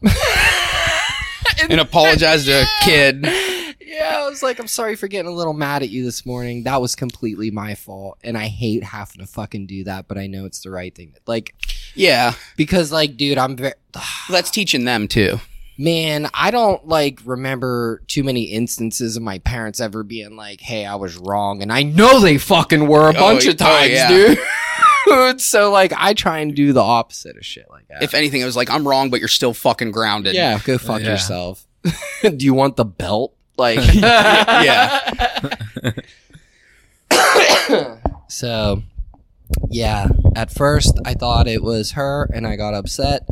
[SPEAKER 2] and apologize to a kid.
[SPEAKER 6] yeah, I was like, I'm sorry for getting a little mad at you this morning. That was completely my fault. And I hate having to fucking do that, but I know it's the right thing. Like,
[SPEAKER 2] Yeah,
[SPEAKER 6] because like, dude, I'm very,
[SPEAKER 2] that's teaching them too.
[SPEAKER 6] man, I don't like remember too many instances of my parents ever being like, "Hey, I was wrong," and I know they fucking were a
[SPEAKER 2] Oh,
[SPEAKER 6] bunch
[SPEAKER 2] y-
[SPEAKER 6] of times,
[SPEAKER 2] oh,
[SPEAKER 6] dude. so like, I try and do the opposite of shit like that.
[SPEAKER 2] If anything, it was like I'm wrong, but you're still fucking grounded.
[SPEAKER 6] yeah, go fuck
[SPEAKER 3] Yeah.
[SPEAKER 6] yourself. do you want the belt? Like,
[SPEAKER 2] yeah.
[SPEAKER 6] So, yeah, at first I thought it was her and I got upset,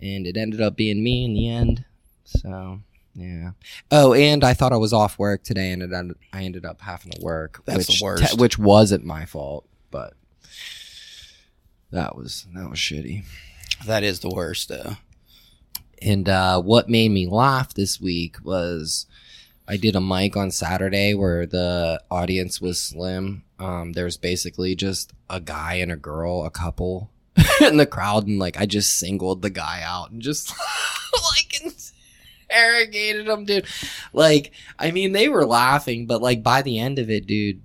[SPEAKER 6] and it ended up being me in the end. So, yeah. Oh, and I thought I was off work today and it ended, I ended up having to work.
[SPEAKER 2] That's
[SPEAKER 6] which
[SPEAKER 2] the worst.
[SPEAKER 6] which wasn't my fault, but that was that was shitty.
[SPEAKER 2] that is the worst though.
[SPEAKER 6] And uh, what made me laugh this week was I did a mic on Saturday where the audience was slim. Um, there was basically just a guy and a girl, a couple in the crowd, and like I just singled the guy out and just like interrogated him, dude. Like, I mean, they were laughing, but like by the end of it, dude,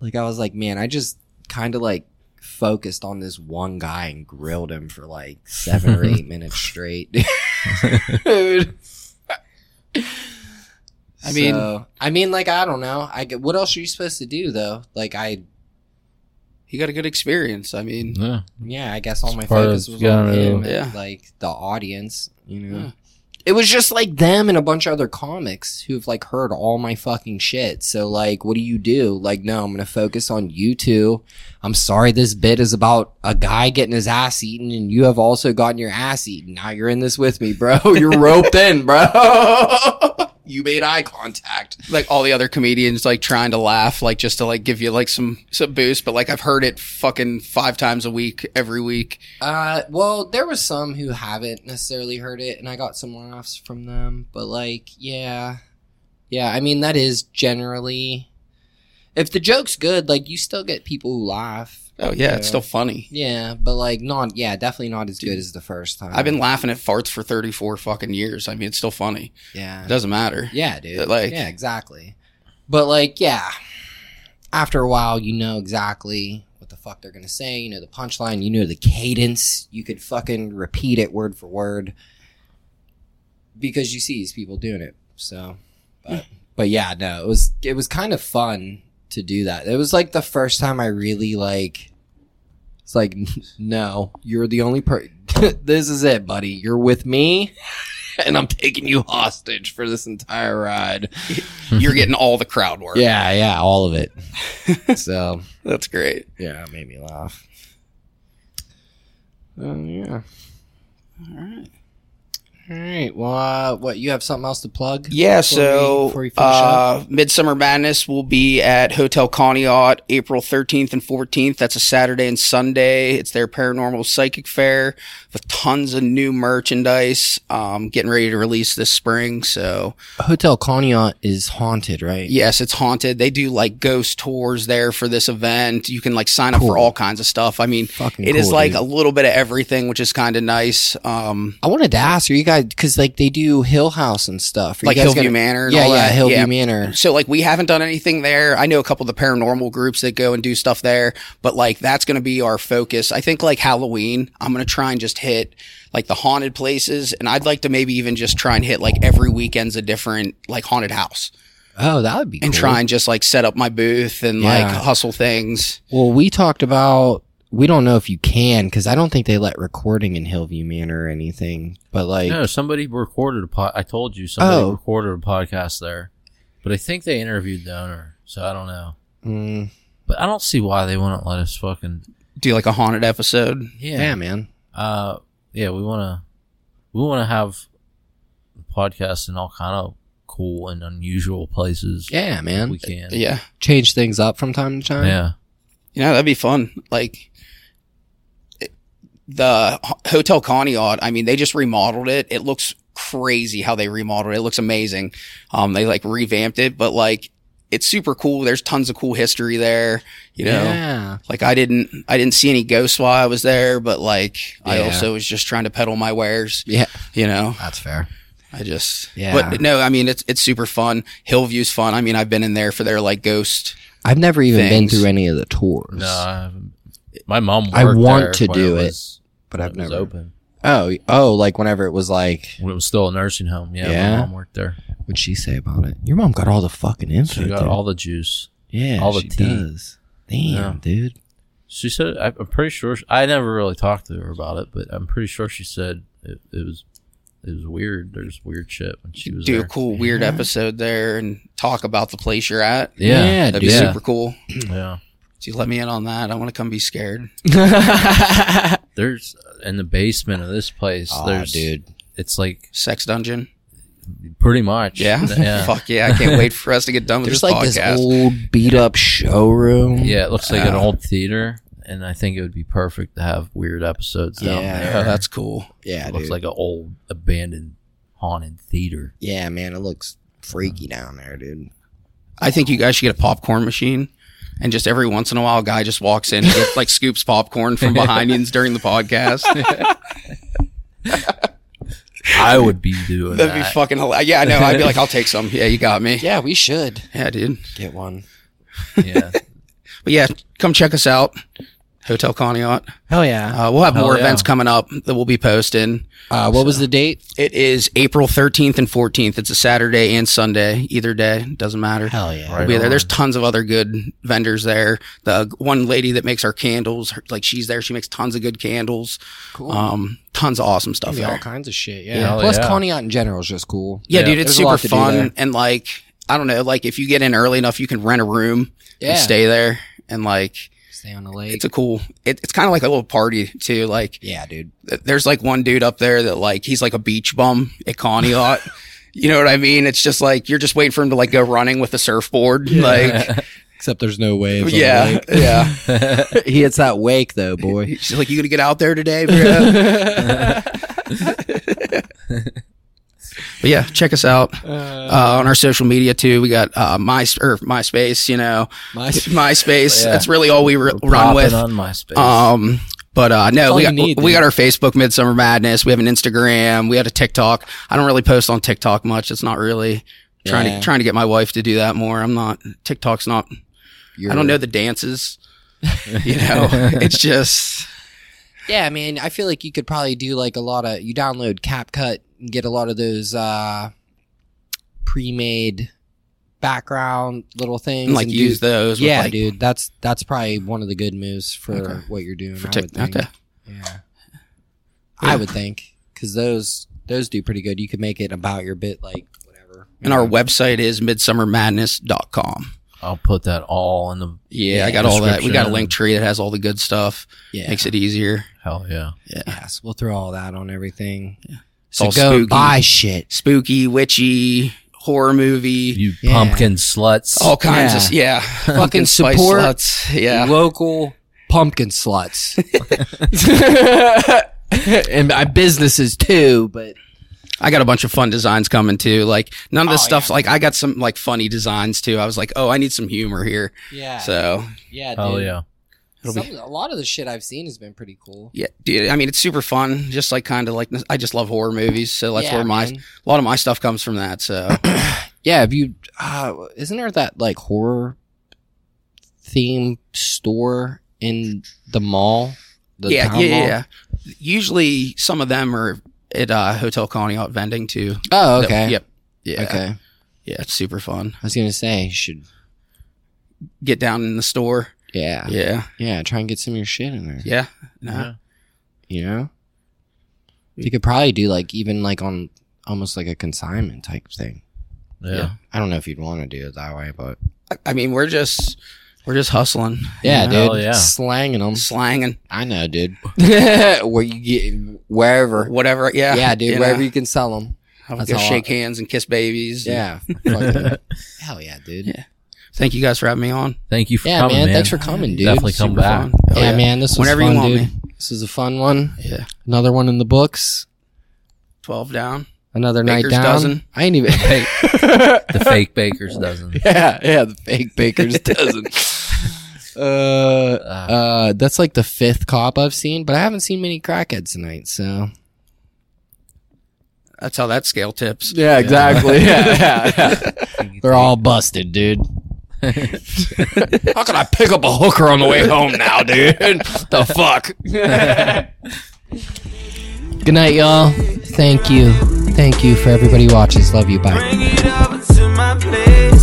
[SPEAKER 6] like I was like, man, I just kind of like focused on this one guy and grilled him for like seven or eight minutes straight, dude.
[SPEAKER 2] I mean-
[SPEAKER 6] So- I mean, like, I don't know. I g- what else are you supposed to do though? Like, I
[SPEAKER 2] He got a good experience. I mean,
[SPEAKER 3] Yeah.
[SPEAKER 6] yeah, I guess all my
[SPEAKER 3] part of
[SPEAKER 6] focus was
[SPEAKER 3] getting
[SPEAKER 6] on
[SPEAKER 3] rid of
[SPEAKER 6] him,
[SPEAKER 2] it.
[SPEAKER 6] and,
[SPEAKER 2] Yeah.
[SPEAKER 6] like the audience, you know.
[SPEAKER 2] Yeah.
[SPEAKER 6] It was just like them and a bunch of other comics who've like heard all my fucking shit. So like, what do you do? Like, no, I'm gonna focus on you two. I'm sorry, this bit is about a guy getting his ass eaten, and you have also gotten your ass eaten. Now you're in this with me, bro. You're roped in, bro. you made eye contact.
[SPEAKER 2] like all the other comedians like trying to laugh, like just to like give you like some some boost. But like I've heard it fucking five times a week, every week.
[SPEAKER 6] Uh, well, there was some who haven't necessarily heard it, and I got some laughs from them. But like, yeah, yeah. I mean, that is generally, if the joke's good, like you still get people who laugh.
[SPEAKER 2] Oh yeah, it's still funny.
[SPEAKER 6] Yeah, but like not, yeah, definitely not as good as the first time.
[SPEAKER 2] I've been laughing at farts for 34 fucking years. I mean, it's still funny. It
[SPEAKER 6] yeah,
[SPEAKER 2] doesn't matter.
[SPEAKER 6] yeah, dude,
[SPEAKER 2] like-
[SPEAKER 6] yeah, exactly. But like, yeah, after a while, you know exactly what the fuck they're gonna say. You know the punchline. You know the cadence. You could fucking repeat it word for word because you see these people doing it. So, but but yeah, no, it was it was kind of fun to do that. It was like the first time I really like. It's like, no, you're the only per. this is it, buddy. You're with me, and I'm taking you hostage for this entire ride.
[SPEAKER 2] You're getting all the crowd work.
[SPEAKER 6] Yeah, yeah, all of it. so
[SPEAKER 2] That's great.
[SPEAKER 6] yeah, it made me laugh.
[SPEAKER 2] Uh,
[SPEAKER 6] Um, yeah. All right. All right. Well, uh, what you have something else to plug?
[SPEAKER 2] Yeah,
[SPEAKER 6] before we-
[SPEAKER 2] so
[SPEAKER 6] before we finish
[SPEAKER 2] uh, Midsummer Madness will be at Hotel Conneaut April 13th and 14th. That's a Saturday and Sunday. It's their paranormal psychic fair with tons of new merchandise um, getting ready to release this spring. So,
[SPEAKER 6] up, Hotel Conneaut is haunted, right?
[SPEAKER 2] yes, it's haunted. They do like ghost tours there for this event. You can like sign up for
[SPEAKER 6] Cool.
[SPEAKER 2] all kinds of stuff. I mean,
[SPEAKER 6] Fucking
[SPEAKER 2] it is
[SPEAKER 6] cool,
[SPEAKER 2] like
[SPEAKER 6] dude.
[SPEAKER 2] a little bit of everything, which is kind of nice. Um,
[SPEAKER 6] I wanted to ask, are you guys because like they do Hill House and stuff, Are you
[SPEAKER 2] like
[SPEAKER 6] guys
[SPEAKER 2] Hillview
[SPEAKER 6] gonna-
[SPEAKER 2] Manor and
[SPEAKER 6] Yeah,
[SPEAKER 2] all
[SPEAKER 6] yeah,
[SPEAKER 2] that.
[SPEAKER 6] Hillview
[SPEAKER 2] Yeah.
[SPEAKER 6] Manor.
[SPEAKER 2] So like we haven't done anything there. I know a couple of the paranormal groups that go and do stuff there, but like that's going to be our focus. I think like Halloween, I'm going to try and just hit like the haunted places and I'd like to maybe even just try and hit like every weekend's a different like haunted house
[SPEAKER 6] Oh, that would be
[SPEAKER 2] and
[SPEAKER 6] cool.
[SPEAKER 2] try and just like set up my booth and like
[SPEAKER 6] Yeah.
[SPEAKER 2] hustle things.
[SPEAKER 6] Well, we talked about we don't know if you can because I don't think they let recording in Hillview Manor or anything. But like,
[SPEAKER 3] No, somebody recorded a pod. I told you somebody
[SPEAKER 6] Oh.
[SPEAKER 3] recorded a podcast there, but I think they interviewed the owner, so I don't know.
[SPEAKER 6] mm,
[SPEAKER 3] But I don't see why they wouldn't let us fucking
[SPEAKER 2] Do like a haunted episode.
[SPEAKER 3] yeah
[SPEAKER 6] yeah. man.
[SPEAKER 3] uh yeah we want to we want to have podcasts in all kind of cool and unusual places
[SPEAKER 6] Yeah,
[SPEAKER 3] if
[SPEAKER 6] man.
[SPEAKER 3] we can
[SPEAKER 2] Yeah.
[SPEAKER 6] Change things up from time to time.
[SPEAKER 3] yeah
[SPEAKER 2] You know, that'd be fun. Like it- the Ho- Hotel Conneaut, I mean, they just remodeled it. It looks crazy how they remodeled it. It looks amazing. Um, they like revamped it, but like it's super cool. There's tons of cool history there. You know,
[SPEAKER 6] Yeah.
[SPEAKER 2] like I didn't, I didn't see any ghosts while I was there, but like I
[SPEAKER 6] Yeah.
[SPEAKER 2] also was just trying to peddle my wares.
[SPEAKER 6] Yeah.
[SPEAKER 2] You know,
[SPEAKER 6] That's fair.
[SPEAKER 2] I just,
[SPEAKER 6] Yeah.
[SPEAKER 2] But no, I mean, it's it's super fun. Hillview's fun. I mean, I've been in there for their like ghost.
[SPEAKER 6] I've never even
[SPEAKER 2] Things.
[SPEAKER 6] been through any of the tours.
[SPEAKER 3] no I haven't- my mom worked
[SPEAKER 6] I want
[SPEAKER 3] there
[SPEAKER 6] to
[SPEAKER 3] when
[SPEAKER 6] do it,
[SPEAKER 3] was,
[SPEAKER 6] but
[SPEAKER 3] when
[SPEAKER 6] I've
[SPEAKER 3] it was
[SPEAKER 6] never-
[SPEAKER 3] open
[SPEAKER 6] Oh, oh, like whenever it was like,
[SPEAKER 3] when it was still a nursing home yeah,
[SPEAKER 6] Yeah.
[SPEAKER 3] my mom worked there
[SPEAKER 6] what'd she say about it? Your mom got all the fucking info.
[SPEAKER 3] she got
[SPEAKER 6] dude.
[SPEAKER 3] all the juice
[SPEAKER 6] yeah,
[SPEAKER 3] all the
[SPEAKER 6] she
[SPEAKER 3] tea.
[SPEAKER 6] does. Damn,
[SPEAKER 3] Yeah.
[SPEAKER 6] dude.
[SPEAKER 3] she said I- i'm pretty sure she, i never really talked to her about it but i'm pretty sure she said it, it was it was weird there's weird shit when she was
[SPEAKER 2] do
[SPEAKER 3] there
[SPEAKER 2] a cool weird
[SPEAKER 6] Yeah.
[SPEAKER 2] episode there and talk about the place you're at.
[SPEAKER 3] yeah
[SPEAKER 6] Yeah,
[SPEAKER 2] That'd be
[SPEAKER 3] yeah.
[SPEAKER 2] super cool.
[SPEAKER 3] yeah
[SPEAKER 2] If you let me in on that, I want to come be scared.
[SPEAKER 3] there's in the basement of this place
[SPEAKER 6] Aw,
[SPEAKER 3] there's
[SPEAKER 6] dude.
[SPEAKER 3] it's like
[SPEAKER 2] Sex dungeon.
[SPEAKER 3] pretty much
[SPEAKER 2] Yeah.
[SPEAKER 3] yeah
[SPEAKER 2] Fuck yeah. I can't wait for us to get done with
[SPEAKER 6] There's
[SPEAKER 2] this
[SPEAKER 6] like this
[SPEAKER 2] podcast.
[SPEAKER 6] old beat up showroom.
[SPEAKER 3] Yeah, it looks like an
[SPEAKER 2] Uh,
[SPEAKER 3] old theater, and I think it would be perfect to have weird episodes down
[SPEAKER 6] Yeah.
[SPEAKER 3] there.
[SPEAKER 2] oh, that's cool.
[SPEAKER 6] yeah,
[SPEAKER 3] it looks
[SPEAKER 6] dude.
[SPEAKER 3] like an old abandoned haunted theater.
[SPEAKER 6] yeah, man. It looks freaky down there, dude.
[SPEAKER 2] I think you guys should get a popcorn machine. And just every once in a while, a guy just walks in and gets, like scoops popcorn from behind you during the podcast.
[SPEAKER 3] I would be doing
[SPEAKER 2] That'd be
[SPEAKER 3] that.
[SPEAKER 2] fucking hilarious. Yeah, I know. I'd be like, I'll take some. Yeah, you got me.
[SPEAKER 6] Yeah, we should
[SPEAKER 2] Yeah, dude.
[SPEAKER 6] get one.
[SPEAKER 3] yeah,
[SPEAKER 2] But yeah, come check us out. Hotel Conneaut.
[SPEAKER 6] Hell yeah.
[SPEAKER 2] Uh, we'll have
[SPEAKER 3] Hell
[SPEAKER 2] more
[SPEAKER 3] yeah.
[SPEAKER 2] events coming up that we'll be posting.
[SPEAKER 6] Uh, what was the date?
[SPEAKER 2] It is April 13th and 14th. It's a Saturday and Sunday, either day. Doesn't matter.
[SPEAKER 6] Hell yeah.
[SPEAKER 3] Right.
[SPEAKER 2] We'll be there.
[SPEAKER 3] on.
[SPEAKER 2] There's tons of other good vendors there. The one lady that makes our candles, her, like she's there. She makes tons of good candles.
[SPEAKER 6] Cool.
[SPEAKER 2] Um, tons of awesome stuff
[SPEAKER 6] Be all
[SPEAKER 2] there.
[SPEAKER 6] kinds of shit.
[SPEAKER 3] Yeah.
[SPEAKER 6] Yeah.
[SPEAKER 3] Hell
[SPEAKER 6] Plus,
[SPEAKER 3] yeah.
[SPEAKER 6] Conneaut in general is just cool.
[SPEAKER 2] Yeah, dude,
[SPEAKER 3] Yeah.
[SPEAKER 2] it's
[SPEAKER 6] There's a lot
[SPEAKER 2] super
[SPEAKER 6] to do there.
[SPEAKER 2] fun. And like, I don't know, like if you get in early enough, you can rent a room
[SPEAKER 6] Yeah.
[SPEAKER 2] and stay there. And like,
[SPEAKER 6] Stay on the lake.
[SPEAKER 2] it's a cool, it, it's kind of like a little party too. Like,
[SPEAKER 6] yeah, dude.
[SPEAKER 2] th- there's like one dude up there that like he's like a beach bum at Conneaut. you know what I mean? It's just like you're just waiting for him to like go running with a surfboard. Like
[SPEAKER 6] Except there's no waves.
[SPEAKER 2] yeah, yeah.
[SPEAKER 6] he hits that wake though, boy.
[SPEAKER 2] She's like, "You gonna get out there today, bro?" but yeah, check us out uh, on our social media too. We got uh, my or MySpace. You know,
[SPEAKER 6] My,
[SPEAKER 2] MySpace.
[SPEAKER 3] Yeah.
[SPEAKER 2] That's really all we re- run
[SPEAKER 3] Popping
[SPEAKER 2] with.
[SPEAKER 3] on MySpace.
[SPEAKER 2] Um, but uh, no,
[SPEAKER 6] all
[SPEAKER 2] we
[SPEAKER 6] you
[SPEAKER 2] got
[SPEAKER 6] need,
[SPEAKER 2] we
[SPEAKER 6] dude.
[SPEAKER 2] got our Facebook Midsummer Madness. We have an Instagram. We had a TikTok. I don't really post on TikTok much. It's not really trying
[SPEAKER 6] Yeah.
[SPEAKER 2] to trying to get my wife to do that more. I'm not TikTok's not. I don't know the dances. you know, it's just
[SPEAKER 6] Yeah, I mean, I feel like you could probably do like a lot of you download CapCut and get a lot of those uh pre-made background little things.
[SPEAKER 2] like
[SPEAKER 6] and
[SPEAKER 2] use
[SPEAKER 6] do,
[SPEAKER 2] those. with,
[SPEAKER 6] Yeah,
[SPEAKER 2] like,
[SPEAKER 6] dude, that's that's probably one of the good moves for
[SPEAKER 2] Okay.
[SPEAKER 6] what you're doing.
[SPEAKER 2] for
[SPEAKER 6] I would
[SPEAKER 2] TikTok.
[SPEAKER 6] think.
[SPEAKER 2] Okay.
[SPEAKER 6] Yeah. I would think because those those do pretty good. You could make it about your bit, like whatever.
[SPEAKER 2] And our website is midsummermadness.com.
[SPEAKER 3] I'll put that all in the
[SPEAKER 2] Yeah,
[SPEAKER 6] Yeah,
[SPEAKER 2] I got all that. We got a
[SPEAKER 3] description.
[SPEAKER 2] link tree that has all the good stuff.
[SPEAKER 6] yeah.
[SPEAKER 2] Makes it easier.
[SPEAKER 3] hell yeah.
[SPEAKER 2] Yeah.
[SPEAKER 6] Yes, we'll throw all that on everything.
[SPEAKER 2] It's
[SPEAKER 6] to
[SPEAKER 2] all
[SPEAKER 6] go
[SPEAKER 2] spooky,
[SPEAKER 6] buy shit.
[SPEAKER 2] spooky, witchy, horror movie,
[SPEAKER 3] You
[SPEAKER 6] Yeah. Oh,
[SPEAKER 3] pumpkin sluts.
[SPEAKER 2] all kinds of yeah,
[SPEAKER 6] Fucking
[SPEAKER 2] spice
[SPEAKER 6] support.
[SPEAKER 2] nuts, yeah.
[SPEAKER 6] Local pumpkin sluts. and my businesses too, but
[SPEAKER 2] I got a bunch of fun designs coming too. Like none of
[SPEAKER 6] Oh,
[SPEAKER 2] this stuff. Like I got some like funny designs too. I was like, oh, I need some humor here.
[SPEAKER 6] yeah.
[SPEAKER 2] So
[SPEAKER 6] yeah, dude.
[SPEAKER 3] Hell Oh, yeah.
[SPEAKER 2] It'll
[SPEAKER 6] Some- a lot of the shit I've seen has been pretty cool.
[SPEAKER 2] yeah, dude. I mean, it's super fun. Just like kind of like I just love horror movies. So that's
[SPEAKER 6] Yeah,
[SPEAKER 2] where my
[SPEAKER 6] man.
[SPEAKER 2] a lot of my stuff comes from. That so
[SPEAKER 6] Yeah, have you? Uh, isn't there that like horror theme store in the mall? The
[SPEAKER 2] yeah,
[SPEAKER 6] town
[SPEAKER 2] yeah, yeah,
[SPEAKER 6] mall?
[SPEAKER 2] yeah. Usually some of them are at uh, Hotel Connie out vending too.
[SPEAKER 6] Oh,
[SPEAKER 2] That-
[SPEAKER 6] okay.
[SPEAKER 2] yep. Yeah.
[SPEAKER 6] Okay. I
[SPEAKER 2] Yeah, it's super fun.
[SPEAKER 6] was gonna say you should.
[SPEAKER 2] Get down in the store.
[SPEAKER 6] Yeah, yeah.
[SPEAKER 2] Yeah.
[SPEAKER 6] try and get some of your shit in there.
[SPEAKER 2] Yeah. No.
[SPEAKER 6] You know. You could probably do like even like on almost like a consignment type thing.
[SPEAKER 3] Yeah.
[SPEAKER 2] Yeah.
[SPEAKER 6] I don't know if you'd want to do it that way, but
[SPEAKER 2] I- I mean, we're just we're just hustling.
[SPEAKER 6] yeah,
[SPEAKER 3] Hell
[SPEAKER 6] dude,
[SPEAKER 3] yeah.
[SPEAKER 6] slanging them.
[SPEAKER 2] slanging
[SPEAKER 6] I know, dude. Where you get wherever.
[SPEAKER 2] whatever. Yeah.
[SPEAKER 6] Yeah, dude,
[SPEAKER 2] you
[SPEAKER 6] wherever
[SPEAKER 2] know,
[SPEAKER 6] you can sell them.
[SPEAKER 2] I'll
[SPEAKER 6] that's
[SPEAKER 2] go
[SPEAKER 6] all I-
[SPEAKER 2] shake hands and kiss babies. and-
[SPEAKER 6] Yeah. fucking- Hell yeah, dude.
[SPEAKER 2] Yeah, Thank you guys for having me on.
[SPEAKER 3] Thank you for
[SPEAKER 6] Yeah,
[SPEAKER 3] coming,
[SPEAKER 6] man,
[SPEAKER 3] man.
[SPEAKER 6] thanks for coming, dude.
[SPEAKER 3] Definitely come
[SPEAKER 2] Super
[SPEAKER 3] back.
[SPEAKER 2] fun.
[SPEAKER 6] Yeah,
[SPEAKER 2] Oh,
[SPEAKER 6] man, this was
[SPEAKER 2] Whenever
[SPEAKER 6] fun,
[SPEAKER 2] you want
[SPEAKER 6] dude.
[SPEAKER 2] me.
[SPEAKER 6] This is a fun one.
[SPEAKER 2] Yeah.
[SPEAKER 6] Another one in the books.
[SPEAKER 2] Twelve down.
[SPEAKER 6] Another night
[SPEAKER 2] Baker's
[SPEAKER 6] down.
[SPEAKER 2] dozen.
[SPEAKER 6] I ain't even.
[SPEAKER 3] The fake baker's dozen.
[SPEAKER 6] yeah, yeah, the fake baker's dozen. Uh, uh, that's like the fifth cop I've seen, but I haven't seen many crackheads tonight. So
[SPEAKER 2] That's how that scale tips.
[SPEAKER 6] yeah, exactly. yeah, yeah, yeah. they're all busted, dude. How can I pick up a hooker on the way home now, dude? The fuck. Good night, y'all. Thank you. Thank you for everybody who watches. Love you. Bye.
[SPEAKER 5] Bring it over to my place.